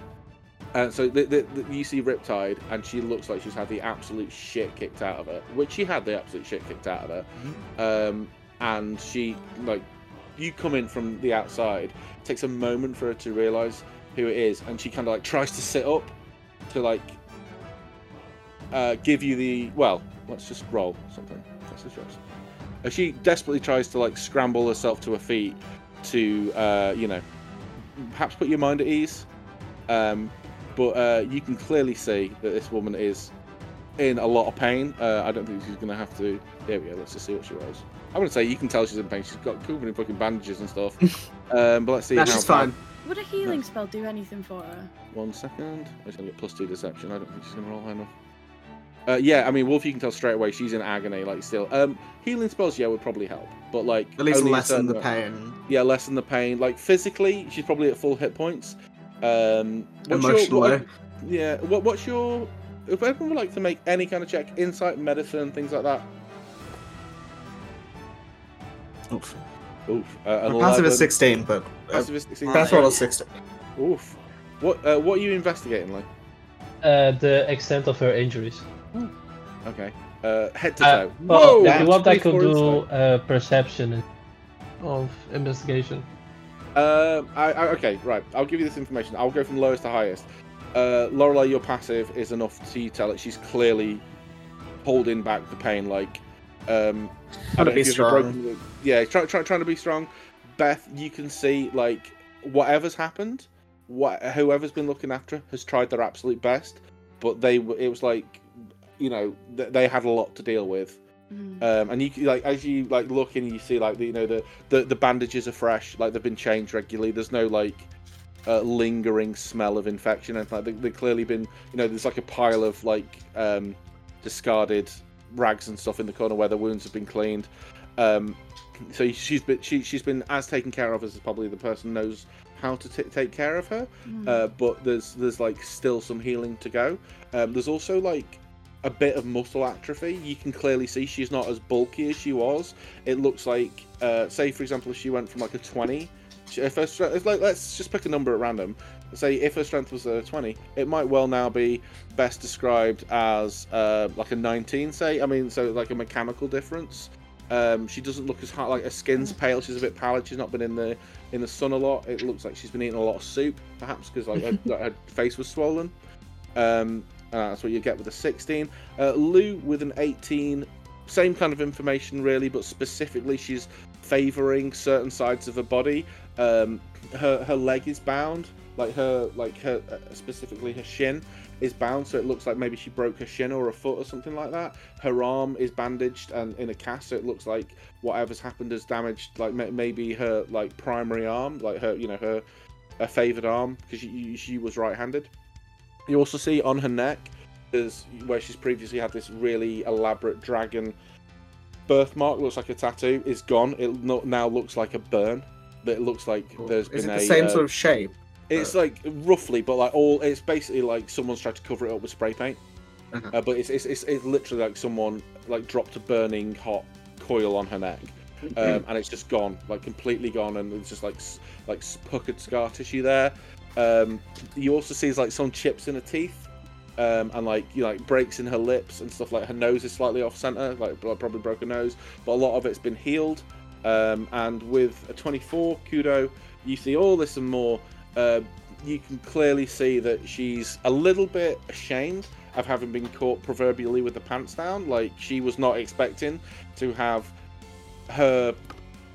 and so the, the, the, you see Riptide, and she looks like she's had the absolute shit kicked out of her, which she had the absolute shit kicked out of her. Um, and she like you come in from the outside, it takes a moment for her to realize who it is, and she kind of like tries to sit up to like uh, give you the well. Let's just roll something. That's just yours. Uh, She desperately tries to like scramble herself to her feet to uh, you know perhaps put your mind at ease, um, but uh, you can clearly see that this woman is in a lot of pain. Uh, I don't think she's going to have to. Here we go. Let's just see what she rolls. I'm going to say you can tell she's in pain. She's got covered in fucking bandages and stuff. um, but let's see.
Nah,
how
she's
bad-
fine.
Would a healing spell do anything for her?
one second. I'm just gonna get plus two deception. I don't think she's gonna roll high enough. Uh, yeah, I mean, Wolf, you can tell straight away she's in agony, like still. Um, healing spells, yeah, would probably help, but like
At least
only a certain
lessen the
amount.
pain.
Yeah, lessen the pain. Like physically, she's probably at full hit points. Um, what's your,
Emotionally.
what- yeah. What, what's your? If anyone would like to make any kind of check, insight, medicine, things like that.
Oof.
Oof. Uh, an
My
11.
passive is 16, but uh,
Passive is sixteen.
that's roll is 16.
Oof. What? Uh, what are you investigating, like?
Uh, the extent of her injuries.
Okay. Uh, head to
Uh,
toe.
well,
Whoa,
if you want, I could
24
do
insight.
uh, perception of investigation.
Um, I, I, okay, right. I'll give you this information. I'll go from lowest to highest. Uh, Lorelei, your passive is enough to tell that she's clearly holding back the pain. Like, um, I
Gotta
don't know
be
if you've
strong.
broken- yeah, try, try, trying to be strong. Beth, you can see like whatever's happened, what whoever's been looking after her has tried their absolute best, but they w- it was like, you know, th- they had a lot to deal with
Mm.
um, and you c- like as you like look in, you see like the, you know the, the the bandages are fresh, like they've been changed regularly. There's no like uh, lingering smell of infection, and like they, they've clearly been you know there's like a pile of like um, discarded rags and stuff in the corner where the wounds have been cleaned. Um, so she's been she, she's been as taken care of as probably the person knows how to t- take care of her
Mm.
uh, but there's there's like still some healing to go. Um, there's also like a bit of muscle atrophy. You can clearly see she's not as bulky as she was. It looks like, uh, say for example, if she went from like a twenty, she- if her strength, it's like let's just pick a number at random. Say if her strength was a twenty, it might well now be best described as uh, like a nineteen. Say, I mean, so like a mechanical difference. Um, she doesn't look as hot. Like her skin's pale. She's a bit pallid. She's not been in the in the sun a lot. It looks like she's been eating a lot of soup, perhaps because like her, like, her face was swollen. Um, uh, that's what you get with a 16. Uh, Lou with an 18. Same kind of information really, but specifically she's favouring certain sides of her body. Um, her her leg is bound, like her like her uh, specifically her shin is bound, so it looks like maybe she broke her shin or a foot or something like that. Her arm is bandaged and in a cast, so it looks like whatever's happened has damaged like ma- maybe her like primary arm like her you know her her favored arm because she, she was right-handed you also see on her neck is where she's previously had this really elaborate dragon birthmark looks like a tattoo is gone it no, now looks like a burn that looks like there's
Is it
been
the
a
same
uh,
sort of shape?
it's like roughly, but like all, it's basically like someone's tried to cover it up with spray paint.
Uh-huh.
Uh, but it's, it's it's it's literally like someone like dropped a burning hot coil on her neck, um, and it's just gone, like completely gone, and it's just like s- like s- puckered scar tissue there. Um, you also see like some chips in her teeth, um, and like you know, like breaks in her lips and stuff. Like her nose is slightly off center, like bl- probably broken nose, but a lot of it's been healed. Um, and with a 24 kudo, you see all this and more. Uh, you can clearly see that she's a little bit ashamed of having been caught proverbially with the pants down. Like she was not expecting to have her.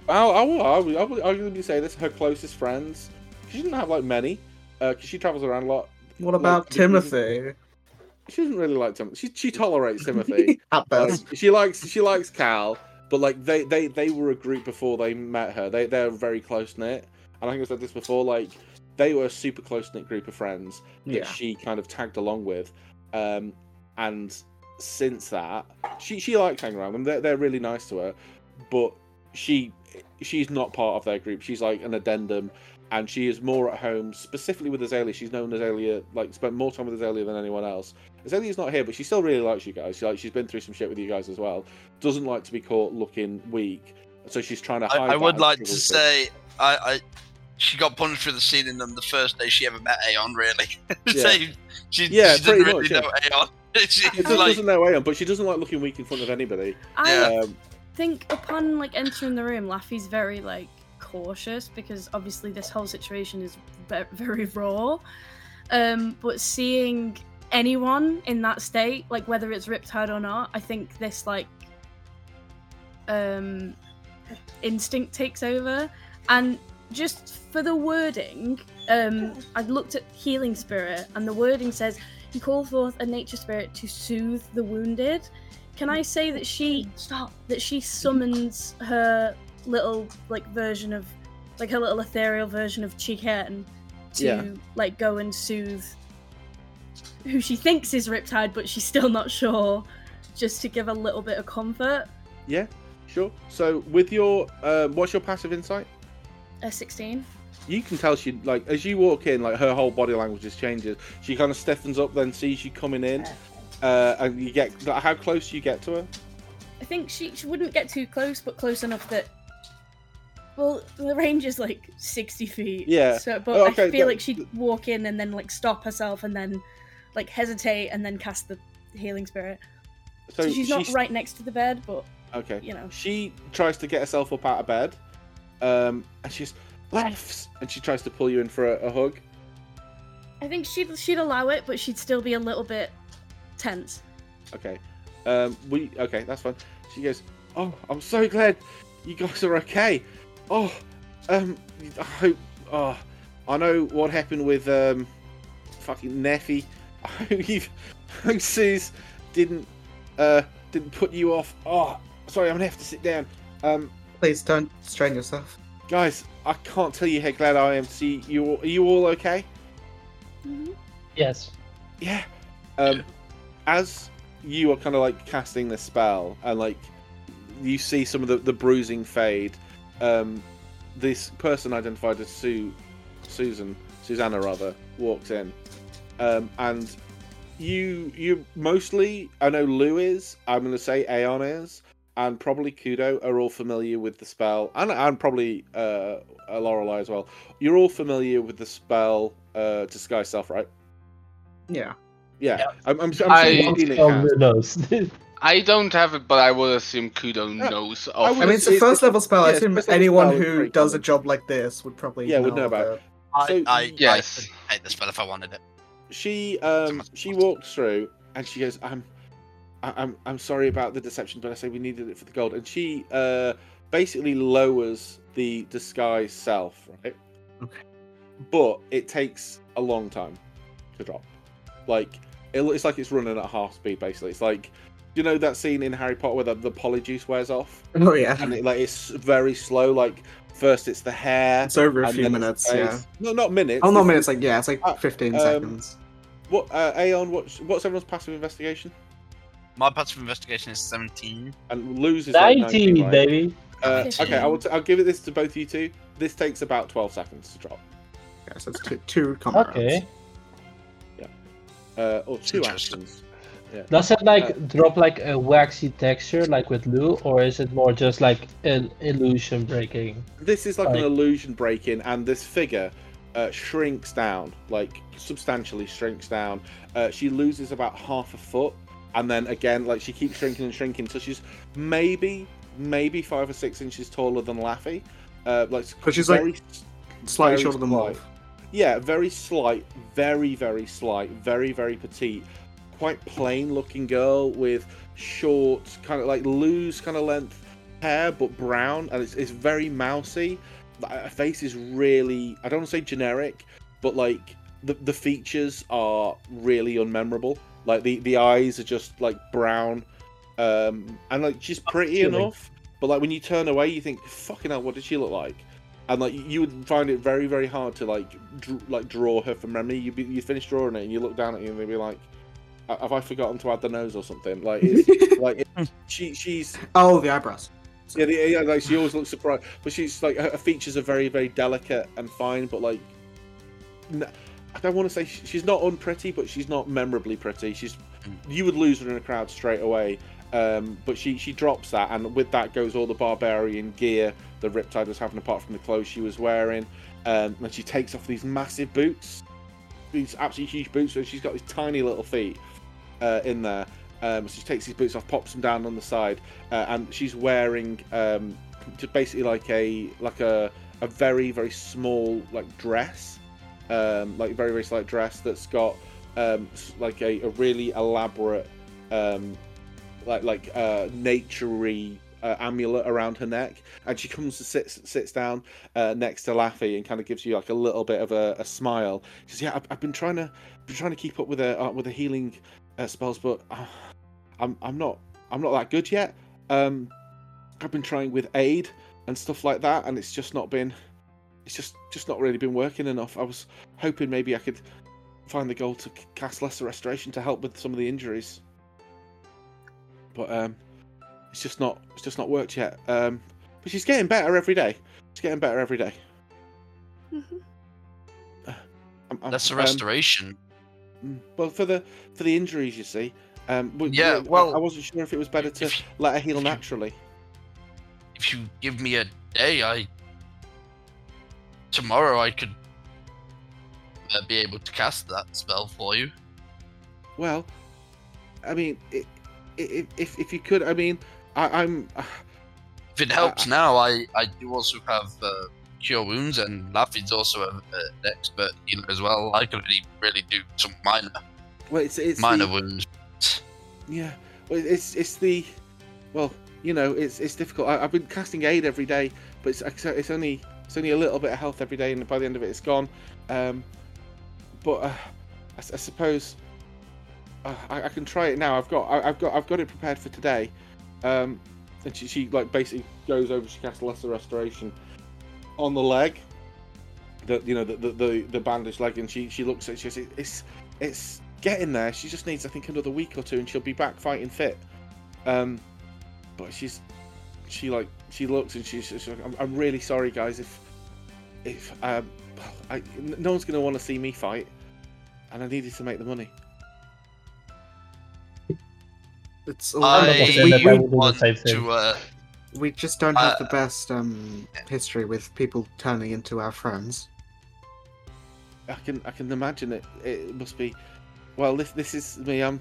I I will I will- I will arguably say this: her closest friends. She didn't have like many, because she travels around a lot.
What about
Like,
Timothy?
She doesn't really like Timothy. She she tolerates Timothy.
At best.
Like, she likes she likes Cal, but like they they they were a group before they met her. They they're very close knit, and I think I said this before. Like They were a super close knit group of friends that
Yeah.
she kind of tagged along with. Um, and since that, she she likes hanging around them. They're, they're really nice to her, but she she's not part of their group. She's like an addendum, and she is more at home specifically with Azalea. She's known Azalea like spent more time with Azalea than anyone else. Azalea's not here, but she still really likes you guys. She, like she's been through some shit with you guys as well. Doesn't like to be caught looking weak, so she's trying to.
I,
hide
I
that
would
as
like
she
to
will be.
say, I, I she got punched through the ceiling on the first day she ever met Aeon. Really, so
Yeah.
she,
Yeah,
she didn't
pretty
really
much, yeah.
know Aeon. She's
It doesn't,
like,
doesn't know Aeon, but she doesn't like looking weak in front of anybody.
I
Yeah.
Um,
think upon like entering the room, Laffy's very like cautious because obviously this whole situation is ve- very raw. Um, but seeing anyone in that state, like whether it's Riptide or not, I think this like um instinct takes over. And just for the wording, um, I looked at healing spirit, and the wording says you call forth a nature spirit to soothe the wounded. Can I say that she stop that she summons her little like version of like her little ethereal version of Chiken to
Yeah.
like go and soothe who she thinks is Riptide, but she's still not sure, just to give a little bit of comfort.
yeah, sure. So with your, um, what's your passive insight?
A sixteen.
you can tell she like as you walk in like her whole body language just changes she kind of stiffens up then sees you coming in uh, and you get like, how close you get to her
I think she, she wouldn't get too close, but close enough that. Well, the range is like sixty feet.
Yeah.
So, but
Oh,
I
okay,
feel
that-
like she'd walk in and then like stop herself and then, like hesitate and then cast the healing spirit.
so,
So, she's not right next to the bed, but
okay
you know.
she tries to get herself up out of bed um, and she's lefts and she tries to pull you in for a, a hug
I think she'd she'd allow it, but she'd still be a little bit tense.
okay um, we okay that's fine she goes oh i'm so glad you guys are okay oh um i hope oh i know what happened with um fucking Neffy. I hope you hope Suze didn't uh didn't put you off. Oh, sorry, I'm gonna have to sit down. Um,
Please don't strain yourself.
guys, I can't tell you how glad I am to see you. all- Are you all okay?
Yes.
Yeah. Um, as you are kind of like casting this spell and like you see some of the, the bruising fade, um, this person identified as Sue, Susan, Susanna rather, walks in, um, and you you mostly I know Lou is I'm going to say Aeon is and probably Kudo are all familiar with the spell and and probably uh, Lorelei as well. You're all familiar with the spell uh, disguise self, right?
Yeah.
Yeah, I'm, I'm, um, I'm sure
I-
you've seen it.
Oh,
Kaz.
who knows?
I don't have it, but I would assume Kudo
Yeah,
knows
I
of
would
I mean, it's a
It's-
first level spell. I
yeah, it's a
assume
first level
anyone
spell,
who
great.
does a job like this would probably
Yeah, would know about
the-
So-
I, I,
Yes.
I hate the spell if I wanted it.
She um she walks through and she goes, "I'm, I- I'm, I'm sorry about the deception, but I say we needed it for the gold." And she uh basically lowers the disguise self, right?
Okay.
But it takes a long time to drop. Like it, lo- it's like it's running at half speed. Basically, it's like you know that scene in Harry Potter where the, the polyjuice wears off,
Oh yeah.
and it, like it's very slow. Like first it's the hair.
It's over a
and
few
then it's
minutes.
the
Yeah.
face. No, not minutes.
Oh no,
it's-
minutes. Like yeah, it's like
Uh,
fifteen
um,
seconds.
What uh, Aeon? What's, what's everyone's passive investigation?
My passive investigation is 17.
And loses like
19,
19, right?
baby.
Uh,
Fifteen.
okay, I will. T- I'll give it this to both you two. This takes about twelve seconds to drop,
Yeah, so it's two, two combat
Okay.
rounds.
uh, or two
Interesting.
actions.
Does it like drop like a waxy texture like with Lou, or is it more just like an illusion breaking?
This is like an
Right.
illusion breaking, and this figure uh, shrinks down, like substantially shrinks down. Uh, she loses about half a foot, and then again, like she keeps shrinking and shrinking. So she's maybe, maybe five or six inches taller than Laffy. Uh, like,
But she's, like,
s-
Slightly
very
shorter than
slight.
Wolf.
Yeah, very slight, very, very slight, very, very petite, quite plain looking girl with short, kind of like loose kind of length hair, but brown, and it's, it's very mousy. Like, Her face is really, I don't want to say generic, but like the, the features are really unmemorable. Like the, the eyes are just like brown, um, and like she's pretty
Appealing.
enough, but like when you turn away, you think, fucking hell, what did she look like? and like you would find it very very hard to like dr- like draw her from memory. You you finish drawing it and you look down at you and they'd be like, "Ha- "Have I forgotten to add the nose or something?" Like it's like it, she she's
oh, the eyebrows.
yeah, the, yeah like she always looks surprised, but she's like her her features are very very delicate and fine, but like n- I don't want to say sh- she's not unpretty, but she's not memorably pretty. She's you would lose her in a crowd straight away. Um, but she she drops that, and with that goes all the barbarian gear the Riptide was having, apart from the clothes she was wearing. Um, and she takes off these massive boots, these absolutely huge boots, and she's got these tiny little feet uh, in there. Um, so she takes these boots off, pops them down on the side, uh, and she's wearing um, just basically like a like a a very very small like dress, um, like very very slight dress that's got um, s- like a, a really elaborate um, like like uh, naturey uh, amulet around her neck, and she comes to sits sits down uh, next to Laffy and kind of gives you like a little bit of a, a smile. She says, "Yeah, I've, I've been trying to been trying to keep up with the uh, with the healing uh, spells, but uh, I'm I'm not I'm not that good yet. Um, I've been trying with aid and stuff like that, and it's just not been it's just just not really been working enough. I was hoping maybe I could find the goal to c- cast lesser restoration to help with some of the injuries, but um, it's just not it's just not worked yet. Um, but she's getting better every day. She's getting better every day. Uh, I'm- I'm-
That's a
um,
restoration.
Mm. Well, for the for the injuries, you see. Um, w-
Yeah,
I-
well,
I wasn't sure if it was better to
if-
let her heal
if you-
naturally.
if you give me a day, I tomorrow I could uh, be able to cast that spell for you.
Well, I mean, i i if if you could, I mean, I, I'm uh,
If it helps now, I I do also have uh, cure wounds, and Laffy's also a, an expert healer as well. I could really, really do some minor
well. It's it's
minor
the-
wounds.
Yeah, well, it's it's the well, you know, it's it's difficult. I, I've been casting aid every day, but it's it's it's only it's only a little bit of health every day, and by the end of it, it's gone. Um, but uh, I, s- I suppose uh, I, I can try it now. I've got I, I've got I've got it prepared for today. Um, and she, she like basically goes over. She casts lesser restoration on the leg. The you know the the, the, the bandaged leg, and she she looks at. She says, "It's it's getting there. She just needs, I think, another week or two, and she'll be back fighting fit. Um, but she's, she like, she looks and she's, she's like, I'm, I'm really sorry, guys. If, if, um, I, n- no one's gonna want to see me fight, and I needed to make the money.
It's a lot
I'm
I
not
of
saying that
we,
I would do the
want
same thing.
to. Uh,
we just don't have
I-
the best um, history with people turning into our friends.
I can, I can imagine it. It must be. Well, this, this is me. I'm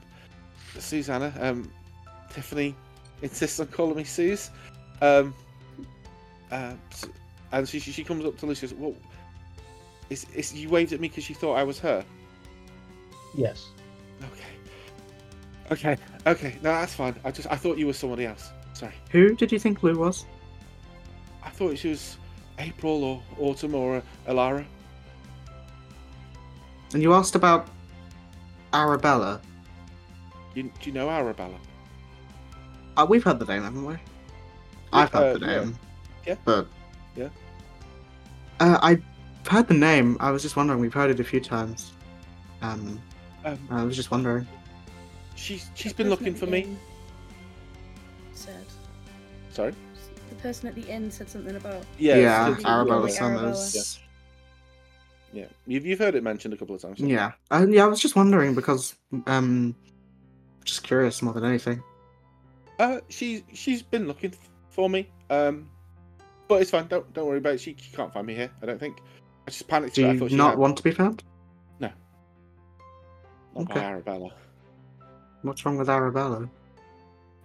Susanna. Um, Tiffany insists on calling me Suze. Um, uh, s- and she, she she comes up to Lucy. and says, Well, is, is you waved at me because you thought I was her?
Yes.
Okay. Okay. Okay. No, that's fine. I just I thought you were somebody else. Sorry.
Who did you think Lou was?
I thought she was April or Autumn or uh, Alara.
And you asked about Arabella.
You, do you know Arabella?
Uh, we've heard the name, haven't we? I've heard
uh,
the
yeah.
name.
Yeah.
But
Yeah.
Uh, I've heard the name. I was just wondering. We've heard it a few times. Um,
Um,
I was just wondering.
she's she's
She's
been looking for me.
Said
Sorry.
the person at the end said something about
Yeah.
yeah,
it's-
it's-
Arabella
yeah,
Summers.
Yeah. You've you've heard it mentioned a couple of times.
Yeah. I, yeah, I was just wondering because um, just curious more than anything.
Uh, she's she's been looking f- for me. Um, but it's fine. Don't don't worry about it. She, she can't find me here. I don't think. I just panicked.
Do
that I
you
thought she
not
had-
want to be found?
not by
okay.
Arabella.
What's wrong with Arabella?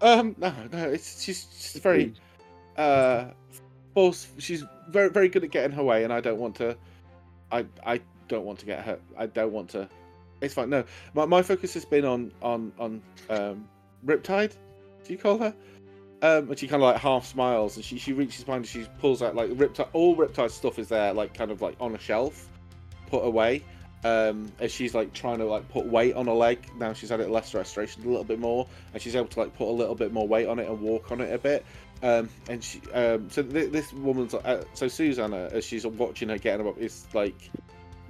Um, no, no, it's she's she's very, uh, force. She's very, very good at getting her way, and I don't want to. I, I don't want to get hurt. I don't want to. It's fine. No, my, my focus has been on on on um, Riptide. Do you call her? Um, and she kind of like half smiles, and she she reaches behind, and she pulls out like Riptide. All Riptide stuff is there, like kind of like on a shelf, put away. um, as she's like trying to like put weight on her leg. Now she's had it less restoration a little bit more, and she's able to like put a little bit more weight on it and walk on it a bit. Um, and she, um, so th- this woman's like, uh, so Susanna, as she's watching her getting up, is like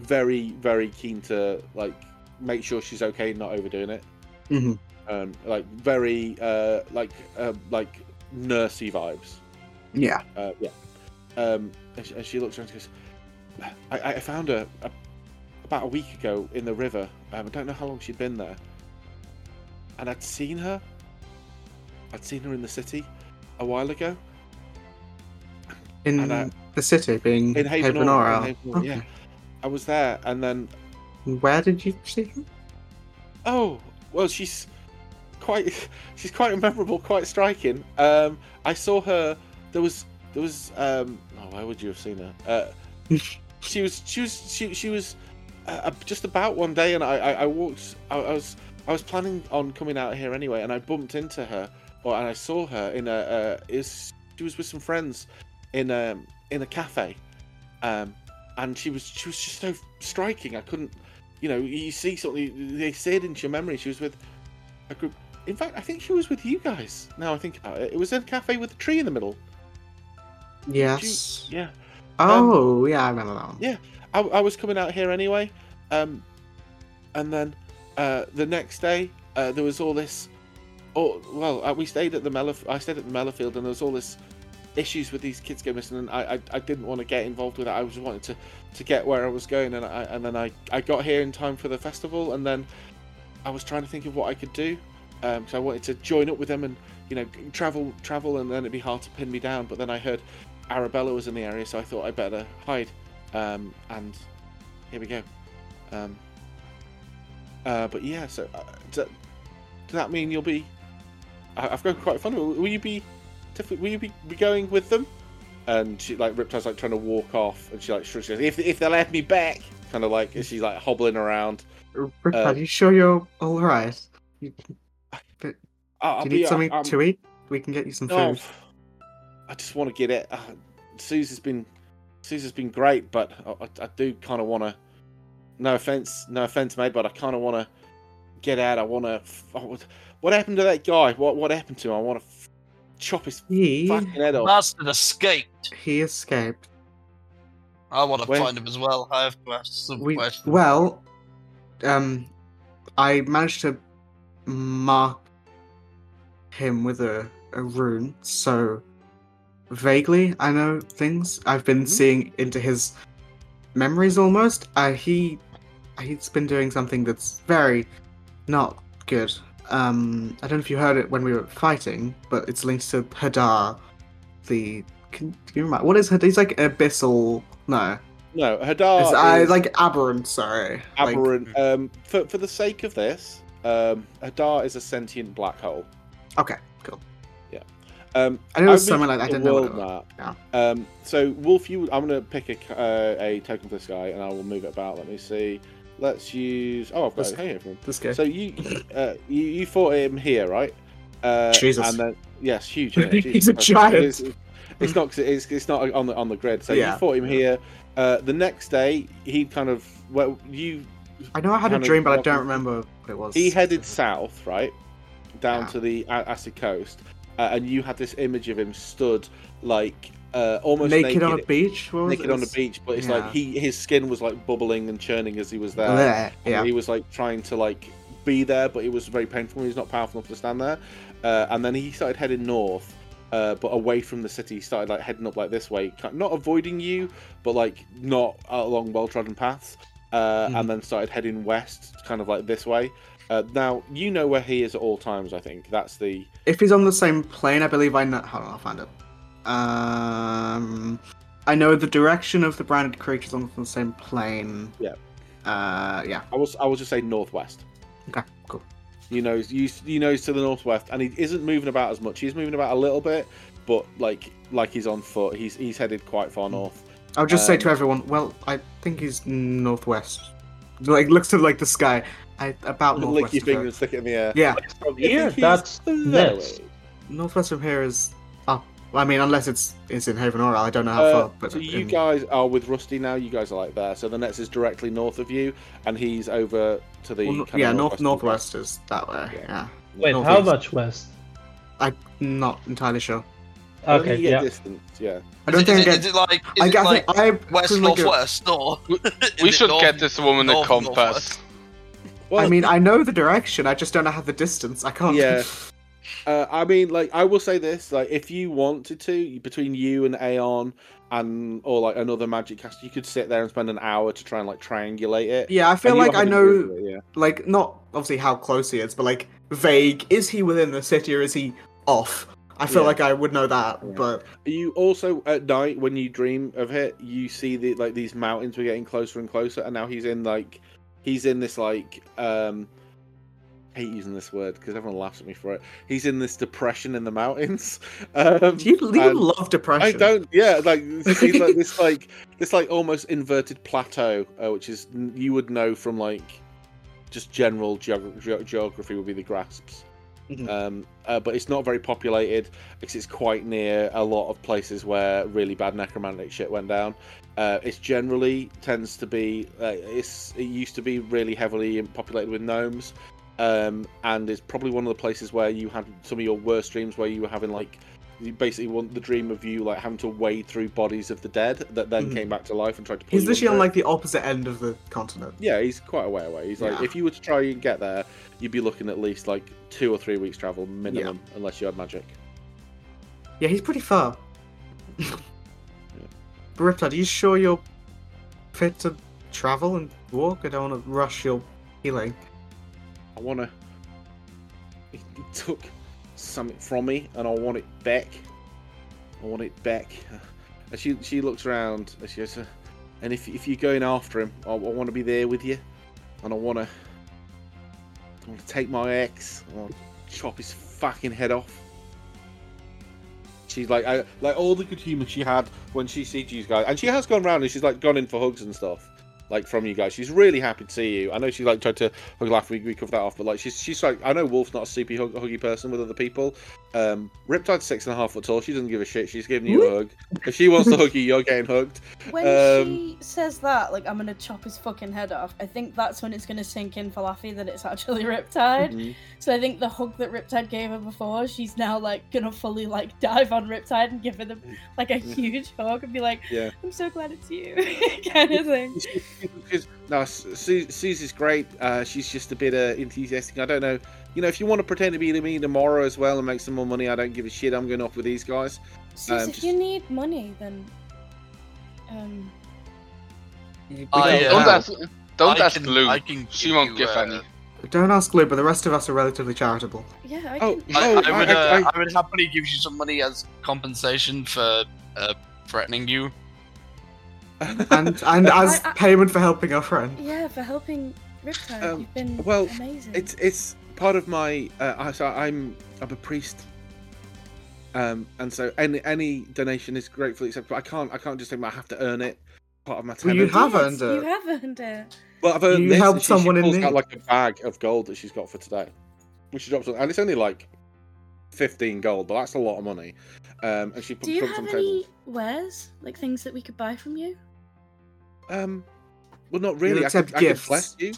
very, very keen to like make sure she's okay, and not overdoing it.
Mhm.
Um, like very, uh, like, uh, like nursey vibes.
Yeah.
Uh, yeah. Um, and, she, and she looks around and goes, I, I found her a, about a week ago in the river. Um, I don't know how long she'd been there. And I'd seen her. I'd seen her in the city a while ago.
In
And, uh,
the city, being
In Haven Hall,
Havenora.
in Haven Hall, yeah. I was there, and then,
Where did you see him?
oh, well, she's quite, she's quite memorable, quite striking. Um, I saw her. There was, there was. Um, oh, where would you have seen her? Uh, she was she was she, she was uh, just about one day and I, I i walked I, I was i was planning on coming out here anyway and i bumped into her or and i saw her in a uh is she was with some friends in um in a cafe um and she was she was just so striking i couldn't you know you see something they see it into your memory she was with a group in fact i think she was with you guys now i think about it it was in a cafe with a tree in the middle
Yes.
yeah
Oh, yeah, I remember that one.
Um, yeah. I, I was coming out here anyway, um, and then uh, the next day uh, there was all this. Oh well, uh, we stayed at the Mellif- I stayed at the Mellifield, and there was all this issues with these kids going missing, and I I, I didn't want to get involved with that. I was wanting to, to get where I was going, and I and then I, I got here in time for the festival, and then I was trying to think of what I could do, um, so I wanted to join up with them and you know g- travel travel, and then it'd be hard to pin me down. But then I heard Arabella was in the area, so I thought I would better hide um, and here we go. Um, uh, but yeah, so uh, does, that, does that mean you'll be? I, I've grown quite fond of it. Will you be? defi- Will you be, be going with them? And she like Riptide's like trying to walk off, and she like shrugs. She goes, if if they'll have me back, kind of like and she's like hobbling around.
Rip,
Uh,
are you sure you're all right?
Oh, I'll
Do you
be-
need something
I'm-
to eat? We can get you some
No,
food.
I just want to get it. Uh, Susie's been Susie's been great, but I, I- I do kind of want to. No offense, no offense, mate, but I kind of want to get out. I want to. What happened to that guy? What what happened to him? I want to f- chop his
He
fucking head off.
Bastard escaped.
he escaped.
I want to
Where-
find him as well. I have to ask some
We
questions.
well, um, I managed to mark him with a a rune, so vaguely I know things. I've been
Mhm.
Mm-hmm.
seeing into his memories almost. Uh, he he's been doing something that's very not good. Um, I don't know if you heard it when we were fighting, but it's linked to Hadar. The can, do you remember what is Hadar? He's like abyssal. No,
No, Hadar
it's, uh,
is
like aberrant, sorry. Like,
aberrant. um, for for the sake of this, um, Hadar is a sentient black hole.
okay, cool.
Um,
I know
I've
someone
moved
like that. I
to
didn't know what it
world
was.
map. Um, so Wolf, you, I'm gonna pick a, c- uh, a token for this guy, and I will move it about. Let me see. Let's use. Oh, I've got
Let's-
it here. From.
This guy.
So you, you, uh, you, you fought him here, right? Uh,
Jesus.
And then yes, huge. isn't it?
He's
Jesus
a
Christ.
giant.
It is- it's not. It's, it's not on the on the grid. So
Yeah.
you fought him here. Uh, the next day, he kind of well, you
I know I had a
Kind of
dream, but I
walking-
don't remember what it was.
he headed south, right, down
Yeah.
to the A- Acid Coast, uh, and you had this image of him stood like uh, almost
naked,
naked
on a beach. What was
naked
it?
on the beach, but it's
yeah.
like he his skin was like bubbling and churning as he was there.
There,
And
yeah.
He was like trying to like be there, but it was very painful. He was not powerful enough to stand there. Uh, and then he started heading north, uh, but away from the city. He started like heading up like this way, ki- not avoiding you, but like not out along well trodden paths. Uh,
Mhm.
And then started heading west, kind of like this way. Uh, now you know where he is at all times. I think that's the
If he's on the same plane, I believe I know. Hold on, I'll find it. Um, I know the direction of the branded creatures on the same plane.
Yeah.
Uh, yeah.
I was I will just say northwest.
Okay, cool.
You know, you you know he's to the northwest, and he isn't moving about as much. He's moving about a little bit, but like like he's on foot. He's he's headed quite far north.
I'll just say to
Um,
everyone. Well, I think he's northwest. Like looks to like the sky. I about
Lick
northwest.
your
of here.
finger and stick it in the air.
Yeah.
I think
here,
he's
that's
that
next.
way.
Northwest from here is up Well, I mean, unless it's it's in Haven Oral, I don't know how
Uh,
far. But
so you
in-
guys are with Rusty now. You guys are like there. So the Nets is directly north of you, and he's over to the
well, no-
kind of
yeah, north
northwestern
northwest is that way.
Yeah.
Yeah,
Wait,
Northeast.
how much west?
not entirely sure.
I don't
Okay,
think you get
yeah.
distance. Yeah.
I don't
is,
think
it,
I
is
get.
it like, is
I,
it
I
like
think I
west,
couldn't get-
northwest, or
We-
is
we
it
should
north-
get this woman a
north,
compass.
northwest?
Well,
I mean, I know the direction. I just don't know how the distance. I can't.
Yeah. Uh, I mean, like, I will say this: like, if you wanted to, between you and Aeon and or like another magic caster, you could sit there and spend an hour to try and like triangulate it.
Yeah, I feel
And you
like I
haven't
know.
Googled it, yeah.
like not obviously how close he is, but like vague. Is he within the city or is he off? I feel
Yeah.
like I would know that,
Yeah.
but
You also at night when you dream of it, you see the like these mountains were getting closer and closer, and now he's in like he's in this like um. I hate using this word because everyone laughs at me for it. He's in this depression in the mountains. Um,
you, you
and-
love depression.
I don't. Yeah, like this, he's like this, like this, like almost inverted plateau, uh, which is you would know from like just general geog- ge- geography would be the grasps.
Mhm.
Um, uh, but it's not very populated because it's quite near a lot of places where really bad necromantic shit went down. Uh, it's generally tends to be uh, it's it used to be really heavily populated with gnomes, um, and it's probably one of the places where you had some of your worst dreams where you were having like you basically want the dream of you like having to wade through bodies of the dead that then
Mhm.
came back to life and tried to. pull
He's
you
literally
under it.
on like the opposite end of the continent.
Yeah, he's quite a way away. He's like,
Yeah.
if you were to try and get there, you'd be looking at least like two or three weeks travel minimum, unless you had magic.
Yeah, he's pretty far. But Riptide, are you sure you're fit to travel and walk? I don't want to rush your healing.
I want to. He he took something from me, and I want it back. I want it back. And she she looks around, and she goes, "Uh, and if if you're going after him, I, I want to be there with you, and I want to. I want to take my ex, and I'll chop his fucking head off. She's like, I, like all the good humour she had when she sees you guys, and she has gone round and she's like gone in for hugs and stuff, like from you guys. She's really happy to see you. I know she like tried to hug laugh. We, we covered that off, but like she's she's like I know Wolf's not a super hug, huggy person with other people. Um, Riptide's six and a half foot tall. She doesn't give a shit. She's giving you a hug. If she wants to hug you, you're getting hugged.
When
Um,
she says that, like, I'm gonna chop his fucking head off, I think that's when it's gonna sink in for Laffy that it's actually
Mm-hmm.
Riptide. So I think the hug that Riptide gave her before, she's now, like, gonna fully, like, dive on Riptide and give her, the, like, a
Yeah.
huge hug and be like,
Mm-hmm. Yeah.
I'm so glad it's you, kind of thing.
Because no, Su- Susie's great. Uh, she's just a bit uh, enthusiastic. I don't know. You know, if you want to pretend to be me tomorrow as well and make some more money, I don't give a shit. I'm going off with these guys.
Sus,
Um,
if you need money, then. Um,
We
Oh,
I,
don't-
Yeah.
Don't
uh,
ask. Don't
I
ask
can-
Lou.
I can
She won't
you,
give
uh,
any.
Don't ask Lou, but the rest of us are relatively charitable.
yeah, I
Oh,
can.
I,
no,
I would,
I- I-
uh, I would happily give you some money as compensation for uh, threatening you.
And and as
I- I-
payment for helping our friend.
Yeah, for helping Riptide,
Um,
you've been
well,
amazing.
It's it's part of my. Uh, I- so I'm I'm a priest. Um, and so any any donation is gratefully acceptable. I can't I can't just think I have to earn it. Part of my
Well, you
tenure.
have earned
Yes, You
uh,
uh,
it.
have earned it.
Well, I've earned
You
this, and
helped
she,
someone
she
in
pulls out
need.
like a bag of gold that she's got for today, which she drops, on- and it's only like fifteen gold, but that's a lot of money. Um, and she
Do
puts
you
drops
have
on the
any
table.
wares, like things that we could buy from you?
Um, well, not really. I
accept
could, I could
gifts.
bless you.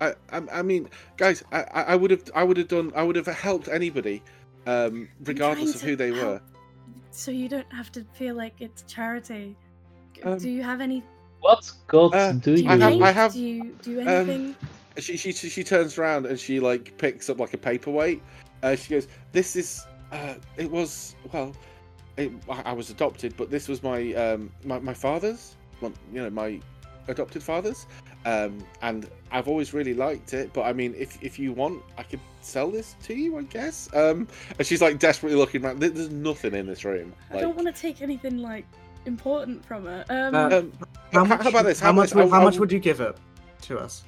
I, I, I mean, guys, I, I I would have, I would have done, I would have helped anybody, um, regardless
trying
of
to
who they were.
help. So you don't have to feel like it's charity. G-
Um,
do you have any?
What gods
Uh,
do you?
I have-
gifts?
I have-
Do you do
um,
anything?
she she she she turns around and she like picks up like a paperweight. Uh, she goes, "This is uh, it was well, it, I, I was adopted, but this was my um my, my father's, well, you know my adopted father's, um and I've always really liked it. But I mean, if if you want, I could sell this to you, I guess. Um, and she's like desperately looking around. There- There's nothing in this room.
I
Like,
don't want to take anything like important from it. Um,
Uh,
um, how, how about this?
How much?
about this?
Would,
I-
how
I
much
will-
would you give it to us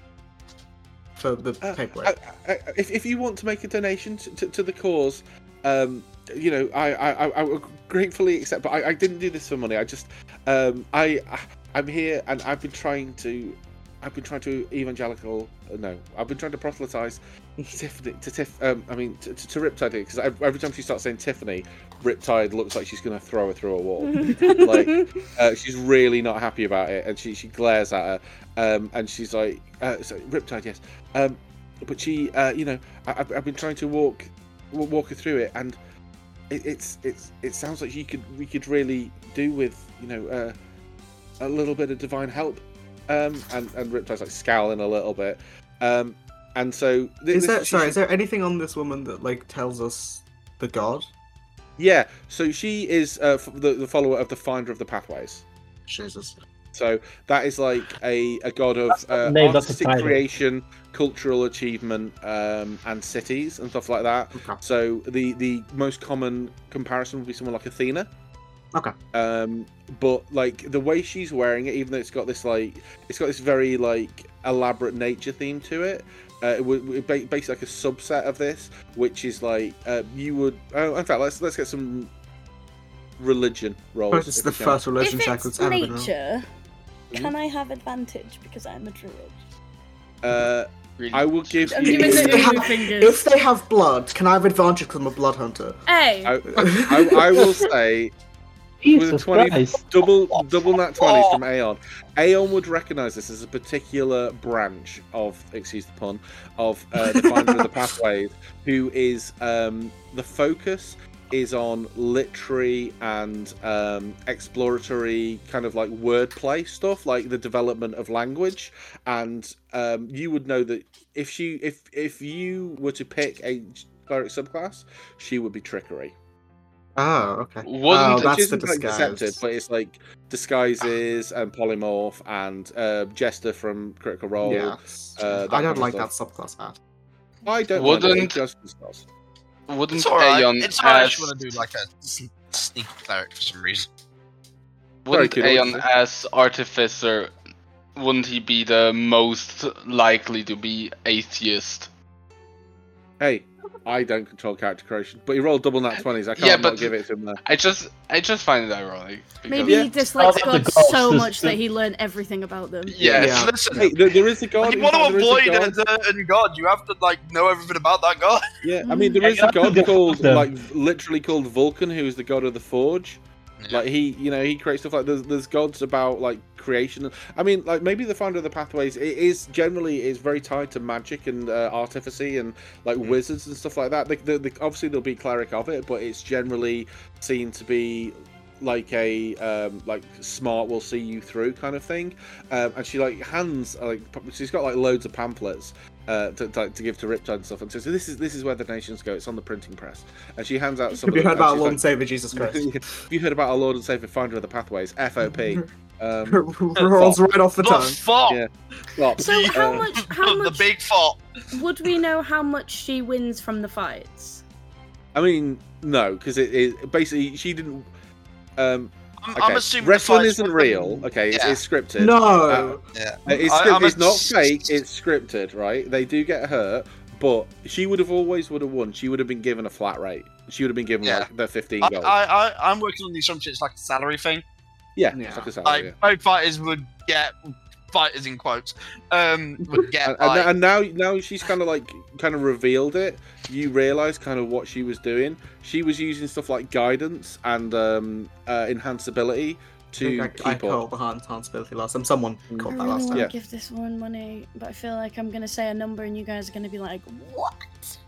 for the
Uh,
takeaway?
I, I, if, if you want to make a donation to, to, to the cause, um, you know, I, I, I, I will gratefully accept. But I, I didn't do this for money. I just, um, I, I, I'm here and I've been trying to I've been trying to evangelical. Uh, no, I've been trying to proselytize Tiffany to Tiff. Um, I mean, to, to, to Riptide because every time she starts saying Tiffany, Riptide looks like she's gonna throw her through a wall. like uh, she's really not happy about it, and she she glares at her, um, and she's like, uh, so, "Riptide, yes." Um, but she, uh, you know, I, I've, I've been trying to walk w- walk her through it, and it, it's it's it sounds like you could we could really do with you know uh, a little bit of divine help. Um, and and Riptide's like scowling a little bit, um, and so th-
Is
this-
there
she-
sorry? Is there anything on this woman that like tells us the god?
yeah. So she is uh, f- the the follower of the Finder of the Pathways.
Jesus.
So that is like a, a god of uh,
not name, that's a
artistic
title.
creation, cultural achievement, um, and cities and stuff like that.
Okay.
So the the most common comparison would be someone like Athena.
Okay.
Um, but like the way she's wearing it, even though it's got this like it's got this very like elaborate nature theme to it. Uh, it would it ba- basically like a subset of this, which is like uh, you would. Oh, in fact, let's let's get some religion rolls.
This is
if
the
we can.
first religion
if
check
it's
that's ever been rolled.
nature,
Mhm.
can I have advantage because I'm a druid?
Uh,
Really.
I will give
I'm
you.
doing
If
the
they
Ubu
have- If
fingers.
they have blood, can I have advantage because I'm a blood hunter?
Hey,
I- I, I will say
Jesus
with a 20
Christ.
double double nat twenties from Aeon. Aeon would recognise this as a particular branch of excuse the pun of uh, the finder of the pathways, who is um, the focus is on literary and um, exploratory kind of like wordplay stuff, like the development of language. And um, you would know that if she if if you were to pick a cleric subclass, she would be trickery.
Oh, okay.
Wasn't
Oh,
it-
Which
that's the
isn't, like,
disguise.
deceptive, but it's like disguises and polymorph and uh, jester from Critical Role.
Yeah.
uh, that
I
kind
don't
of
like that
stuff.
subclass hat.
I don't. mind it, it
Wouldn't-
does disguise.
Wouldn't
It's alright.
um,
Aeon
It's alright. I
as-
just want to do like a s- sneaky cleric for some reason.
Wouldn't
Sorry, kid, what
Aeon
did you
as artificer, wouldn't he be the most likely to be atheist?
Hey, I don't control character creation, but he rolled double nat twenties. I can't
Yeah,
not
but-
give it to him there.
I just, I just find it ironic. because-
maybe
Yeah.
he dislikes
Oh, the
gods
gods
so
is-
much that he learned everything about them.
Yes.
Yeah.
Listen,
Hey, there, there is a god.
if you
in
want to
fact, there is a
avoid
god-
a certain god, you have to like know everything about that god.
Yeah, I mean there
Yeah,
is
you
a
have to
god
go
called
with them.
like literally called Vulcan, who is the god of the forge.
Yeah.
Like he, you know, he creates stuff like there's, there's gods about like creation. I mean, like maybe the founder of the pathways it is generally is very tied to magic and uh, artificy and like wizards and stuff like that. Like the, the, obviously there'll be cleric of it, but it's generally seen to be like a um, like smart will see you through kind of thing. Um, and she like hands like p- she's got like loads of pamphlets uh, to, to, to give to Riptide and stuff. And so, so this is this is where the nations go. It's on the printing press, and she hands out some.
Have you
of them,
heard
and
about
she's
Lord
like-
and Savior Jesus Christ?
Have you heard about our Lord and Savior, Finder of the Pathways, FOP? Um,
Rolls right off the tongue.
Not fop.
Yeah. well,
So how
uh,
much? How
the
much
big fop.
would we know how much she wins from the fights?
I mean, no, because it is basically she didn't. Um,
I'm,
okay.
I'm assuming the
wrestling
fight's
isn't
fucking-
real. Okay, it's,
Yeah.
it's scripted. Uh,
No.
Yeah.
It's,
I-
scripted-
I'm
it's not
ass-
fake. It's scripted, right? They do get hurt, but she would have always would have won. She would have been given a flat rate. She would have been given
Yeah.
like the fifteen
I,
gold.
I, I, I'm working on the assumption it's like a salary thing.
yeah,
Yeah.
it's like a salary, Oh, yeah.
Like both fighters would get fighters in quotes. Um, would get
and, and,
like,
and now now she's kind of like kind of revealed it you realize kind of what she was doing she was using stuff like guidance and um uh enhanceability to
I, I
keep
called
up
the hand responsibility last time. Someone
I
called that
really
last
want to
time.
Yeah.
give this one money, but I feel like I'm gonna say a number and you guys are gonna be like, "What?"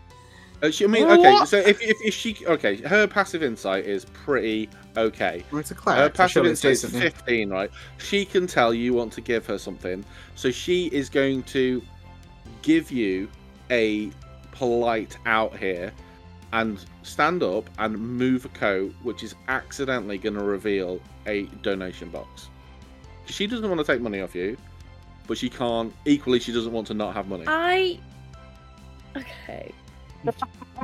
Uh, she, i mean okay
What?
so if, if, if she okay her passive insight is pretty okay
Well, It's a
her
cleric. so
passive
surely it's
insight is
decent, yeah.
15 right she can tell you want to give her something so she is going to give you a polite out here and stand up and move a coat, which is accidentally going to reveal a donation box. She doesn't want to take money off you, but she can't. Equally, she doesn't want to not have money.
I. Okay.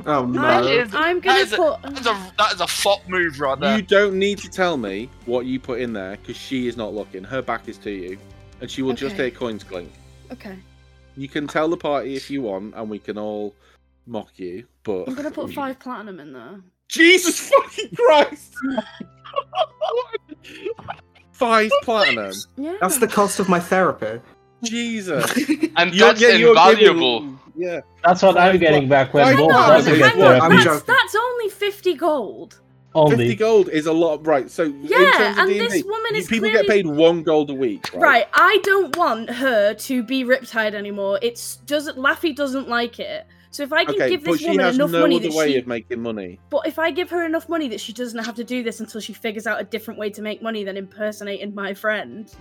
Oh
I'm,
no.
is-
I'm
that
gonna
is a-
put.
that is a that is a fop move right there.
You don't need to tell me what you put in there because she is not looking. Her back is to you, and she will just
Okay.
hear coins clink.
Okay.
You can tell the party if you want, and we can all mock you. But
I'm gonna put five platinum in there.
Jesus fucking Christ! five platinum.
Yeah.
That's the cost of my therapy.
Jesus.
And
You're-
that's
yeah, you're
invaluable.
giving- yeah.
That's what I'm getting back when
Why
Wolf
not?
doesn't
Why
get
not?
there.
I'm
that's,
joking.
that's only 50 gold.
50
Only.
gold is a lot. Right. So, in
Yeah,
terms of
and
D&D,
this woman is
people get
clearly-
paid one gold a week. Right.
Right, I don't want her to be Riptide anymore. It's doesn't Laffy doesn't like it. So if I can
Okay,
give
but
this
she
woman
has
enough
no
money
other
that
way
she,
of making money.
but if I give her enough money that she doesn't have to do this until she figures out a different way to make money than impersonating my friend,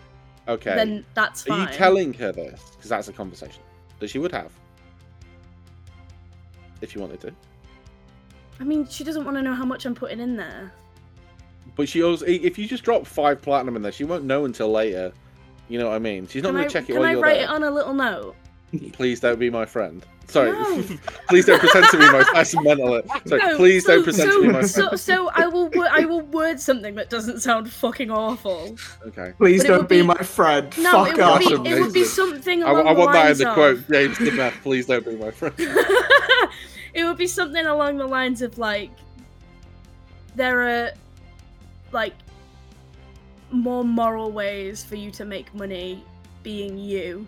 Okay.
then that's
Are
fine.
you telling her this? Because that's a conversation that she would have. If you wanted to.
I mean, she doesn't want to know how much I'm putting in there.
But she also, i- if you just drop five platinum in there, she won't know until later. You know what I mean? She's not
can
going
I,
to check it
can
while
I
you're
write
there.
it on a little note?
Please don't be my friend. Sorry.
No.
please don't pretend to be my fashion mentor. Sorry.
No,
please
so,
don't pretend
so,
to be my
so,
friend.
so I will wo- I will word something that doesn't sound fucking awful.
Okay.
Please
But it
don't
would
be,
be-
my friend.
No,
Fuck
it
off.
would, be, it would be
amazing.
something
I,
along
I want
the
that in
lines
the
of-
quote. James the Beth, please don't be my friend.
it would be something along the lines of like there are like more moral ways for you to make money being you.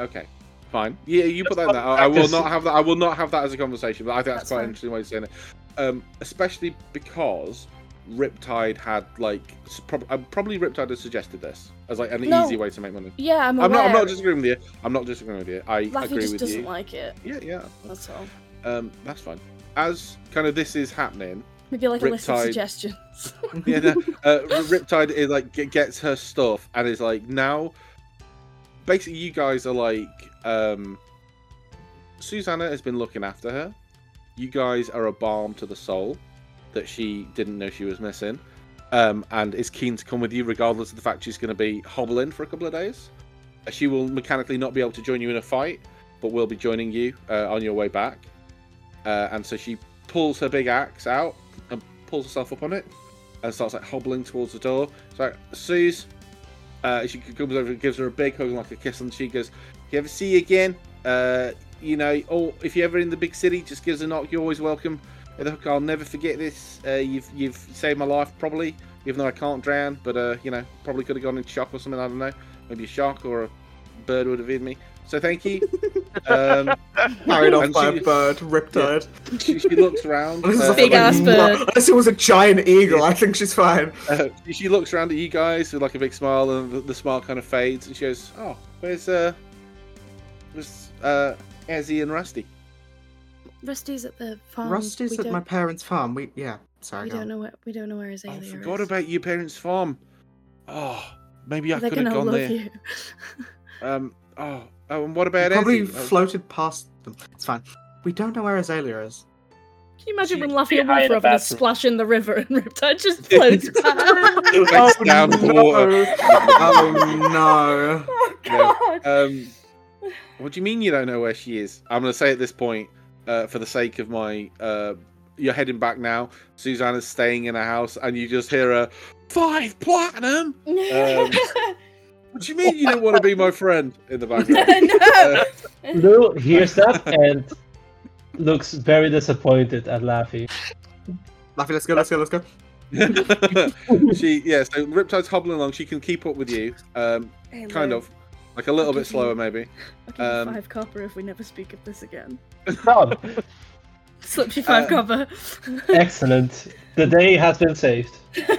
Okay. Fine. Yeah, you put that in there. I, I will not have that. I will not have that as a conversation. But I think that's,
That's
quite
fine.
an interesting way of saying it, um, especially because Riptide had like s- prob- uh, probably Riptide has suggested this as like an
No.
easy way to make money.
Yeah, I'm aware.
I'm not. I'm not disagreeing with you. I'm not disagreeing with you. I
Laffy
agree
just
with
doesn't
you.
like it.
Yeah, yeah.
That's all.
Um, that's fine. As kind of this is happening,
Maybe like a list of
Riptide.
suggestions.
yeah, no, uh, Riptide is like g- gets her stuff and is like now. Basically, you guys are like um, Susanna has been looking after her. You guys are a balm to the soul that she didn't know she was missing, um, and is keen to come with you, regardless of the fact she's going to be hobbling for a couple of days. She will mechanically not be able to join you in a fight, but will be joining you uh, on your way back. Uh, and so she pulls her big axe out and pulls herself up on it and starts like hobbling towards the door. So Suze, uh, she comes over, and gives her a big hug and like a kiss on the cheek. Goes, "If you ever see you again, uh, you know, or if you're ever in the big city, just give us a knock. You're always welcome." And the hook, I'll never forget this. Uh, you've you've saved my life, probably, even though I can't drown. But uh, you know, probably could have gone in shock or something. I don't know. Maybe a shark or a bird would have eaten me. So thank you. um,
Carried off
And
by
she-
a bird, riptide.
she, she looks around.
Unless it's a
uh,
Big
fucking-
ass bird.
Unless it was a giant eagle, I think she's fine.
Uh, she looks around at you guys with like a big smile, and the, the smile kind of fades, and she goes, "Oh, where's uh, where's uh, Ezzy and Rusty?"
Rusty's at the farm.
Rusty's
we
at
don't,
my parents' farm. We yeah. Sorry,
We
go on.
don't know where we don't know where his
I
alien is.
forgot about your parents' farm. Oh, maybe I
They're
could
gonna
have gone
love
there.
you.
Um, oh, oh, and what
We
about
probably
Ezzy? Um,
floated past them. It's fine. We don't know where Azalea is.
Can you imagine
She
when
would
Laffy
be
and
high in
Wolf are
the
up and
bathroom.
splash in the river and Riptide just floats back?
Oh,
Oh,
it's down the
no.
water.
oh no.
oh god!
Um, what do you mean you don't know where she is? I'm going to say at this point, uh, for the sake of my, uh, you're heading back now. Susanna's staying in a house, and you just hear a five platinum. What do you mean you don't want to be my friend in the background? uh,
no.
Lou hears that and looks very disappointed at Laffy.
Laffy, let's go, let's go, let's go.
she yeah, so Riptide's hobbling along. She can keep up with you, um,
Hey,
kind
Lou,
of, like a little
Okay.
bit slower maybe.
I'll give you
um,
five copper if we never speak of this again.
Tom,
Slips you five
Uh,
copper.
eh, excellent. The day has been saved.
Um,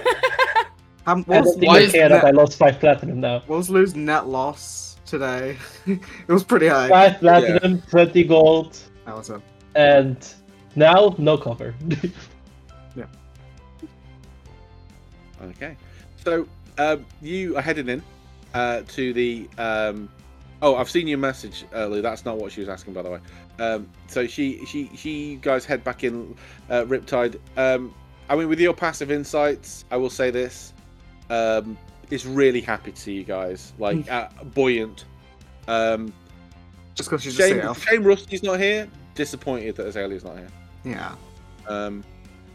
I
what,
don't
was,
think
why
I
is
care that I
net,
lost five platinum now.
what was Lou's net loss today? it was pretty high.
Five platinum, twenty gold,
That was a-
and now no cover.
Okay, so um, you are heading in uh, to the. Um, oh, I've seen your message, uh, Lou. That's not what she was asking, by the way. Um, so she, she, she you guys head back in, uh, Riptide. Um, I mean, with your passive insights, I will say this: um, is really happy to see you guys, like uh, buoyant. Um,
Just because she's
shame,
a elf.
shame Rusty's not here. Disappointed that Azalea's not here.
Yeah.
Um,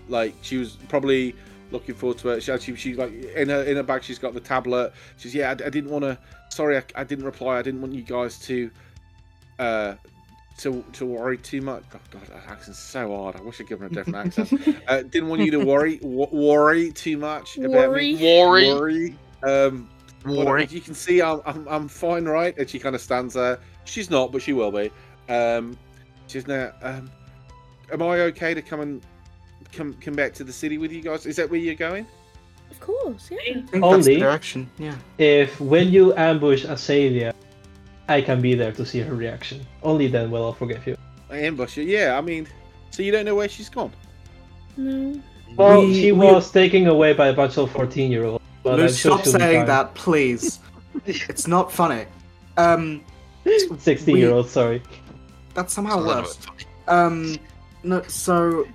like she was probably looking forward to it. She actually, she like in her in her bag, she's got the tablet. She's yeah, I, I didn't want to. Sorry, I, I didn't reply. I didn't want you guys to, uh, to to worry too much. Oh god, that accent's so hard. I wish I'd given her a different accent. Uh, didn't want you to worry w- worry too much about me.
Worry.
Worry.
Worry. Um, But
Warring.
as you can see, I'm, I'm, I'm fine, right? And she kind of stands there. She's not, but she will be. Um, she's now. Um, am I okay to come and come come back to the city with you guys? Is that where you're going?
Of course, yeah.
I think that's the
Only-
direction. Yeah.
If when you ambush Asalia, I can be there to see her reaction. Only then will I forgive you.
I ambush you. Yeah, I mean, so you don't know where she's gone.
No.
Well,
We-
she
we-
was taken away by a bunch of fourteen-year-olds. But
Lou,
I'm sure
stop
she'll be
saying
fine.
that, please. it's not funny. Um,
Sixteen-year-old, sorry.
that's
It's
somehow
a little bit
worse.
funny.
Um, no, so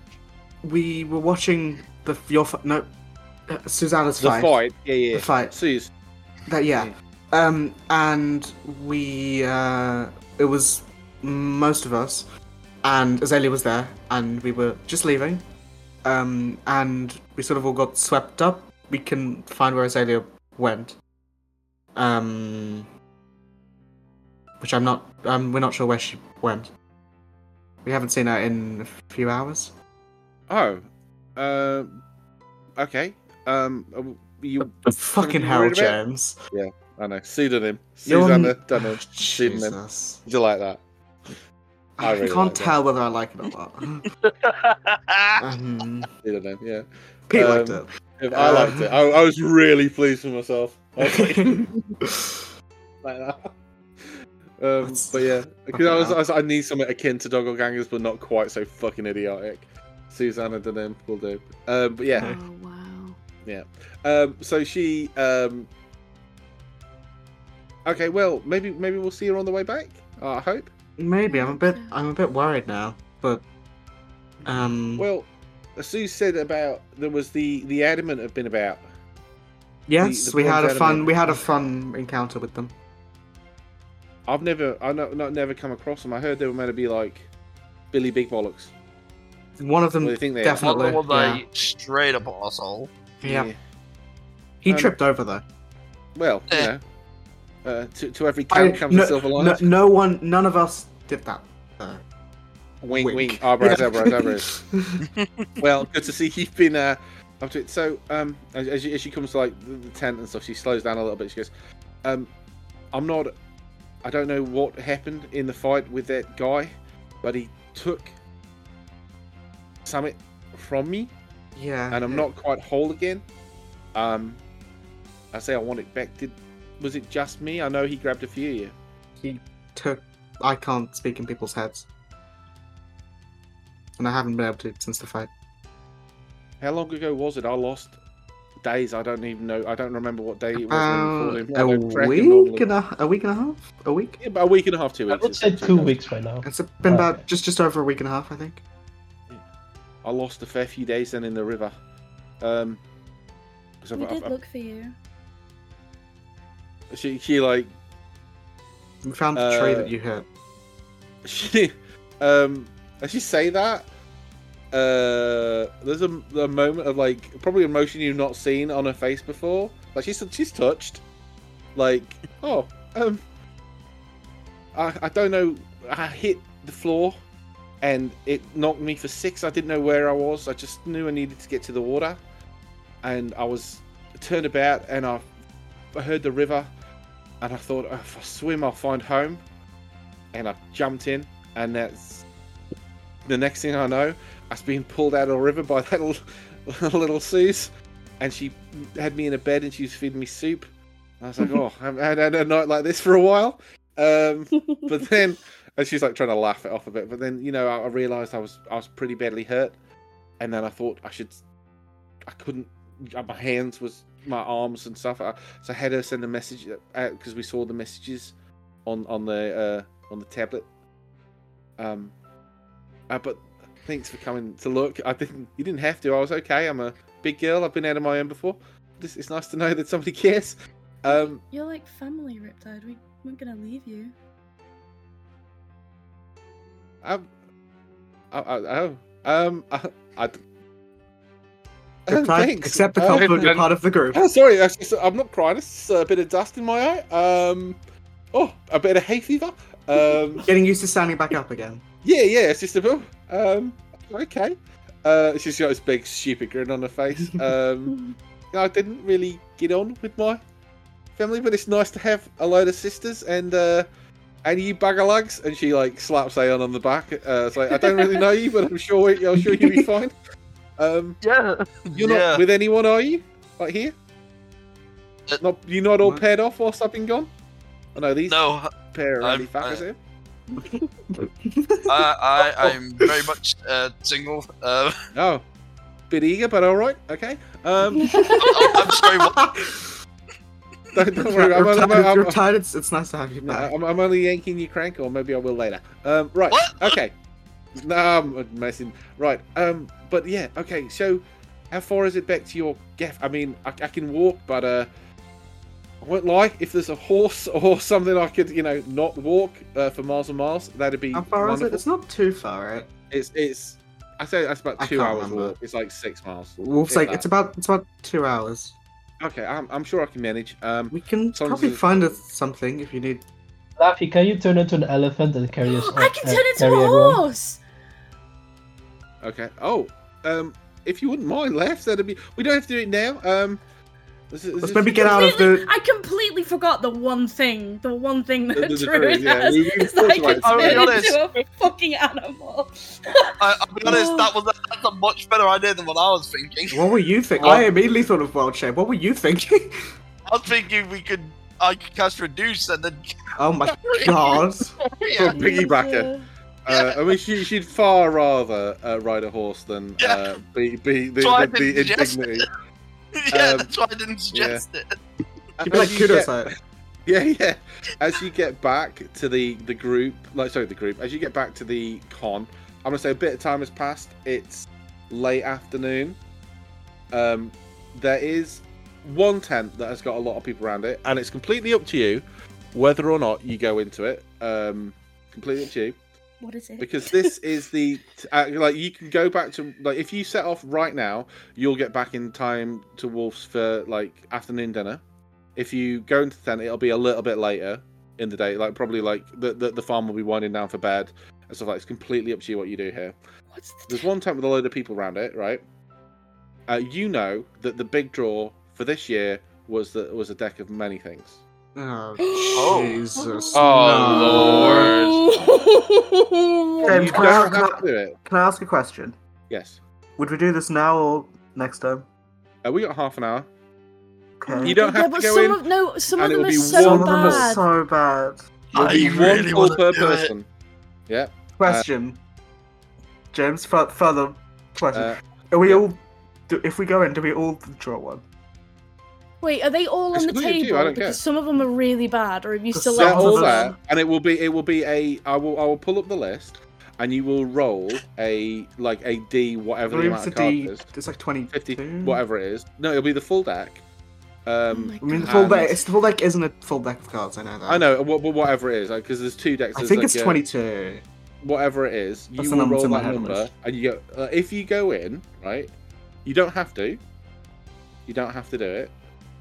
we were watching the your fi- no uh, Susanna's
The
fight.
fight. Yeah, yeah.
The fight.
Suze.
That yeah.
Yeah.
Um, and we uh, it was most of us, and Azalea was there, and we were just leaving, um, and we sort of all got swept up. We can find where Azalea went, um, which I'm not. Um, we're not sure where she went. We haven't seen her in a few hours.
Oh. Um. okay. Um. are You.
Fucking
you
hell,
worried about
James!
I know. Pseudonym.
You're n-
Susanna Dunham. Pseudonym.
Jesus.
Did you like that? I
I,
really
can't
like that.
tell whether I like it or not. Um,
Pseudonym. Yeah.
Pete
Um,
liked it.
If I liked it. I, I was really pleased with myself. I was like, like that. Um,
That's
but yeah, because
fucking
I was, I
hell.
was I need something akin to dogglegangers, but not quite so fucking idiotic. Susanna Dunham will do. Um, but yeah,
Oh wow.
um, so she. Um, okay, well, maybe maybe we'll see her on the way back. I hope.
Maybe I'm a bit I'm a bit worried now, but um
Well, Sue said about there was the the adamant have been about.
yes,
the- the
we had
bronze
a fun
adamant.
we had a fun encounter with them.
I've never I not, not never come across them. I heard they were meant to be like Billy Big Bollocks.
One of them
What do you think they are?
Well,
definitely.
well,
yeah.
they straight up asshole.
Yeah. He
Um,
tripped over though.
Well, you
Eh.
know, uh, to, to every camp
I-
comes a silver lining.
No, no one none of us did that. though.
Wink,
Wink.
wink. Eyebrows,
Yeah.
eyebrows, eyebrows. well, good to see you've been uh, up to it. So, um, as, as, she, as she comes to like the, the tent and stuff, she slows down a little bit. She goes, um, "I'm not. I don't know what happened in the fight with that guy, but he took Summit from me,
yeah.
and I'm not quite whole again. Um, I say I want it back. Did was it just me? I know he grabbed a few of you.
took I can't speak in people's heads. And I haven't been able to since the fight.
How long ago was it? I lost." Days, I don't even know. I don't remember what day it was.
About
when we fought him.
Uh, a
I don't track him
week
normally.
and a, a week and a half? A week?
Yeah, about a week and a half, two
I
weeks.
would say
essentially.
two weeks by now.
It's been
Okay.
about just just over a week and a half, I think.
I lost a fair few days then in the river. Um, 'cause I've-
We
I've-
did look for you.
I've- she, she like
We found the tree
Uh,
that you hit.
she um as you say that uh there's a, a moment of like probably emotion you've not seen on her face before like she's she's touched like oh um i i don't know i hit the floor and it knocked me for six i didn't know where i was i just knew i needed to get to the water and i was turned about and i i heard the river and i thought "Oh, if i swim i'll find home and I jumped in, and that's the next thing I know, I was being pulled out of the river by that little, little Suze, and she had me in a bed and she was feeding me soup. And I was like, oh, I haven't had a night like this for a while. Um, but then, and she's like trying to laugh it off a bit. But then, you know, I, I realized I was I was pretty badly hurt, and then I thought I should, I couldn't, uh, my hands was my arms and stuff. I, so I had her send a message out because we saw the messages on on the uh, on the tablet. Um, uh, but thanks for coming to look. I didn't. You didn't have to. I was okay. I'm a big girl. I've been out of my own before. This, it's nice to know that somebody cares. Um,
You're like family, Riptide. We weren't gonna leave you.
I'm, I, I, um, oh, um, I, I, Oh,
Reply-
thanks.
accept the
Uh,
compliment, you're
and-
part of the group.
Oh, sorry, that's just- I'm not crying. It's just a bit of dust in my eye. Um, oh, a bit of hay fever. Um,
Getting used to standing back up again.
yeah, yeah, it's just a bit. Um, okay. Uh, she's got this big stupid grin on her face. Um, I didn't really get on with my family, but it's nice to have a load of sisters and uh, and you bag of lugs. And she like slaps Aeon on the back. Uh, it's like I don't really know you, but I'm sure I'm sure you'll be fine. Um,
Yeah.
you're
Yeah.
not with anyone, are you? Like here?
Uh,
Not you're not all
no.
paired off whilst I've been gone. I know these
No,
pair are eh?
I'm- uh,
really fat
I-
as him.
I, I I'm very much uh, single. Uh,
No, Oh, bit eager, but all right. Okay. Um,
I- I'm sorry. What?
don't, don't worry. I'm, I'm,
Riptide-
I'm, I'm,
Riptide, it's, it's nice to have you
No,
back.
I'm, I'm only yanking your crank, or maybe I will later. Um, right.
What?
Okay. No, I'm messing. Right. Um, but yeah. Okay. So, how far is it back to your gaff? I mean, I, I can walk, but uh, I won't lie. If there's a horse or something, I could, you know, not walk uh, for miles and miles. That'd be
How far is it?
wonderful.
It's not too far, right?
It's it's. I say that's about
I
two
can't
hours
remember.
walk. It's like six miles.
Wolf's
Yeah,
like
that.
it's about it's about two hours.
Okay, I'm, I'm sure I can manage. Um,
We can
Sounds
probably
as-
find us something if you need.
Laffy, can you turn into an elephant and carry us?
I can
uh,
turn into
carry
a
everyone?
horse.
Okay. Oh, um, if you wouldn't mind, left. That'd be. We don't have to do it now. Um, this is-
Let's
this-
maybe get out of
Completely-
the.
I completely forgot the one thing. The one thing that
The- the- the
Druid
druid, yeah.
has
You- you
is that I
thought
can
about
it.
turn
I'll be
into a fucking animal.
I, I'll be honest. That was that's a much better idea than what I was thinking.
What were you thinking?
What?
I immediately thought of wild shape. What were you thinking?
I was thinking we could I could cast reduce and then
Oh my god!
Um,
yeah,
piggybacker. Uh, I mean, she, she'd far rather uh, ride a horse than uh,
Yeah.
be, be the,
Try
the, the
and just-
indignity.
yeah
Um,
that's why I didn't suggest it.
You'd be like
As you
kudos
get-
at it.
yeah, yeah. As you get back to the the group, like sorry, the group. As you get back to the con, I'm gonna say a bit of time has passed. It's late afternoon. Um, there is one tent that has got a lot of people around it, and it's completely up to you whether or not you go into it. Um, completely up to you.
What is it?
because this is the uh, like you can go back to like if you set off right now you'll get back in time to wolves for like afternoon dinner if you go into the tent it'll be a little bit later in the day like probably like the the, the farm will be winding down for bed and stuff like it's completely up to you what you do here
What's the
there's one tent with a load of people around it right uh, you know that the big draw for this year was that was a deck of many things
Oh
Oh.
Jesus!
Oh,
no.
Lord.
Oh, Then
you
can, I,
don't
can,
have
I,
to do it
can I ask a question?
yes
Would we do this now or next time?
uh, we got half an hour
Okay.
You don't have
Mm-hmm. but
to go
some
in,
Of, no, some of
and it
them
will
are
be
so
Some of them are
bad.
so bad.
There'll
I
be
really
one
want
call per
to do it.
person. Yeah.
Question. James, fu- further question.
Uh,
Are we
yeah.
all? Do, if we go in, do we all draw one?
Wait, are they all on the
Exclude you,
table?
I don't
because
care.
some of them are really bad, or have you
Because
still
some
they're
left
of
all
them-
there, and it will be it will be a I will I will pull up the list, and you will roll a like a D
I
whatever the
believe
amount
it's a
of cards
D.
is
It's like twenty.
fifty whatever it is. No, it'll be the full deck.
Oh
Um,
I mean, the
And-
full deck. It's the full deck isn't a full deck of cards. I know that.
I know uh, wha- wha- whatever it is because there's two decks.
I
there's,
think
like,
it's
a-
twenty-two.
whatever it is,
That's
you
the
will
number
roll
to my
that
head
number,
list.
and you go. Uh, if you go in, right, you don't have to. You don't have to do it.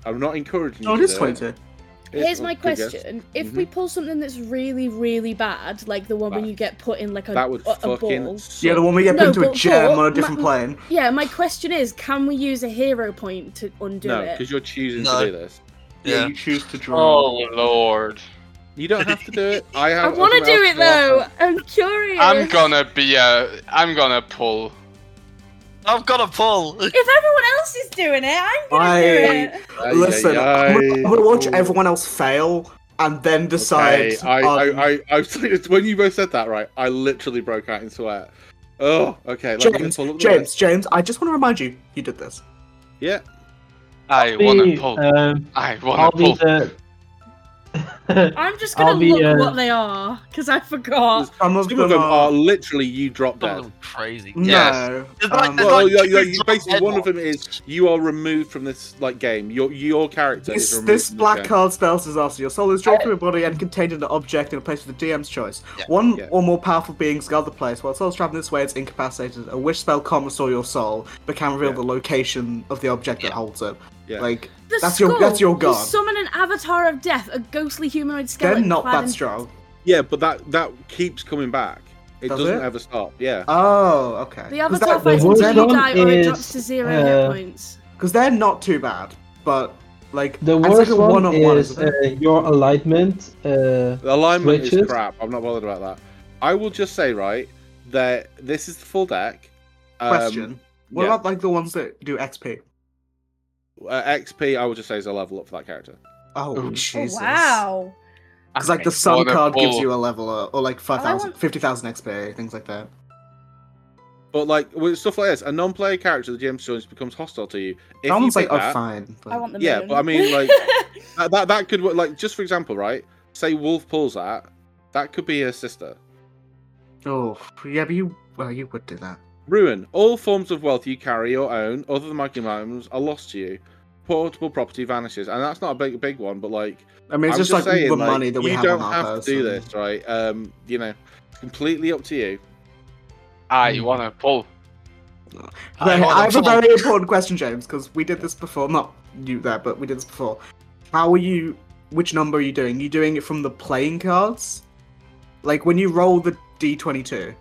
I'm not encouraging you.
Oh, it
to
is
do
twenty-two.
It's-
Here's my
good guess. Mm-hmm.
question: If we pull something that's really, really bad, like the one when
That-
you get put in like a,
That would
a, a
fucking.
ball,
suck.
Yeah, the one we get put
No,
into a
but-
gym
but
on a
my-
different plane.
yeah. My question is: Can we use a hero point to undo
no,
it?
because you're choosing
No.
to do this.
Yeah.
you choose to draw.
Oh lord.
You don't have to do it. I
I
have.
want to do it
something else
though.
to
I'm curious.
I'm gonna be a. I'm gonna pull.
I've got a pull.
If everyone else is doing it, I'm gonna
I-
do it.
offer. Ay,
Listen,
ay,
I'm gonna, I'm gonna watch
ay.
everyone else fail and then decide.
Okay,
um,
I,
on-
I, I, I, was like- it's- when you both said that, right? I literally broke out in sweat. Oh, okay. Let me
James,
pull up the
James,
list.
James, I just want to remind you, you did this.
Yeah.
I wanna
Be,
pull.
uh,
um,
I
I'll
wanna
be
pull.
the.
I'm just
I'll
gonna
be,
look
uh,
what they are because I forgot.
Some of
Some of
them are-
"Oh, literally you drop
Some of
dead.
them crazy.
No.
Yes.
There's like-
Um,
there's
Well,
like
yeah,
two
yeah, you-
drop
basically,
dead
one of
ones.
them is you are removed from this like game. Your your character is
This,
removed.
this
from
black
game.
card spells disaster. Your soul is drawn from your body and contained in an object in a place of the DM's choice.
Yeah,
One
yeah.
or more powerful beings guard the place. While souls traveling this way, it's incapacitated. A wish spell can restore your soul, but can reveal
Yeah.
the location of the object that
Yeah.
holds it.
Yeah.
Like,
The
That's your- that's your
skull. You
god.
Summon an avatar of death, a ghostly humanoid
they're
skeleton.
not
clad
that
in-
strong.
Yeah, but that that keeps coming back. It
Does
doesn't
it?
ever stop. Yeah.
Oh, okay.
The
Because
avatar
The
fights
wood
until you
one
die, or it
is,
drops to zero
uh,
hit points.
they're, not too bad, but Like
The
I'd say
worst
the
one,
one-on-one
is
isn't it?
uh, your alignment. Uh,
The alignment is
Switches?
crap. I'm not bothered about that. I will just say right that this is the full deck. Um,
question. What
yeah.
about like the ones that do XP?
Uh, XP, I will just say is a level up for that character.
Oh
Oh,
Jesus!
Oh, wow.
Because like the sun
Water
card gives
ball.
you a level up, or like 5,000,
want-
50,000 XP, things like that.
But like with stuff like this, a non-player character the GM joins becomes hostile to you. If
That one's
you
like,
pick
oh,
that,
fine. but-
I want the
Yeah,
moon.
but I mean, like- that, that that could work- like just for example, right? Say Wolf pulls that, that could be her sister.
Oh, yeah, but you, well, you would do that.
Ruin. All forms of wealth you carry or own, other than marking items, are lost to you. Portable property vanishes, and that's not a big big one, but like
I mean, it's
I'm
just, like
saying,
the
like,
money that we
you
have
don't
on our
have to do
person.
this, right? Um, you know, it's completely up to you.
I wanna pull.
I
Right,
wanna
I have a
pull.
very important question, James, because we did this before. Not you there, but we did this before. How are you? Which number are you doing? You doing it from the playing cards? Like when you roll the d22,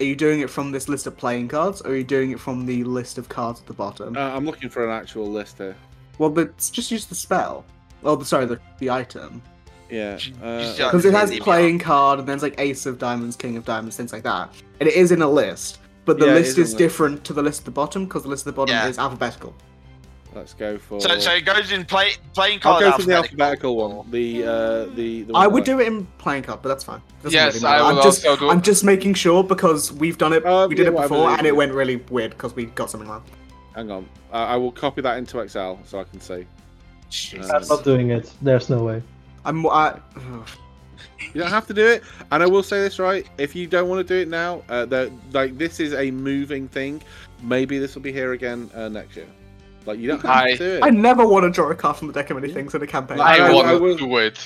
are you doing it from this list of playing cards, or are you doing it from the list of cards at the bottom?
Uh, I'm looking for an actual list here.
well, but s- just use the spell. Oh, the- sorry, the, the item.
Yeah,
Just- just,
uh,
uh,
Because it has
Yeah.
playing card, and then it's like Ace of Diamonds, King of Diamonds, things like that. And it is in a list, but the
Yeah, it
list
is in
is
the-
different to the list at the bottom, because the list at the bottom
Yeah.
is alphabetical.
let's go for.
So, so it goes in play, playing
I'll
card
go for the
alphabetical.
alphabetical one. The uh, the, the one
I
that
would do it in playing card, but that's fine. Doesn't
Yes,
really matter.
I will
I'm just,
also do.
I'm just making sure because we've done it.
Um,
we did
yeah,
it
whatever
before,
it is,
and it
yeah.
went really weird because we got something wrong.
Hang on, I I will copy that into Excel so I can see.
I'm not doing it. There's no way.
I'm. I,
You don't have to do it. And I will say this right: if you don't want to do it now, uh, the, like this is a moving thing. Maybe this will be here again uh, next year. Like you don't have
I-
to do it.
I never want to draw a card from the deck of many things in a campaign.
I- Uh,
I
I
wanna
will-
do it.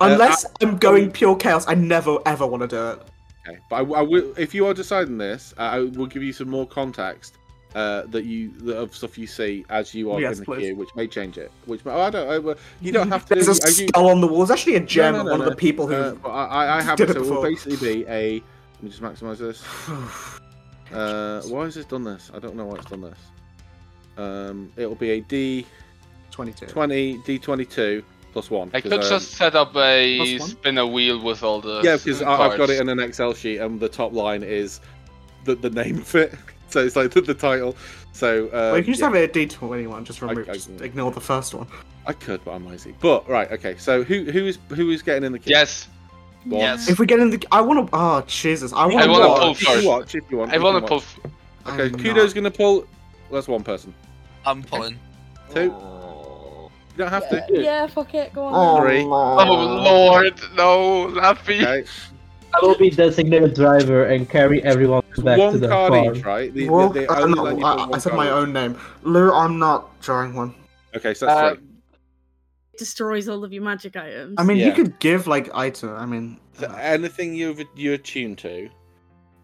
Unless I'm going pure chaos, I never ever want to do it.
Okay, but I, I will. If you are deciding this, uh, I I will give you some more context uh, that you that of stuff you see as you are
Yes,
in the
please.
queue, which may change it. Which may, oh, I don't. I, well, you don't have to.
There's a
I do-
skull on the wall. There's actually a gem
no,
of
no,
one
no.
of the people who.
uh, but I, I I have it.
Did
So
it
it will
before.
basically be a. Let me just maximize this. Uh, why has this done this? I don't know why it's done this. Um, it'll be a D
22.
twenty D twenty two plus one.
I
'cause,
could
um,
just set up a
Plus one?
spinner wheel with all the
yeah, because I- I've got
cards.
it in an Excel sheet, and the top line is the the name of it. So it's like the, the title. So uh,
Well, you can just
yeah.
have it at D21, just remove,
I-
just ignore the first one.
I could, but I'm lazy. But right, okay. So who who is who is getting in the queue?
Yes,
Go on.
Yes.
If we get in the. I want to. Oh, Jesus. I want
I
to.
wanna
watch.
pull
You can
first.
watch if you want.
I
You
wanna
can
pull.
watch. Okay, Kudo's gonna pull. That's one person.
I'm pulling.
Two. You don't have
yeah,
to.
yeah, fuck it, go on.
Three.
Oh lord, no, Laffy.
Okay.
I will be designated driver and carry everyone
Just
back to
one
the
card
farm.
each, right? The- the-
Well,
they
I,
only
no,
let you
I,
pull
I
one
said
card
my
each.
own name. Lou, I'm not drawing one.
Okay, so that's
Uh,
three.
Destroys all of your magic items.
I mean,
Yeah.
you could give like item. I mean,
So
uh,
anything you've you're attuned to,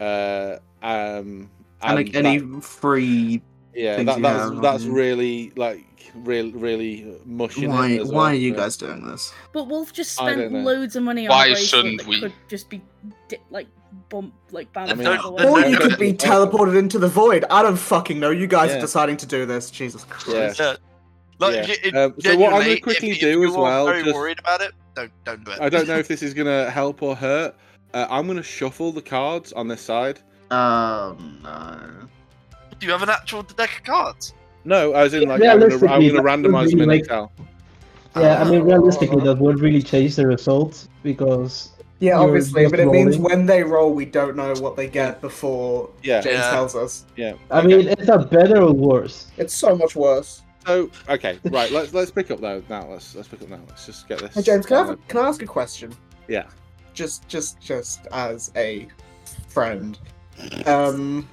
uh, um,
and like any
that-
free.
yeah,
things
that,
you
that's
have
that's
on-
really like really really mushing. it
Why?
as
Why
well,
are you
so-
guys doing this?
But Wolf just
I don't
spent
know.
loads of money on
Why
a bracelet
shouldn't
that
we?
could just be di- like bump like
I
bounced
mean,
out of the
the
Or
no-
you
no-
could be teleported into the void. I don't fucking know. You guys
Yeah.
are deciding to do this. Jesus Christ.
Yeah. Like,
Yeah.
it- it-
Um, so what I'm
genuinely,
gonna
if-
quickly
if
do
you
as
are
well,
Very
just-
worried about it. Don't don't do it.
I don't know if this is gonna help or hurt. Uh, I'm gonna shuffle the cards on this side.
Um. No.
Do you have an actual deck of cards?
No, as in like
Yeah,
I'm, gonna,
realistically,
I'm gonna
that would
randomize them in
really make-
Excel.
Yeah, I mean, realistically, that won't really change the result because
Yeah,
You're
obviously,
just
but it means
rolling.
when they roll, we don't know what they get before
Yeah.
James
Yeah.
tells us.
I
Okay.
mean, it's not better or worse.
It's so much worse.
So okay, right. Let's let's pick up though. Now let's let's pick up now. Let's just get this.
Hey, James, can I, have a,
done.
can I ask a question?
Yeah.
Just, just, just as a friend, um,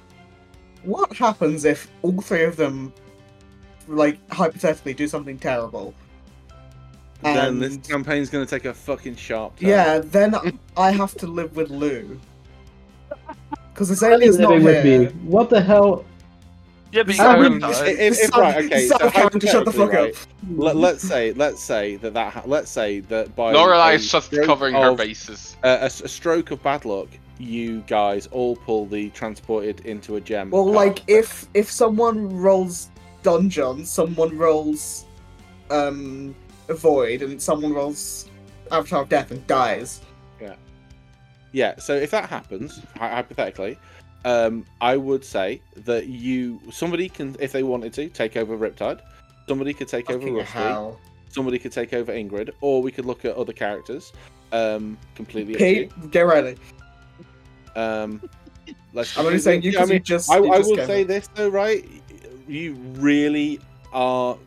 what happens if all three of them, like hypothetically, do something terrible?
Then this
And-
campaign's gonna take a fucking sharp. Turn.
Yeah, then I have to live with Lou. Because Azalea's not
Living with
here.
me. What the hell?
Yeah, but you
I
can't
wouldn't-
know.
If- if- if- right, okay,
So
so
having to shut the fuck
hypothetically,
up.
Let, let's say let's say that that ha- let's say that by
Lorelai's
a
just
stroke
covering her
of-
bases.
uh, a, s- a stroke of bad luck, you guys all pull the transported into a gem.
Well,
card.
like if if someone rolls dungeon, someone rolls um, a void and someone rolls Avatar of Death and dies.
Yeah, so if that happens, hy- hypothetically, um, I would say that you somebody can, if they wanted to, take over Riptide. Somebody could take over
Fucking
Rusty.
hell.
Somebody could take over Ingrid, or we could look at other characters. Um, completely. up to
Pete, get ready.
you. Um, let's.
I'm only saying you
Yeah, I
because you
mean,
just.
I,
you
I
just
will
gave
say
it.
this though, right? You really are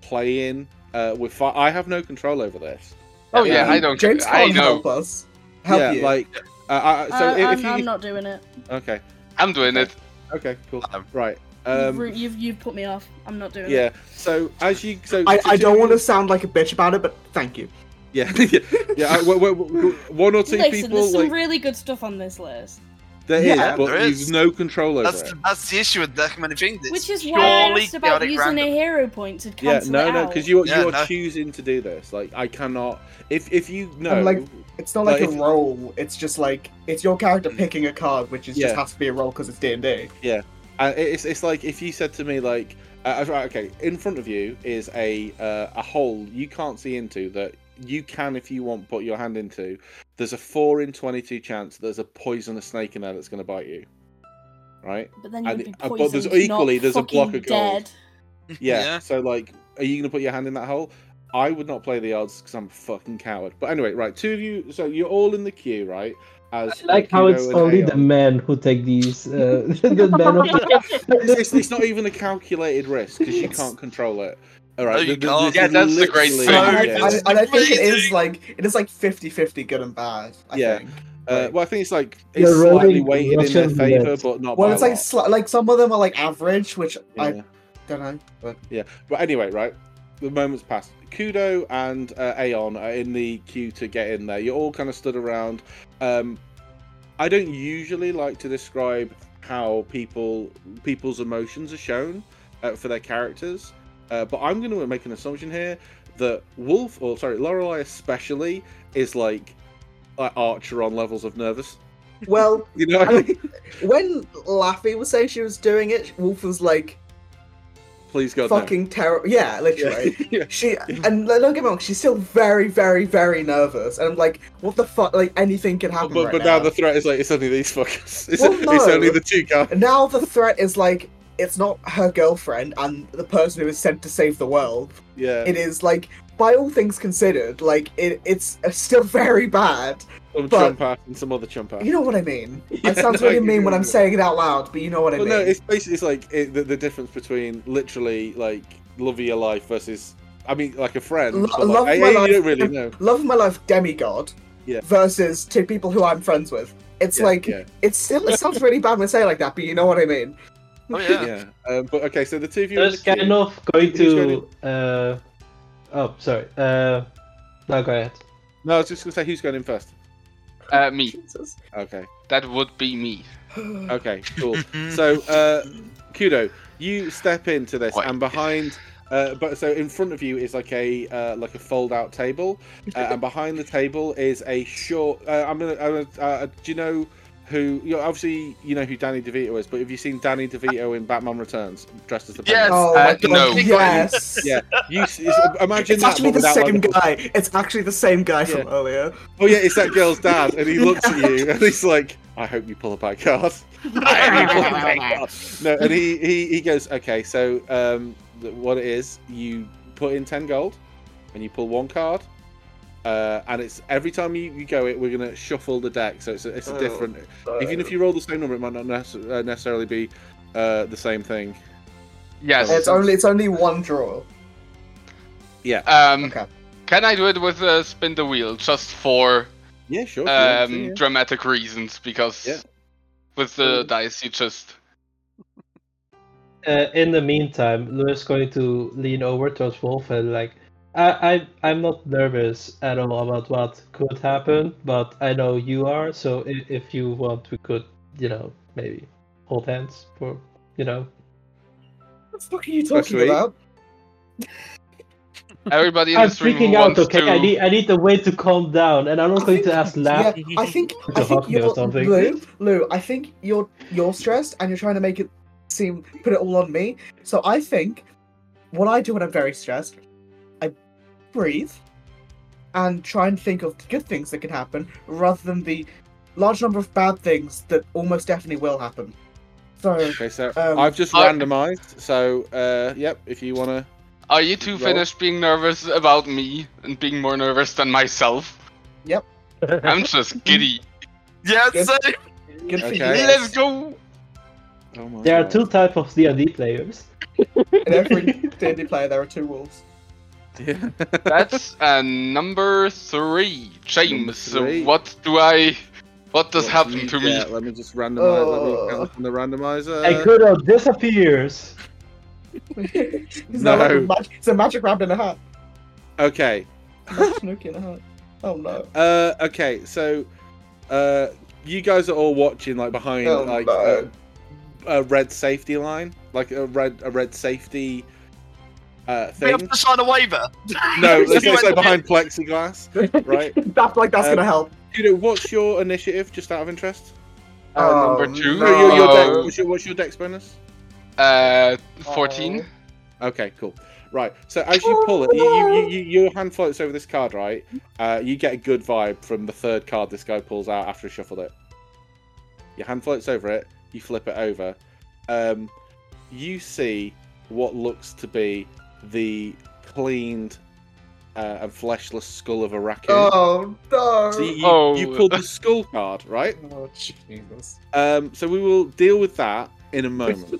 playing uh, with fire. I have no control over this.
Oh yeah,
Yeah.
I don't.
James
I
can't
know.
help us. Help
um, yeah,
you.
like. Uh, uh, so
I,
if,
I'm,
if you
I'm not doing it.
okay,
I'm doing it.
okay, cool,
Um,
right.
you've,
Um,
ru- you've you've put me off. I'm not doing
yeah.
it.
So as you so
I, I don't
two-
want to sound like a bitch about it, but thank you.
Yeah, yeah. yeah I- w- w- w- one or two
Listen,
people
there's some
like
really good stuff on this list,
there is,
Yeah,
but
there is.
you've no control over
That's
it.
the, that's the issue with documentary things. It's
which is why I
purely
asked about
chaotic
using
random.
a hero point to
Yeah,
cancel
no,
it
no,
out.
because you are
Yeah,
you are
no.
choosing to do this. Like I cannot. If if you know,
I'm like- It's not like
Like,
a
if-
roll. It's just like it's your character picking a card, which is
Yeah.
just has to be a roll because it's D and D.
Uh, it's, it's like if you said to me like uh, uh, right, okay in front of you is a uh, a hole you can't see into that you can if you want put your hand into there's a 4 in 22 chance there's a poisonous snake in there that's going to bite you right
But then you'd
and-
be
uh, but
poisoned,
there's
not
equally- there's a
fucking
block of gold.
dead.
yeah,
Yeah.
so like are you going to put your hand in that hole i would not play the odds because i'm a fucking coward but anyway right two of you so you're all in the queue right as
I like how
Yakudo
it's
and
only
Aeon.
the men who take these. Uh, the men of
it's, it's not even a calculated risk because you can't control it. All right,
No, you
th- th-
can't.
this
Yeah,
is
that's the great
literally-
So-
and, I,
thing.
Yeah,
and- and I think it is
Amazing.
like it is like 50-50 good and bad. I
Yeah.
think.
Uh, well, I think it's like
You're
it's slightly
rolling
weighted in their
Russian
favour,
roulette.
but not.
Well,
by
it's
a
like
lot.
sli- like some of them are like average, which I
Yeah.
don't know. But
But anyway, right, the moment's passed. Kudo and uh, Aeon are in the queue to get in there. You're all kind of stood around. Um, I don't usually like to describe how people people's emotions are shown uh, for their characters, uh, but I'm going to make an assumption here that Wolf, or sorry, Lorelei especially, is like, like Archer on levels of nervous.
well,
You know, what I
I
mean?
when Laffy was saying she was doing it, Wolf was like
please God, no.
fucking terrible. Yeah, literally.
Yeah.
She and like, don't get me wrong, she's still very, very, very nervous, and I'm like, what the fuck? Like anything can happen.
But,
right
but now the threat is like it's only these fuckers. It's,
Well,
it's
no.
only the two guys.
now the threat is like it's not her girlfriend and the person who is sent to save the world.
Yeah.
It is like, by all things considered, like it, it's uh, still very bad.
some
But-
chump ass and some other chump ass.
You know what I mean?
Yeah,
it sounds
no, I
really
get
mean when
you.
I'm saying it out loud, but you know what I
well, no,
mean.
it's basically it's like it, the, the difference between literally like love of your life versus I mean like a friend.
Lo-
but, like,
love of
I-
my
I-
life.
You don't really know.
Love of my life, demigod,
Yeah.
versus to people who I'm friends with. It's
Yeah,
like
yeah,
it's still it sounds really bad when I say it like that, but you know what I mean.
Oh
yeah.
yeah.
Um, but okay, so the two of you. are in
That's
the
kind
queue.
of going
Who's going
to. Uh, oh, sorry. Uh, no, go ahead.
No, I was just gonna say who's going in first.
Uh, me.
Jesus.
Okay,
That would be me.
Oh
okay, cool.
Mm-hmm.
so, uh, Kudo, you step into this,
Wait.
and behind. Uh, but so in front of you is like a uh, like a fold out table, uh, and behind the table is a short. Uh, I'm gonna. I'm gonna uh, do you know who? You know, obviously, you know who Danny DeVito is. But have you seen Danny DeVito in Batman Returns dressed as the?
Yes,
Penguin?
oh
uh,
my god,
no.
yes.
Yeah. You s- it's- imagine
It's
that.
actually
but
the
without, like,
same
the-
guy. It's actually the same guy
Yeah.
from earlier.
Oh yeah, it's that girl's dad, and he looks at you, and he's like, "I hope you pull a bad card." no, and he, he he goes, "Okay, so um, th- what it is, you put in ten gold, and you pull one card, uh, and it's every time you, you go it, we're gonna shuffle the deck, so it's a, it's a
Oh.
different. Even if you roll the same number, it might not nece- uh, necessarily be uh, the same thing.
Yes.
it's only it's only one draw.
Um,
Okay.
Can I do it with uh, spin the wheel just for
Yeah, sure. if you want
um,
to, yeah.
dramatic reasons? Because
Yeah.
with the dice, you just
Uh, in the meantime, Lewis going to lean over towards Wolf and like, I, I I'm not nervous at all about what could happen, but I know you are. So if, if you want, we could, you know, maybe hold hands for, you know.
What the fuck are you
That's
talking
sweet.
about?
everybody in
I'm
the stream
freaking out.
wants
Okay,
to.
I need I need a way to calm down, and I'm not
I
going to
think-
ask Lap.
Yeah, I think
To
I think
hug me or
you're
something.
Lou, Lou, I think you're you're stressed and you're trying to make it seem put it all on me. So I think what I do when I'm very stressed
breathe, and try and think of the good things that can happen rather than the large number of bad things that almost definitely will happen. So,
Okay, so
Um,
I've just
I-
randomised. So uh, yep, if you wanna,
Are you two
Roll.
finished being nervous about me and being more nervous than myself?
Yep.
I'm just giddy.
Yeah,
Yes.
so
good for you.
Okay.
yes.
Let's go.
oh my
there are
God.
two type of D&D players.
In every D&D player, there are two wolves.
Yeah.
That's uh, number three,
Number
James.
three.
So what do I? What does
What
happen
you
to
get?
me?
Let me just randomize. Let me
Oh.
look from the randomizer.
and Kudo disappears.
He's now like a
No.
mag- it's a magic rabbit in a hat.
Okay.
Magic Snooki in a hat. Oh no.
Uh, okay. So, uh, you guys are all watching like behind
Oh,
like
no.
a, a red safety line, like a red a red safety uh
we have
thing.
to sign a waiver.
Uh,
No,
If
let's
you
just say
went-
behind plexiglass, right?
That's like that's
Um,
gonna help.
You know, what's your initiative, just out of interest?
Oh,
Uh, number two.
No, your, your dex,
um,
No.
Oh,
what's, your, what's your dex bonus?
Uh, fourteen.
Oh,
Okay, cool. Right, so as you pull it, you, you, you, you- your hand floats over this card, right? Uh, you get a good vibe from the third card this guy pulls out after he shuffled it. Your hand floats over it, you flip it over. Um, you see what looks to be the cleaned uh, and fleshless skull of a raccoon.
Oh no.
So you, you,
Oh.
you pulled the skull card, right?
Oh Jesus.
Um, so we will deal with that in a moment.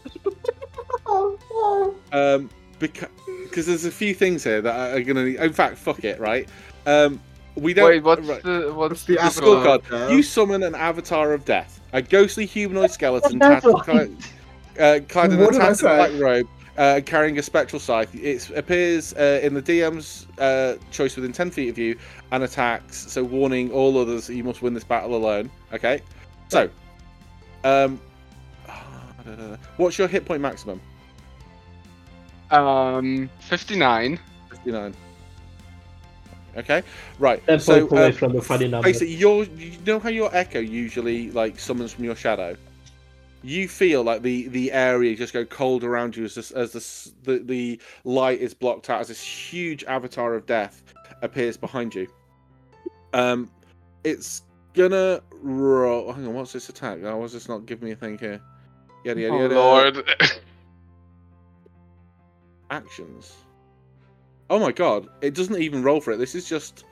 Oh, oh.
um, because there's a few things here that are gonna. In fact, fuck it, right? Um, we don't.
Wait, what's
right.
the what's
It's the
the
avatar.
skull card?
Yeah.
You summon an avatar of death, a ghostly humanoid skeleton
That's
tattered, cli- uh, clad in a
What did I
tattered
say?
black robe. Uh, carrying a spectral scythe, it appears uh, in the DM's uh, choice within ten feet of you and attacks. So, warning all others that you must win this battle alone. Okay, so, um, what's your hit point maximum?
um fifty-nine?
59. Okay, right.
Ten
so,
points away
um,
from the funny number.
basically, your you know how your echo usually like summons from your shadow. You feel like the the area just go cold around you as this, as the, s- the the light is blocked out as this huge avatar of death appears behind you. Um, it's gonna roll. Hang on, what's this attack? Oh, was this not give me a thing here? Yada yada
Oh
yada.
lord.
actions. Oh my god, it doesn't even roll for it. This is just.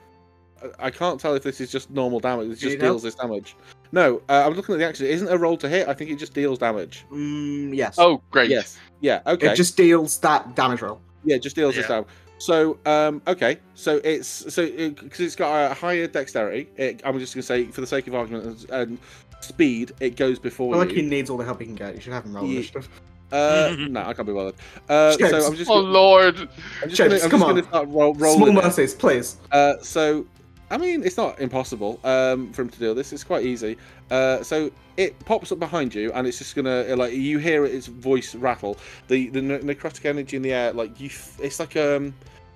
I- I can't tell if this is just normal damage. It just
need
deals this damage. No, uh, I'm looking at the action. It isn't a roll to hit. I think it just deals damage.
Mm, yes.
oh great.
Yes. Yeah. Okay.
It just deals that damage roll.
Yeah, just deals this
Yeah.
damage. So, um, okay. So it's so because it, has got a higher dexterity. It, I'm just gonna say, for the sake of argument and speed, it goes
I
before
feel like he
you.
needs all the help he can get. You should have him roll
Ye-
initiative.
Uh, no, I can't be bothered. Uh,
James.
so I'm just.
Oh
Gonna,
lord.
I'm just, gonna, I'm
James,
just
come on.
gonna start roll, rolling.
Small
it.
mercies, please.
Uh, so, I mean, it's not impossible um, for him to do this. It's quite easy. Uh, so it pops up behind you, and it's just gonna uh, like you hear its voice rattle. The the ne- necrotic energy in the air, like you, f- it's like um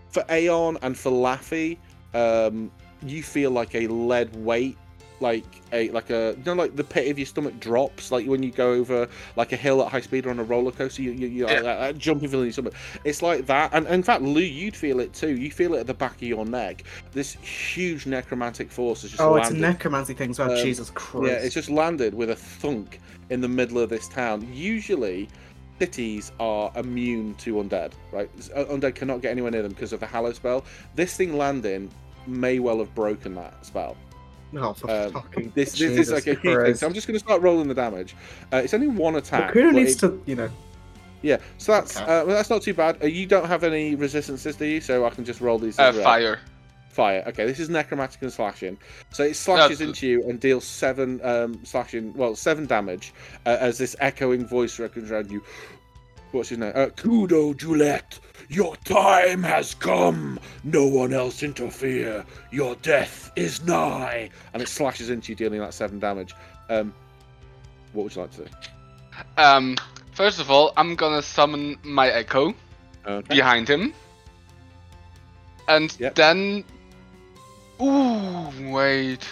for Aeon and for Laffy, um, you feel like a lead weight. Like a like a you know like the pit of your stomach drops like when you go over like a hill at high speed or on a roller coaster you you, you
Yeah.
like, that, that jumping feeling in your stomach it's like that and in fact Lou you'd feel it too you feel it at the back of your neck this huge necromantic force has just
Oh, it's
landed.
a necromancy thing as well.
Um,
Jesus Christ.
Yeah, it's just landed with a thunk in the middle of this town. Usually, cities are immune to undead, right? S- uh, Undead cannot get anywhere near them because of the Hallow spell. This thing landing may well have broken that spell.
Oh, for
um,
fucking
This, this is
Jesus
like a huge thing.
Christ.
So I'm just going to start rolling the damage. Uh, it's only one attack.
Kudo
but
needs
it-
to, you know,
Yeah, so that's
Okay.
uh, well, that's not too bad. Uh, you don't have any resistances, do you? So I can just roll these.
Uh,
as well.
fire.
Fire. Okay, this is necromantic and slashing. So it slashes
That's-
into you and deals seven um, slashing, well, seven damage uh, as this echoing voice records around you. What's his name? Uh, Kudo Juliet, your time has come. No one else interfere. Your death is nigh. And it slashes into you, dealing that seven damage. Um, what would you like to do?
Um. First of all, I'm gonna summon my echo
Okay.
behind him, and
Yep.
then. Ooh, wait.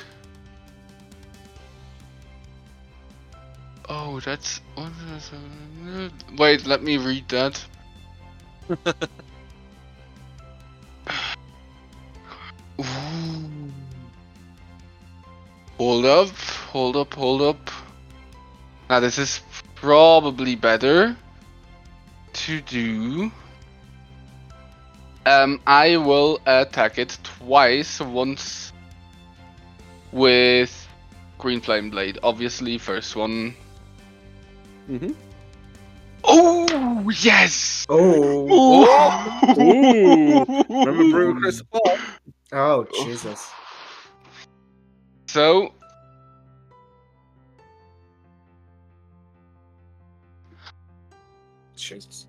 Oh, that's. Wait, let me read that. up, hold up, hold up. Now this is probably better to do. Um, I will attack it twice. Once with green flame blade. Obviously, first one.
Mhm.
Oh yes!
Oh,
Oh!
Remember Brew Chris
oh, Jesus.
So.
Jesus.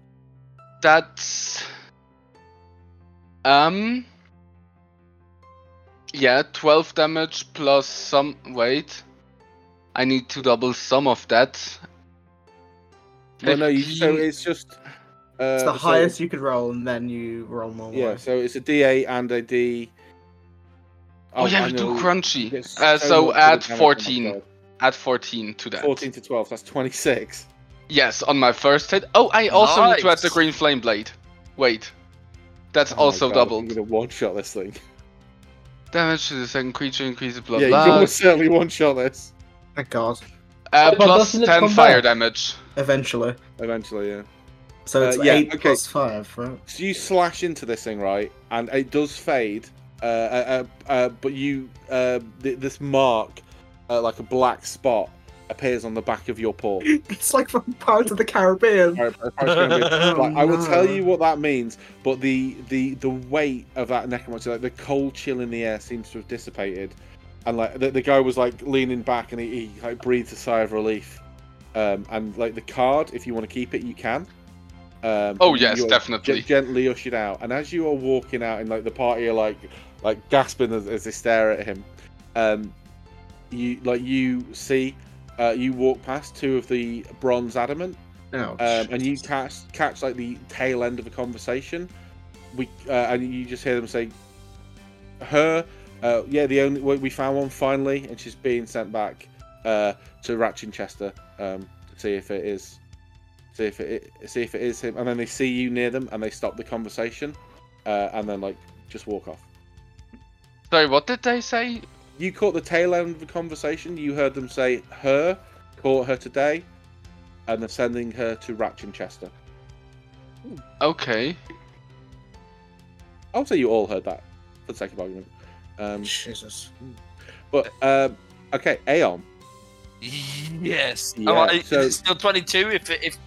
That's um yeah, 12 damage plus some wait. I need to double some of that.
No, no, you, so
15.
it's just. Uh,
It's the
so-
highest you could roll, and then you roll more.
Yeah,
ones.
so it's a D8 and a D.
Oh, yeah, we do
annual-
crunchy.
Yes,
Uh, so
much
add
damage on my
14.
roll.
Add 14 to that.
14 to 12, that's 26.
Yes, on my first hit. Oh, I also need to add the
Nice.
green flame blade. Wait. That's
Oh my God,
also
I'm
doubled.
gonna one shot this thing.
Damage to the second creature increases blah
yeah, you can
blah.
almost certainly one shot this.
Thank God.
Uh,
But
plus
doesn't it
10
come
fire
back?
damage.
Eventually.
Eventually, yeah.
So it's
Uh, yeah,
8
okay.
plus 5, right?
So you slash into this thing, right? And it does fade, uh, uh, uh, uh, but you uh, th- this mark, uh, like a black spot, appears on the back of your paw.
It's like from Pirates of the Caribbean.
Alright, but it's gonna be- like, I will tell
no.
you what that means, but the the the weight of that necromancer, like the cold chill in the air, seems to have dissipated, and like the, the guy was like leaning back and he, he like breathes a sigh of relief, um, and like the card, if you want to keep it, you can. Um,
Oh,
you-
yes,
you're
definitely.
G- gently ushered out, and as you are walking out, and like the party are like like gasping as, as they stare at him, um, you like you see. Uh, you walk past two of the bronze adamant
Oh,
um, and you catch catch like the tail end of a conversation. We uh, and you just hear them say, "Her, uh, yeah, the only we we found one finally, and she's being sent back uh, to Ratchinchester um, to see if it is, see if it see if it is him." And then they see you near them, and they stop the conversation, uh, and then like just walk off.
Sorry, what did they say?
You caught the tail end of the conversation. You heard them say, "Her, caught her today." And they're sending her to Ratchinchester.
Okay.
I'll say you all heard that for the sake of argument. Um,
Jesus.
but um, okay, Aeon.
Yes.
Yeah,
Am I,
so-
is it still 22? If, it- if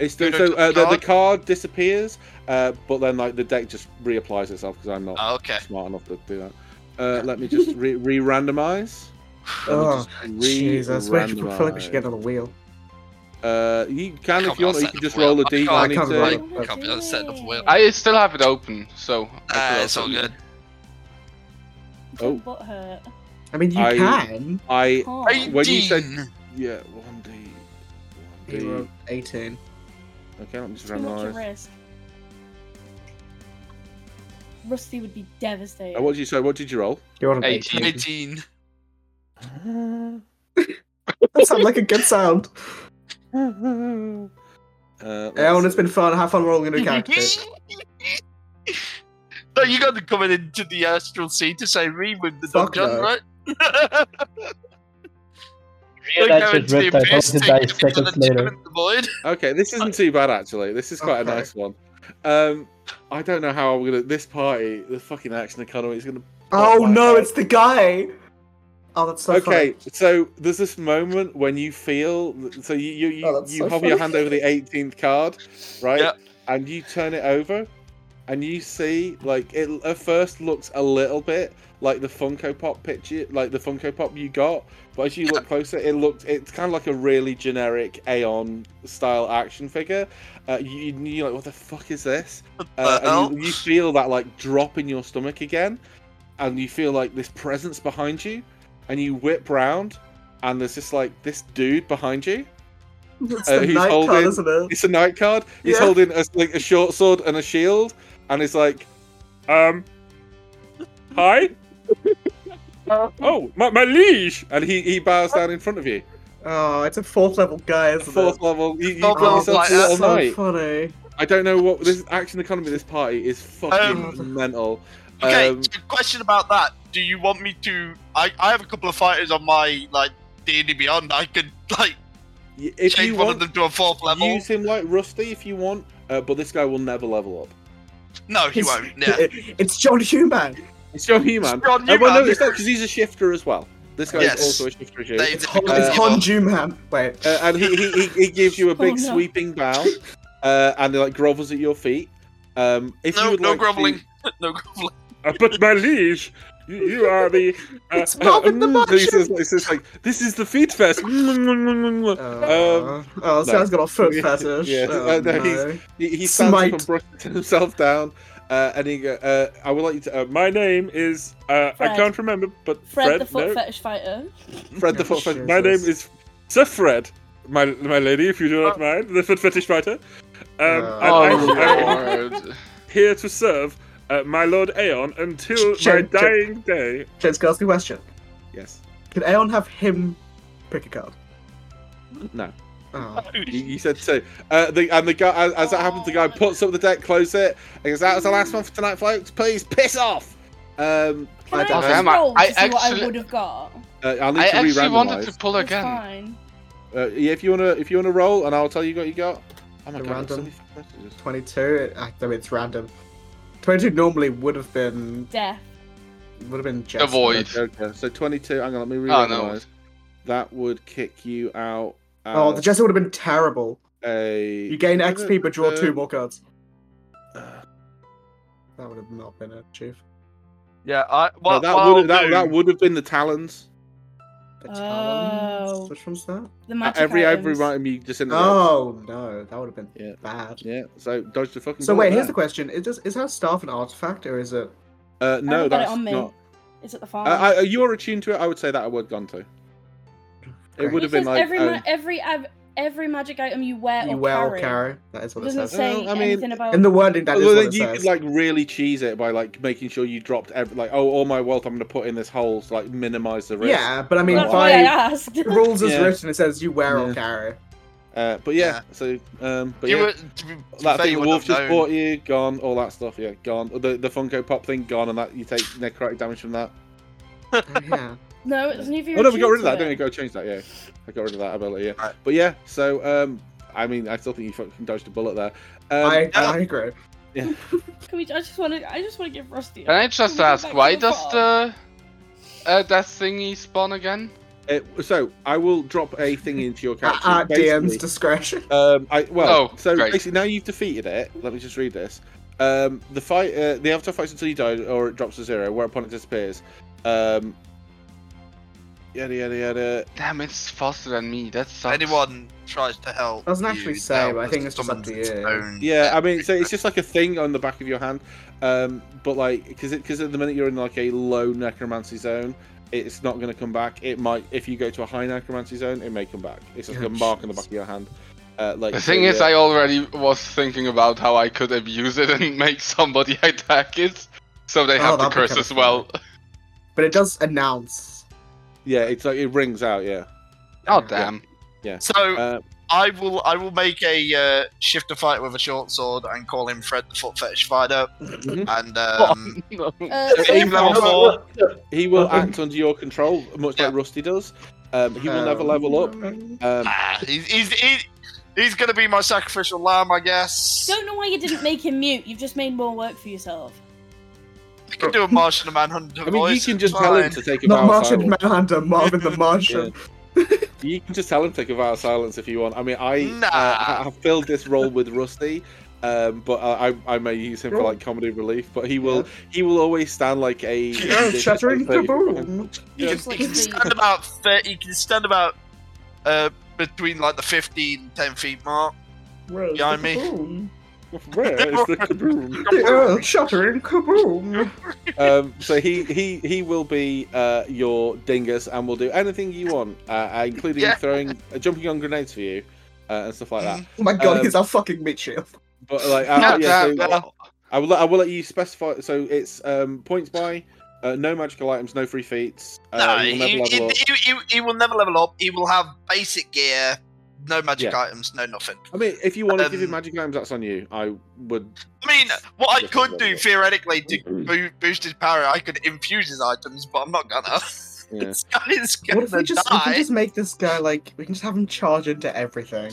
It's the,
Kudos
so
to the
uh, the, the
card.
card disappears, uh, but then like the deck just reapplies itself because I'm not
oh, okay.
smart enough to do that. Uh, let me just re- re-randomize. Let me
Oh,
just
Jesus. I feel like we should get on a wheel.
Uh, you can
Come
if you
on,
want. You
set
can
up
just
a wheel.
roll a
I
d
can't-
down
I can't
into-
roll.
I can't be able to set up a wheel.
I still have it open, so. I
Uh,
could
it's all
also-
good.
Oh.
Butt hurt.
I mean, you
I-
can.
I
Can't.
when you said
18.
yeah one d
He
one
rolled 18.
d. Okay, let me just
Too much of
randomize.
risk. Rusty would be devastated.
Uh, what did you say? What did you roll?
You want an
18.
18.
18.
That sounds like a good sound.
Uh, let's
Alan, it's
see.
been fun. Have fun rolling a new character.
no, you got to come in into the astral sea to say re with the
Fuck
dungeon,
no.
right?
Real
They're
life
going
with
to the
red tide,
abyss,
don't
taking
die
each other
seconds
to
later.
the void.
Okay, this isn't too bad actually. This is quite
Uh, Okay.
a nice one. Um, I don't know how I'm gonna. This party, the fucking action economy, is gonna.
Oh,
Oh my
no,
God.
it's the guy. Oh, that's so
okay,
funny.
so there's this moment when you feel. So you you you,
Oh, that's
you
so
hover your
funny.
hand over the 18th card, right?
Yeah.
And you turn it over, and you see like it at first looks a little bit like the Funko Pop picture, like the Funko Pop you got. But as you look closer, it looked it's kind of like a really generic Aeon style action figure. Uh, you you're like, what the fuck is this? Uh,
hell?
and you, you feel that like drop in your stomach again, and you feel like this presence behind you, and you whip round, and there's just like this dude behind you.
It's
uh,
the
he's
night card,
holding-
isn't it?
It's a knight card. He's
Yeah.
holding a, like a short sword and a shield, and he's like, um, hi.
Uh,
oh, my, my liege, and he, he bows down in front of you.
Oh, it's a fourth level guy, isn't
Fourth
it? Oh,
level, you, you
Fourth
call
level
yourself
like
a little
that.
so
knight.
funny.
I don't know what this action economy. This party is fucking mental.
Um, Okay,
Um,
so question about that. Do you want me to? I, I have a couple of fighters on my like D and D Beyond. I could like
Y- If
change
you
one
want,
of them to a fourth level.
use him like Rusty if you want, uh, but this guy will never level up.
No, he
He's-
won't. Yeah.
It's John Human.
It's Joe Human.
John,
Uh,
you
well, no,
man.
it's not because he's a shifter as well. This guy's
Yes.
also a shifter. As you.
They-
It's,
they
Hon-
couldn't
it's
give
Hon
up.
Juman. Wait.
uh, and he, he, he, he gives you a big
Oh, no.
sweeping bow, uh, and he like grovels at your feet. Um, if you
No,
would
no
like to-
groveling. no groveling.
Uh, but my liege, you, you are the. Uh,
It's Marvin the
mm,
Martian.
he says- he says, like, this is the feet fest.
Uh,
he,
oh,
no.
Sam's got a foot fetish.
Um, Yeah,
oh,
uh, no, he's- he stands
Smite.
up and brushes himself down, uh, and he go, uh, "I would like you to. Uh, my name is. Uh, I
Fred.
can't remember, but
Fred,
Fred,
the foot
no,
fetish fighter.
Fred the
Oh,
foot fetish. My name
Jesus.
is Sir Fred, my my lady, if you do
Oh.
not mind, the foot fetish fighter. Um,
Uh,
and I-
Oh,
I am
Lord.
here to serve uh, my lord Aeon until
Sure,
my
sure.
dying day.
James, can I ask you a question?
Yes.
Can Aeon have him pick a card?
No.
Oh.
You, you said two. Uh, the, and the guy, as, as that happens, the guy puts up the deck, closes it, and goes, "That was the last one for tonight, folks. Please piss off." Um,
Can
I
I,
don't
just
know.
roll
I
to see what I
actually-
would have got?
uh, I'll need
I
to re-randomize.
actually wanted to pull
That's
again.
fine.
Uh, yeah, if you wanna, if you wanna roll, and I'll tell you what you got. Oh my
The
god,
random.
so many fucking messages.
22.
I mean, uh, it's random. 22 normally would have been
Death.
would have been just
Avoid.
Okay, so twenty-two. Hang on, let me
Oh, no.
re-randomize. That would kick you out.
Oh, the
as
Jester would have been terrible.
a
You gain XP but draw two
Um,
more cards. That would have not been it, Chief.
Yeah. I,
No,
what,
that
what I'll
would that,
do-
that would have been the talons.
The
Oh.
Oh.
Talons? Which one's that?
The magic
Uh, every
items.
every item you disintegrate.
Oh no, that would have been
Yeah.
bad.
Yeah, so dodge the fucking.
So
bullet
wait, here's the
there.
question: Is this, is her staff an artifact or is it?
Uh,
I
no,
haven't got it
that's
on me.
not.
It's at the farm.
Uh, I, I- you are attuned to it. I would say that I would have gone to. It
Great.
would have
It
been
says
like.
every
oh,
ma- every av- every magic item you wear
You
or
wear
carry.
or carry. That is what it
doesn't
says.
say
Well, I mean,
anything about.
In the wording, that is
well,
what
then
it
you
says.
could like really cheese it by like making sure you dropped every like oh all my wealth I'm gonna put in this hole to like minimize the risk.
yeah, but I mean,
That's
Well,
why I
by
asked.
rules as
Yeah.
written, it says you wear
Yeah.
or carry.
Uh, but yeah, so um, but
You
yeah,
were, to be, to
that
fair,
thing
you
the
wouldn't
wolf
have
just
known.
bought you gone, all that stuff yeah gone. The the Funko Pop thing gone, and that you take necrotic damage from that.
Oh, yeah.
Um,
no, it's neither.
Oh no, we got rid of that. Don't we? Got to change that. Yeah, I got rid of that ability. Yeah,
Right.
but yeah. So um, I mean, I still think you fucking dodged a bullet there. Um,
I,
yeah.
I agree.
Can we, I just want to. I just want to give Rusty.
Can I just
Can we go
ask
back
why
to the
does the uh, that thingy spawn again?
it- so I will drop a thing into your
At,
character.
at DM's
basically.
discretion.
Um, I well,
Oh,
so
great.
basically now you've defeated it. Let me just read this. Um, the fight, uh, the avatar fights until you die or it drops to zero, whereupon it disappears. Um, yada yada yada.
Damn, it's faster than me. That sucks.
Anyone tries to help.
Doesn't actually
you,
say,
they'll
but I think it's just up
summon
to
its
you.
own-
Yeah, I mean, so it's just like a thing on the back of your hand. Um, but like, because because at the minute you're in like a low necromancy zone, it's not going to come back. It might if you go to a high necromancy zone, it may come back. It's just like a
Yeah,
mark on the
jeez.
back of your hand. Uh, like
The thing is,
yeah.
I already was thinking about how I could abuse it and make somebody attack it, so they
Oh,
have the
that'd be
curse
kinda
as well.
But it does announce.
yeah, it's like it rings out. Yeah,
Oh damn!
So
uh,
I will I will make a uh, shifter fighter with a short sword and call him Fred the Foot Fetish Fighter.
Mm-hmm.
And um,
No.
Uh, so
Aim level
far-
four.
he will
Okay.
act under your control, much like Rusty does. Um, he will never
Um,
level up. Um,
ah, he's he's, he's, he's going to be my sacrificial lamb, I guess.
Don't know why you didn't make him mute. You've just made more work for yourself.
I can do a Martian and Manhunter
I mean, you
voice,
can
it's
just tell him
fine.
to take a vow
Not
of
Martian
silence.
Manhunter, Marvin the Martian.
You can just tell him to take a vow of silence if you want. I mean, I
Nah.
uh, have filled this role with Rusty, um, but I, I I may use him for
Sure.
like comedy relief. But he will he will always stand like a
Shattering the
boom.
boom.
You
Yeah.
can,
Just like
you can
the-
stand about 30, you can stand about uh, between like the 15 and 10 feet mark.
Where's
Behind
the
me.
kaboom?
Where is the kaboom?
The
Oh.
earth shattering kaboom.
Um, so he he he will be uh, your dingus and will do anything you want, uh, uh, including
Yeah.
throwing uh, jumping on grenades for you uh, and stuff like that.
Oh my god,
Um,
he's our fucking Mitchell.
But like, uh,
Yeah,
yeah, so-
yeah, yeah.
I will. I will let you specify. So it's um, points by, uh, no magical items, no free feats. Uh,
No,
you
he,
will never
he,
level up.
he, he- he will never level up. He will have basic gear, No magic
Yeah.
items, no nothing.
I mean, if you want to give him
Um,
magic items, that's on you. I would.
I mean, what I
Yes,
could
well,
do
yeah.
theoretically to boo- boost his power, I could infuse his items, but I'm not gonna.
Yeah.
this guy is
What if we
gonna
just, we
die.
can just make this guy like we can just have him charge into everything?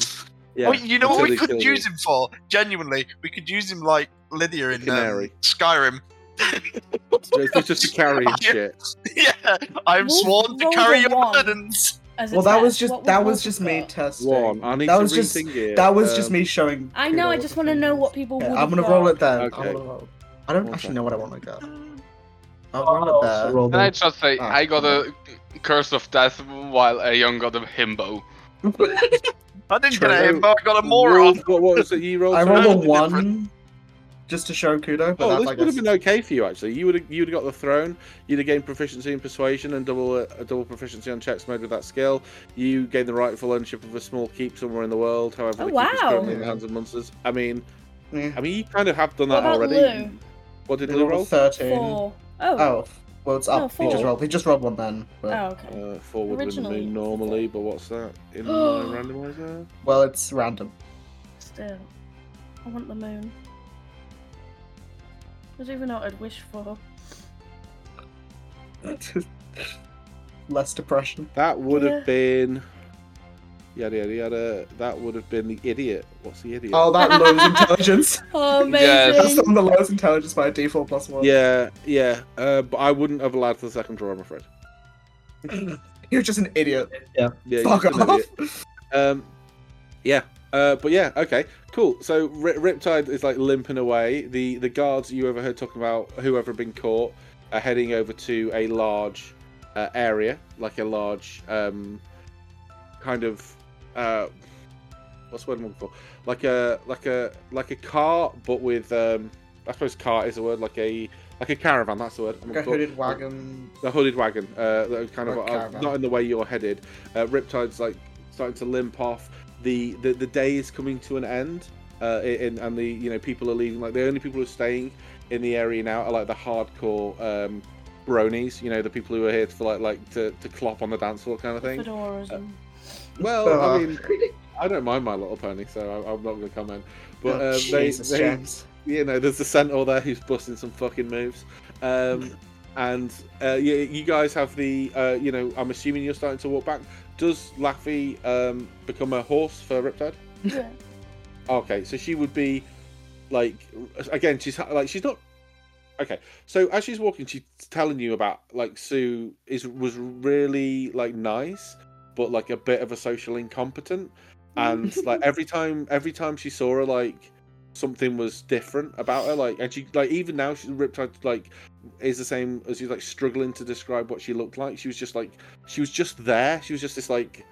Yeah.
Oh, you know what
until
we
they
could
kill you.
use him for? Genuinely, we could use him like Lydia in um,
Canary.
Skyrim.
It's just to carry and shit.
yeah, I'm
Wolf-
sworn to
roll
carry
a
your
one.
burdens.
As a
Well, that was
test,
just
what would
that
Wolf
was just
have
me
got?
testing.
One. I need
That
to
was just-
rethink it.
That was just
Um,
me showing.
I know. I
Kudo
just
what
want to
the
know
thing
what
is.
people.
Yeah,
would
I'm gonna
have
roll
got.
it then.
Okay.
I, wanna roll. I don't
One
actually
sec.
know what I want to go. I'll
Oh,
Oh,
roll it
Also
there.
roll
Can I
them.
just say
Ah,
I got a curse of death while a young got a himbo?
I didn't
True.
get a him, but I got
Rolled-
a moron.
What, what was it? You rolled.
I
something?
rolled a
totally
one,
different.
just to show Kudo, but
Oh,
that's
this
like
would have been okay for you actually. You would have, you would have got the throne. You'd have gained proficiency in persuasion and double a double proficiency on checks made with that skill. You gained the rightful ownership of a small keep somewhere in the world. However,
Oh,
the keep is
wow.
currently in the hands of monsters. I mean, I mean, you kind of have done
What
that
about
already.
Lou?
What did
They
Lou
rolled a
roll?
thirteen.
Four. Oh.
Oh, well, it's
No,
up. he just
four.
rolled. He just rolled one then. But,
Oh, okay.
Uh, four would win the
Originally,
moon
it's a four.
normally, but what's that in my randomizer?
Well, it's random.
Still, I want the moon. There's even what I'd wish for.
Less depression.
That would
Yeah.
have been. Yada yada yada. That would have been the idiot. What's the idiot?
Oh, that lowers intelligence.
Oh, amazing.
Yes.
That's on the lowest intelligence by default plus one.
yeah, yeah. Uh, but I wouldn't have allowed for the second draw, I'm afraid.
You're just an idiot.
Yeah,
Fuck
you're just an
off.
idiot. Um, yeah. Uh, but yeah, okay, cool. So Ri Riptide is like limping away. The the guards you overheard talking about, whoever had been caught, are heading over to a large uh, area, like a large um, kind of uh, what's the word I'm looking for? Like a like a like a car, but with um, I suppose car is the word, like a like a caravan. That's the word. I'm
Like a
looking for
hooded wagon.
the hooded wagon, uh, that was kind of
Or
uh,
caravan.
not in the way you're headed. Uh, Riptide's like starting to limp off. The, the the day is coming to an end, uh, and, and the you know people are leaving. Like the only people who are staying in the area now are like the hardcore um, bronies. You know the people who are here for like like to, to clop on the dance floor kind of
The
thing.
fedoras and
Well,
Uh,
I mean, I don't mind My Little Pony, so I, I'm not going to comment. But
oh,
um, they,
Jesus,
they
James.
you know, there's a centaur there who's busting some fucking moves. Um, and uh, you, you guys have the, uh, you know, I'm assuming you're starting to walk back. Does Laffy um, become a horse for Riptide?
yeah.
Okay, so she would be like, again, she's ha- like, she's not. Okay, so as she's walking, she's telling you about like Sue is was really like nice, but like a bit of a social incompetent, and like every time every time she saw her, like something was different about her. Like, and she like even now she's ripped out like is the same as you like struggling to describe what she looked like. She was just like she was just there. She was just this like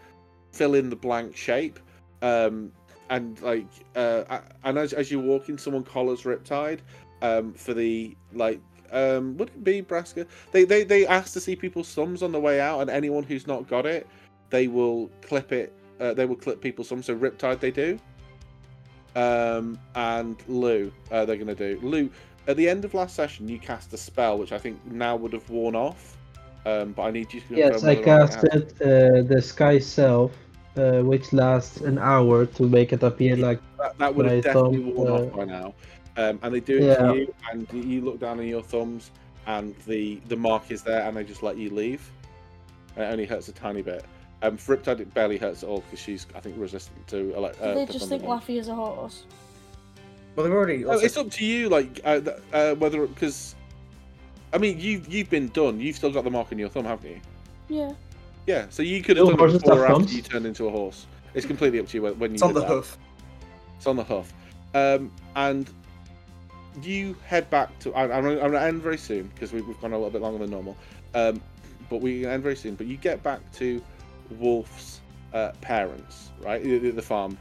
fill in the blank shape. Um, and like uh, a- and as, as you're walking someone collars riptide um, for the like um, would it be braska they, they they ask to see people's thumbs on the way out and anyone who's not got it they will clip it uh, they will clip people's thumbs so riptide they do um, and lou uh, they're going to do lou at the end of last session you cast a spell which i think now would have worn off um, but i need you to confirm
Yes, I
whether or not it has.
casted uh, the Sky Self, uh, which lasts an hour to make it appear like.
that, that would
My
have definitely
thumb,
worn
uh,
off by now. Um, and they do it
Yeah.
to you, and you- you look down on your thumbs, and the the mark is there, and they just let you leave. It only hurts a tiny bit. Um, for Riptide, it barely hurts at all because she's, I think, resistant to. Ele- uh,
they
to
just
thunder
think
damage.
Laffy is a horse.
Well, they've already.
No,
also-
Oh, it's up to you, like uh, th- uh, whether because, I mean, you've you've been done. You've still got the mark on your thumb, haven't you?
Yeah.
Yeah. So you could have
Do
done it
horses
before or
have
after
thumbs?
you turned into a horse. It's completely up to you when, when you.
it's on
did
the
that.
hoof.
It's on the hoof. Um, and you head back to. I, I'm, gonna- I'm going to end very soon because we, we've gone a little bit longer than normal. Um, but we're going to end very soon. But you get back to Wolf's uh, parents, right? The, the- the farm.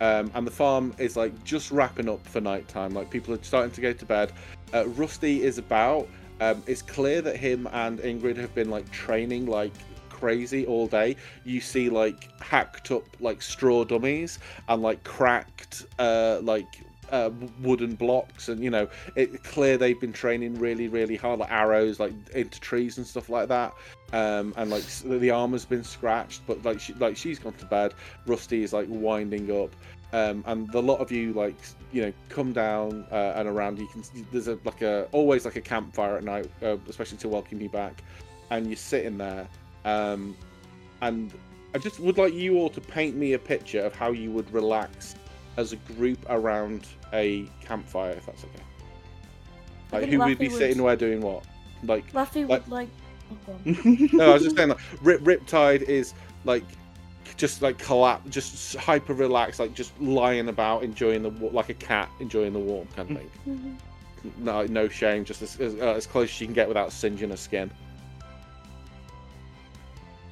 Um, and the farm is like just wrapping up for nighttime. Like people are starting to go to bed. Uh, Rusty is about. Um, it's clear that him and Ingrid have been like training like crazy all day. You see like hacked up like straw dummies and like cracked uh like uh, wooden blocks and you know it clear they've been training really really hard like arrows like into trees and stuff like that um, and like s- the armor's been scratched, but like she, like she's gone to bed. Rusty is like winding up, um, and the lot of you like s- you know come down uh, and around. You can s- there's a like a always like a campfire at night, uh, especially to welcome you back, and you're sitting there, um, and I just would like you all to paint me a picture of how you would relax as a group around a campfire, if that's okay.
I
Like
think
who would be
Laffy would-
sitting where doing what? Like
Luffy
Like-
would like. Oh, God.
no, I was just saying like Rip Riptide is like just like collapse, just hyper relaxed, like just lying about, enjoying the wa- like a cat enjoying the warmth kind of thing. No, no shame, just as, as, uh, as close as you can get without singeing her skin.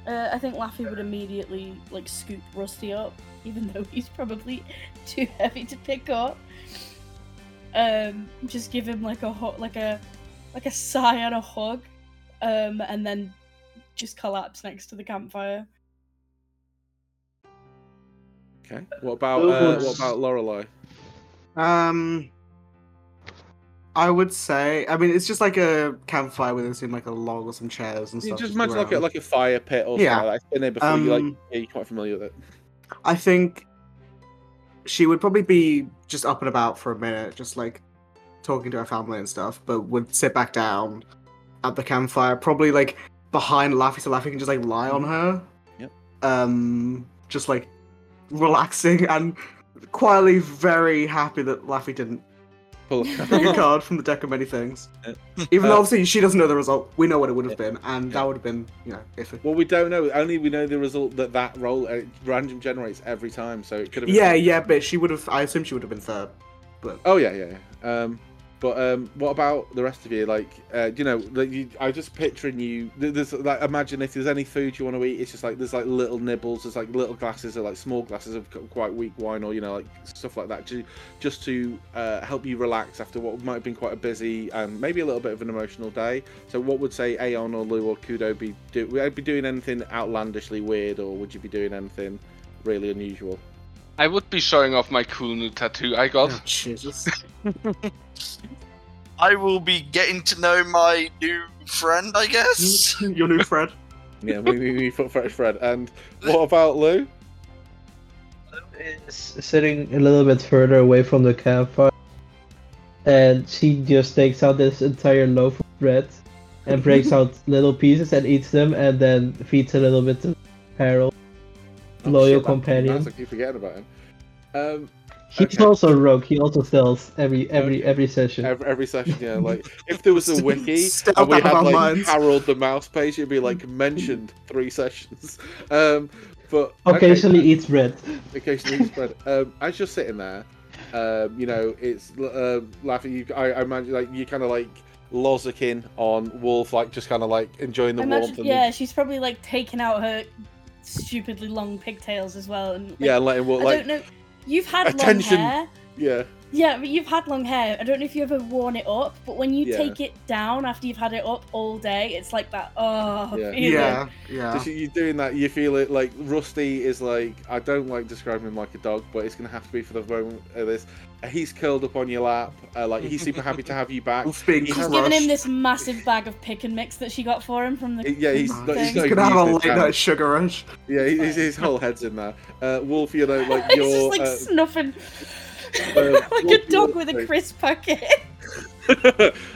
Uh, I think Laffy would immediately like scoop Rusty up, even though he's probably too heavy to pick up. Um, just give him like a hot, like a, like a sigh and a hug, um, and then just collapse next to the campfire.
Okay. What about
Who
uh,
was-
what about Lorelai?
Um, I would say. I mean, it's just like a campfire with assume like a log or some chairs and
You
stuff.
just imagine like a,
around.
like a fire pit or
Yeah.
something like that. It's been there before. you're like
Um,
yeah, you're quite familiar with it.
I think she would probably be just up and about for a minute, just like talking to her family and stuff, but would sit back down at the campfire, probably like behind Laffy so Laffy can just like lie on her.
Yep.
Um, just like relaxing and quietly very happy that Laffy didn't
Pull
pick a card from the deck of many things.
Yeah.
Even
Uh,
though obviously she doesn't know the result, we know what it would have been, and that would have been, you know, if it.
Well, we don't know. Only we know the result that that roll uh, random generates every time. So it could have. been
Yeah, yeah, but she would have. I assume she would have been third. But
Oh yeah, yeah. yeah. Um, but um, what about the rest of you? Like, uh, you know, like you, I just picturing you. th- There's like, imagine if there's any food you want to eat, it's just like there's like little nibbles, there's like little glasses or like small glasses of c- quite weak wine or you know like stuff like that, ju- just to uh, help you relax after what might have been quite a busy and maybe a little bit of an emotional day. So, what would say Aeon or Lou or Kudo be do? Would I be doing anything outlandishly weird, or would you be doing anything really unusual?
I would be showing off my cool new tattoo I got.
Oh, Jesus.
I will be getting to know my new friend, I guess.
Your new friend.
Yeah, we, we, we put fresh Fred. And what about Lou?
is sitting a little bit further away from the campfire, and she just takes out this entire loaf of bread and breaks out little pieces and eats them, and then feeds a little bit to Harold,
Oh,
loyal
shit, that-
companion.
That's I keep forgetting about him. Um,
He's
okay.
also rogue. He also sells every every every session.
every, every session, yeah. Like if there was a wiki
Step
and we
up
had
our
like
minds.
Harold the Mouse page, it'd be like mentioned three sessions. Um, but okay,
Occasionally eats bread.
occasionally spread. Um, as you're sitting there, um, you know it's uh, laughing. You, I, I imagine like you kind of like lozzicking on Wolf, like just kind of like enjoying the
I
warmth.
imagine,
And
yeah,
the,
she's probably like taking out her stupidly long pigtails as well, and like,
yeah, and letting Wolf
I
like
don't know. You've had
Attention.
long hair.
yeah.
Yeah, but you've had long hair. I don't know if you've ever worn it up, but when you
Yeah.
take it down after you've had it up all day, it's like that. Oh,
Yeah.
feeling.
Yeah, yeah.
Just you- you're doing that, you feel it like Rusty is like I don't like describing him like a dog, but it's gonna have to be for the moment of this. Uh, He's curled up on your lap, uh, like he's super happy to have you back.
Wolf being
He's
She's
crushed.
given him this massive bag of pick and mix that she got for him from the.
Yeah, he's,
Nice.
not- he's not
He's
He's
even
gonna have a
used
late
his hand.
night sugar rush.
Yeah, he- his, his whole head's in there. Uh, Wolf, you know, like
He's just
your
like
uh,
snuffing
uh,
like
Wolf,
a dog
your-
with a
like-
crisp packet.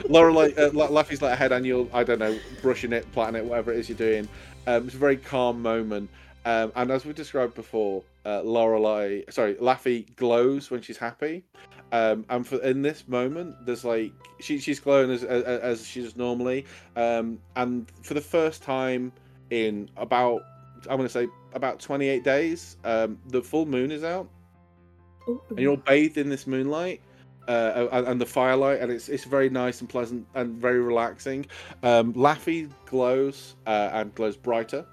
Laura, like uh, La- Laffy's like ahead, and you're I don't know brushing it, plaiting it, whatever it is you're doing. Um, it's a very calm moment, um, and as we described before, uh, Lorelei, sorry, Laffy glows when she's happy, um, and for in this moment, there's like she, she's glowing as, as as she does normally, um, and for the first time in about I'm gonna say about 28 days, um, the full moon is out,
Oh,
and you're all bathed in this moonlight uh, and, and the firelight, and it's it's very nice and pleasant and very relaxing. Um, Laffy glows uh, and glows brighter,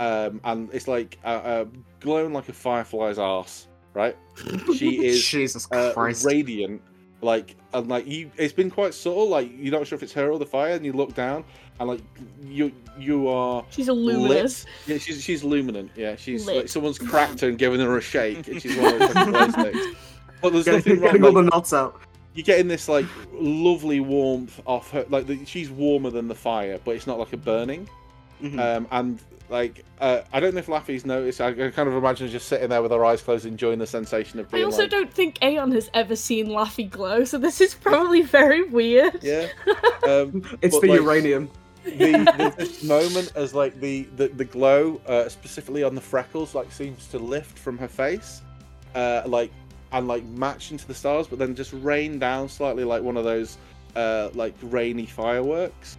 um, and it's like uh, uh, glowing like a firefly's arse, right? She is
Jesus
uh,
Christ.
radiant. Like and like you, it's been quite subtle. Like you're not sure if it's her or the fire, and you look down and like you you are
She's a luminous.
yeah, she's she's luminant. Yeah, she's
Lit.
like someone's cracked her and given her a shake, and she's one of those fucking glow sticks. But there's
Getting,
nothing wrong.
getting all
like,
the knots out.
you're getting this like lovely warmth off her like the, she's warmer than the fire but it's not like a burning
Mhm.
Um, and like, uh, I don't know if Laffy's noticed. I I kind of imagine her just sitting there with her eyes closed, enjoying the sensation of
I
being.
also
like,
don't think Aeon has ever seen Laffy glow, so this is probably very weird.
Yeah. Um,
It's
But,
the
like-
uranium.
the, the this moment as like the the, the glow uh, specifically on the freckles like seems to lift from her face uh, like and like match into the stars but then just rain down slightly like one of those uh, like rainy fireworks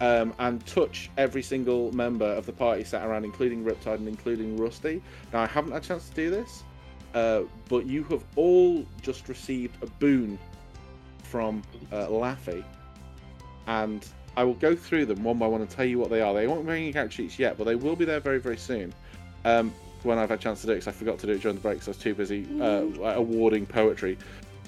um, and touch every single member of the party sat around including riptide and including rusty now i haven't had a chance to do this uh, but you have all just received a boon from uh, laffy and I will go through them one by one and tell you what they are. They won't be in account sheets yet, but they will be there very, very soon. Um, when I've had a chance to do it, because I forgot to do it during the break, because I was too busy uh, like, awarding poetry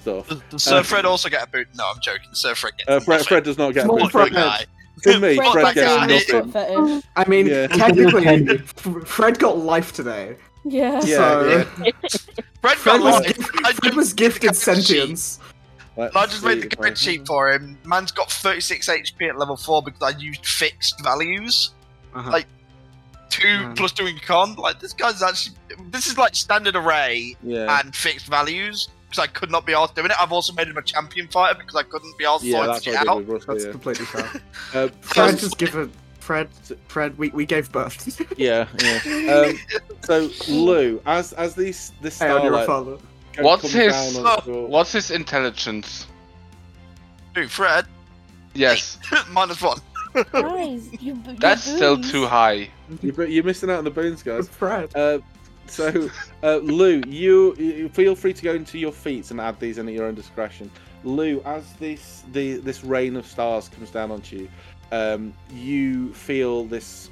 stuff.
Does, does Sir
Um,
Fred also get a boot? No, I'm joking. Sir Fred gets
Uh, Fred,
nothing.
Fred does not get a
Small
boot.
Poor
Fred.
guy.
For me,
Fred
Fred
got
gets
it.
nothing.
fetish.
I mean,
Yeah.
technically, F- Fred got life today.
Yeah.
Yeah,
so
yeah. Fred,
Fred,
got
was,
life.
gift-
I
Fred
just,
was gifted
Cheat.
sentience.
Let's
I just made
see
the
if I-
grid sheet for him. Man's got 36 HP at level 4 because I used fixed values.
Uh-huh.
Like- 2
Hmm.
Man.
plus 2 in con. Like, this guy's actually. This is like standard array
Yeah,
and fixed values because I could not be asked doing it. I've also made him a champion fighter because I couldn't be asked
yeah,
sorting
that's
shit
what I did
out.
with Rusty,
That's
yeah.
completely fair.
Uh,
Fred
Fred-
just given Fred. Fred, we, we gave birth.
yeah, yeah. Um, so Lou, as as these this
hey, on your
starlight
father.
co-
What's
comes
his-
down on the door-
What's his intelligence?
Dude, Fred,
Yes,
minus 1.
Guys, you, you
that's still too high.
You're, you're missing out on the boons, guys.
Fred.
Uh, so, uh, Lou, you, you feel free to go into your feats and add these in at your own discretion. Lou, as this the this rain of stars comes down onto you, um, you feel this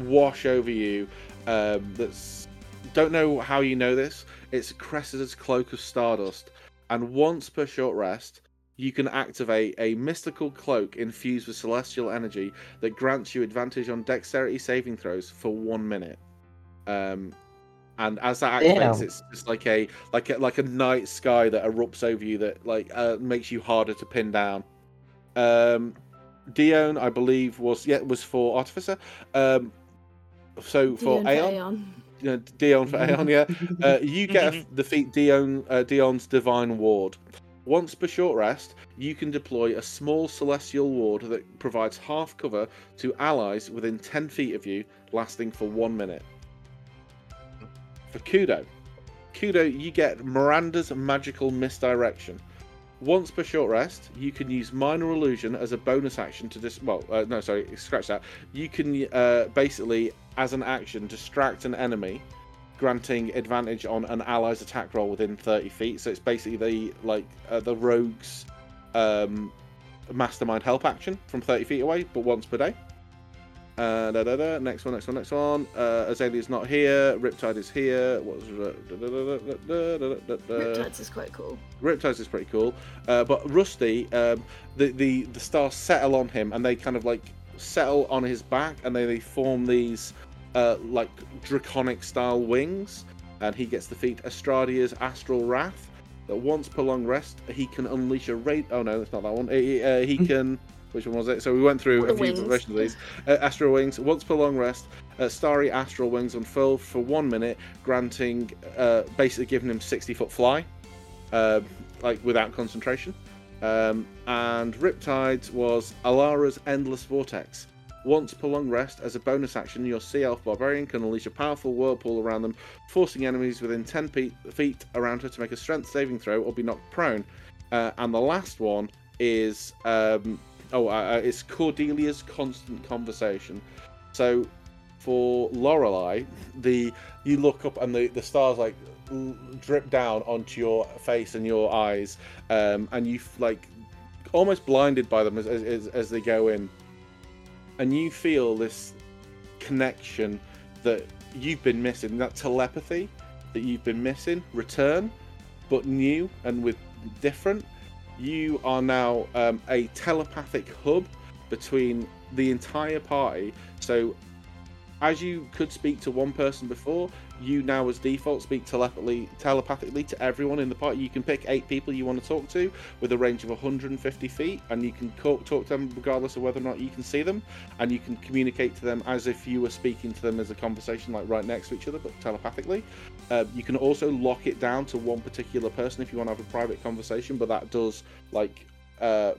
wash over you. Um, that's don't know how you know this. It's Cressida's cloak of stardust, and once per short rest. You can activate a mystical cloak infused with celestial energy that grants you advantage on dexterity saving throws for one minute um, and as that activates,
Damn.
it's just like a like a, like a night sky that erupts over you that like uh, makes you harder to pin down. Um, Dion, I believe, was yeah was for Artificer. Um, so for Aeon, uh, Dion for Aeon, yeah. Uh, you get a- the feat Dion uh, Dion's Divine Ward. Once per short rest, you can deploy a small celestial ward that provides half cover to allies within 10 feet of you, lasting for one minute. For Kudo, Kudo, you get Miranda's Magical Misdirection. Once per short rest, you can use Minor Illusion as a bonus action to dis. Well, uh, no, sorry, scratch that. You can uh, basically, as an action, distract an enemy granting advantage on an ally's attack roll within 30 feet. So it's basically the like uh, the rogue's um, mastermind help action from 30 feet away, but once per day. Uh, da, da, da. Next one, next one, next one. Uh, Azalea's not here. Riptide is here. What was da, da, da, da, da, da, da, da, da.
Riptides is quite cool.
Riptides is pretty cool, uh, but Rusty, um, the the the stars settle on him and they kind of like settle on his back and they, they form these uh, like draconic style wings, and he gets the feat Estradia's Astral Wrath. That once per long rest, he can unleash a raid. Oh no, that's not that one. He, uh, he can. Which one was it? So we went through a
The
few
wings.
versions of these. Uh, astral wings. Once per long rest, uh, starry astral wings unfurl for one minute, granting uh, basically giving him sixty foot fly um, like without concentration. Um, and Riptides was Alara's Endless Vortex. Once per long rest, as a bonus action, your Sea Elf Barbarian can unleash a powerful whirlpool around them, forcing enemies within 10 pe- feet around her to make a strength saving throw or be knocked prone. Uh, and the last one is um, oh, uh, uh, it's Cordelia's Constant Conversation. So for Lorelei, the you look up and the, the stars like l- drip down onto your face and your eyes, um, and you f- like almost blinded by them as, as- as, as they go in, and you feel this connection that you've been missing, that telepathy that you've been missing, return, but new and with different. You are now um, a telepathic hub between the entire party. So as you could speak to one person before, you now, as default, speak telepathically, telepathically to everyone in the party. You can pick eight people you want to talk to with a range of 150 feet, and you can co- talk to them regardless of whether or not you can see them, and you can communicate to them as if you were speaking to them as a conversation, like right next to each other, but telepathically. Uh, you can also lock it down to one particular person if you want to have a private conversation, but that does like uh,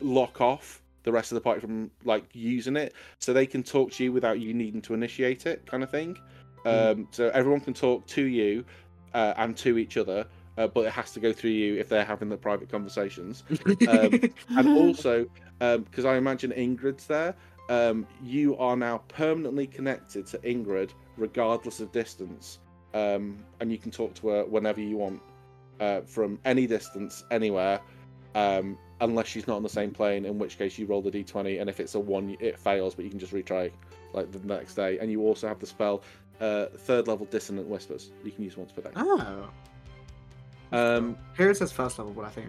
lock off the rest of the party from like using it so they can talk to you without you needing to initiate it kind of thing um, so everyone can talk to you uh, and to each other uh, but it has to go through you if they're having the private conversations Um, and also because i imagine ingrid's there um, you are now permanently connected to ingrid regardless of distance um, and you can talk to her whenever you want uh, from any distance anywhere um, unless she's not on the same plane in which case you roll the d20 and if it's a one it fails but you can just retry like the next day and you also have the spell uh, third level dissonant whispers you can use once per day
oh.
um,
Here it says first level, but I think.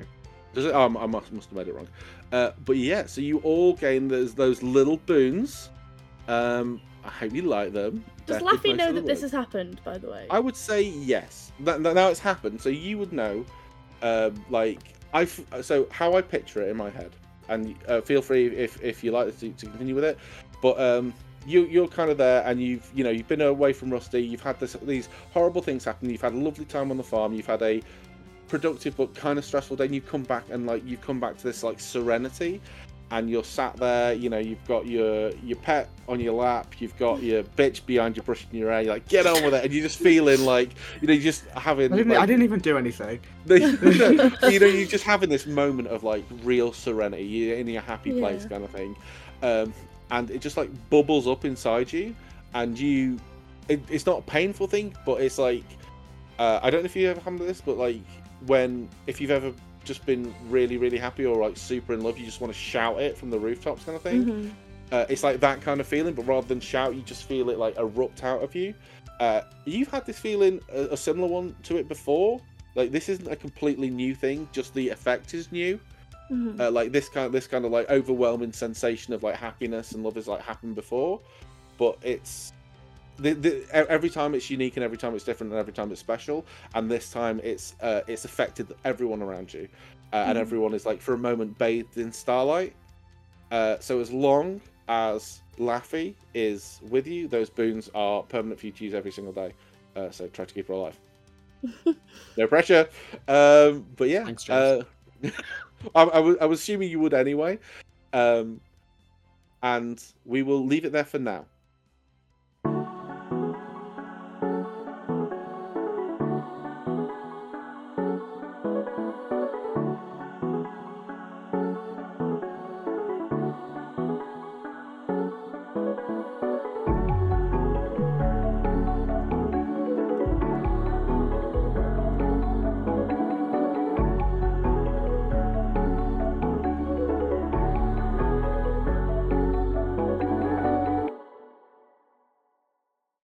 does it? Oh, I must, must have made it wrong. Uh, but yeah, so you all gain those those little boons. Um, I hope you like them.
Does
Definitely
Laffy
place
know
them
that this
away.
has happened, by the way?
I would say yes. Th- th- now it's happened, so you would know. Um, like I, f- so how I picture it in my head, and uh, feel free if if you like to, to continue with it. But um, you you're kind of there, and you've you know you've been away from Rusty. You've had this these horrible things happen. You've had a lovely time on the farm. You've had a productive but kind of stressful day. And you come back and like you come back to this like serenity. And you're sat there, you know. You've got your your pet on your lap. You've got your bitch behind you, brushing your hair. You're like, get on with it. And you're just feeling like, you know, you're just having.
I didn't,
like,
I didn't even do anything.
they, no, but, you know, you're just having this moment of like real serenity. You're in your happy place,
Yeah.
kind of thing, um, and it just like bubbles up inside you, and you. It, it's not a painful thing, but it's like uh, I don't know if you ever handle this, but like when if you've ever just been really really happy or like super in love, you just want to shout it from the rooftops, kind of thing
Mhm.
uh, it's like that kind of feeling but rather than shout you just feel it like erupt out of you uh, you've had this feeling a, a similar one to it before like this isn't a completely new thing just the effect is new
Mhm.
uh, like this kind of this kind of like overwhelming sensation of like happiness and love has like happened before but it's the, the, e- every time it's unique and every time it's different and every time it's special and this time it's uh, it's affected everyone around you uh, and
Mhm.
everyone is like for a moment bathed in starlight uh, so as long as laffy is with you those boons are permanent for you to use every single day uh, so try to keep her alive no pressure um, but yeah
Thanks, James.
uh, I, I, was, I was assuming you would anyway um, and we will leave it there for now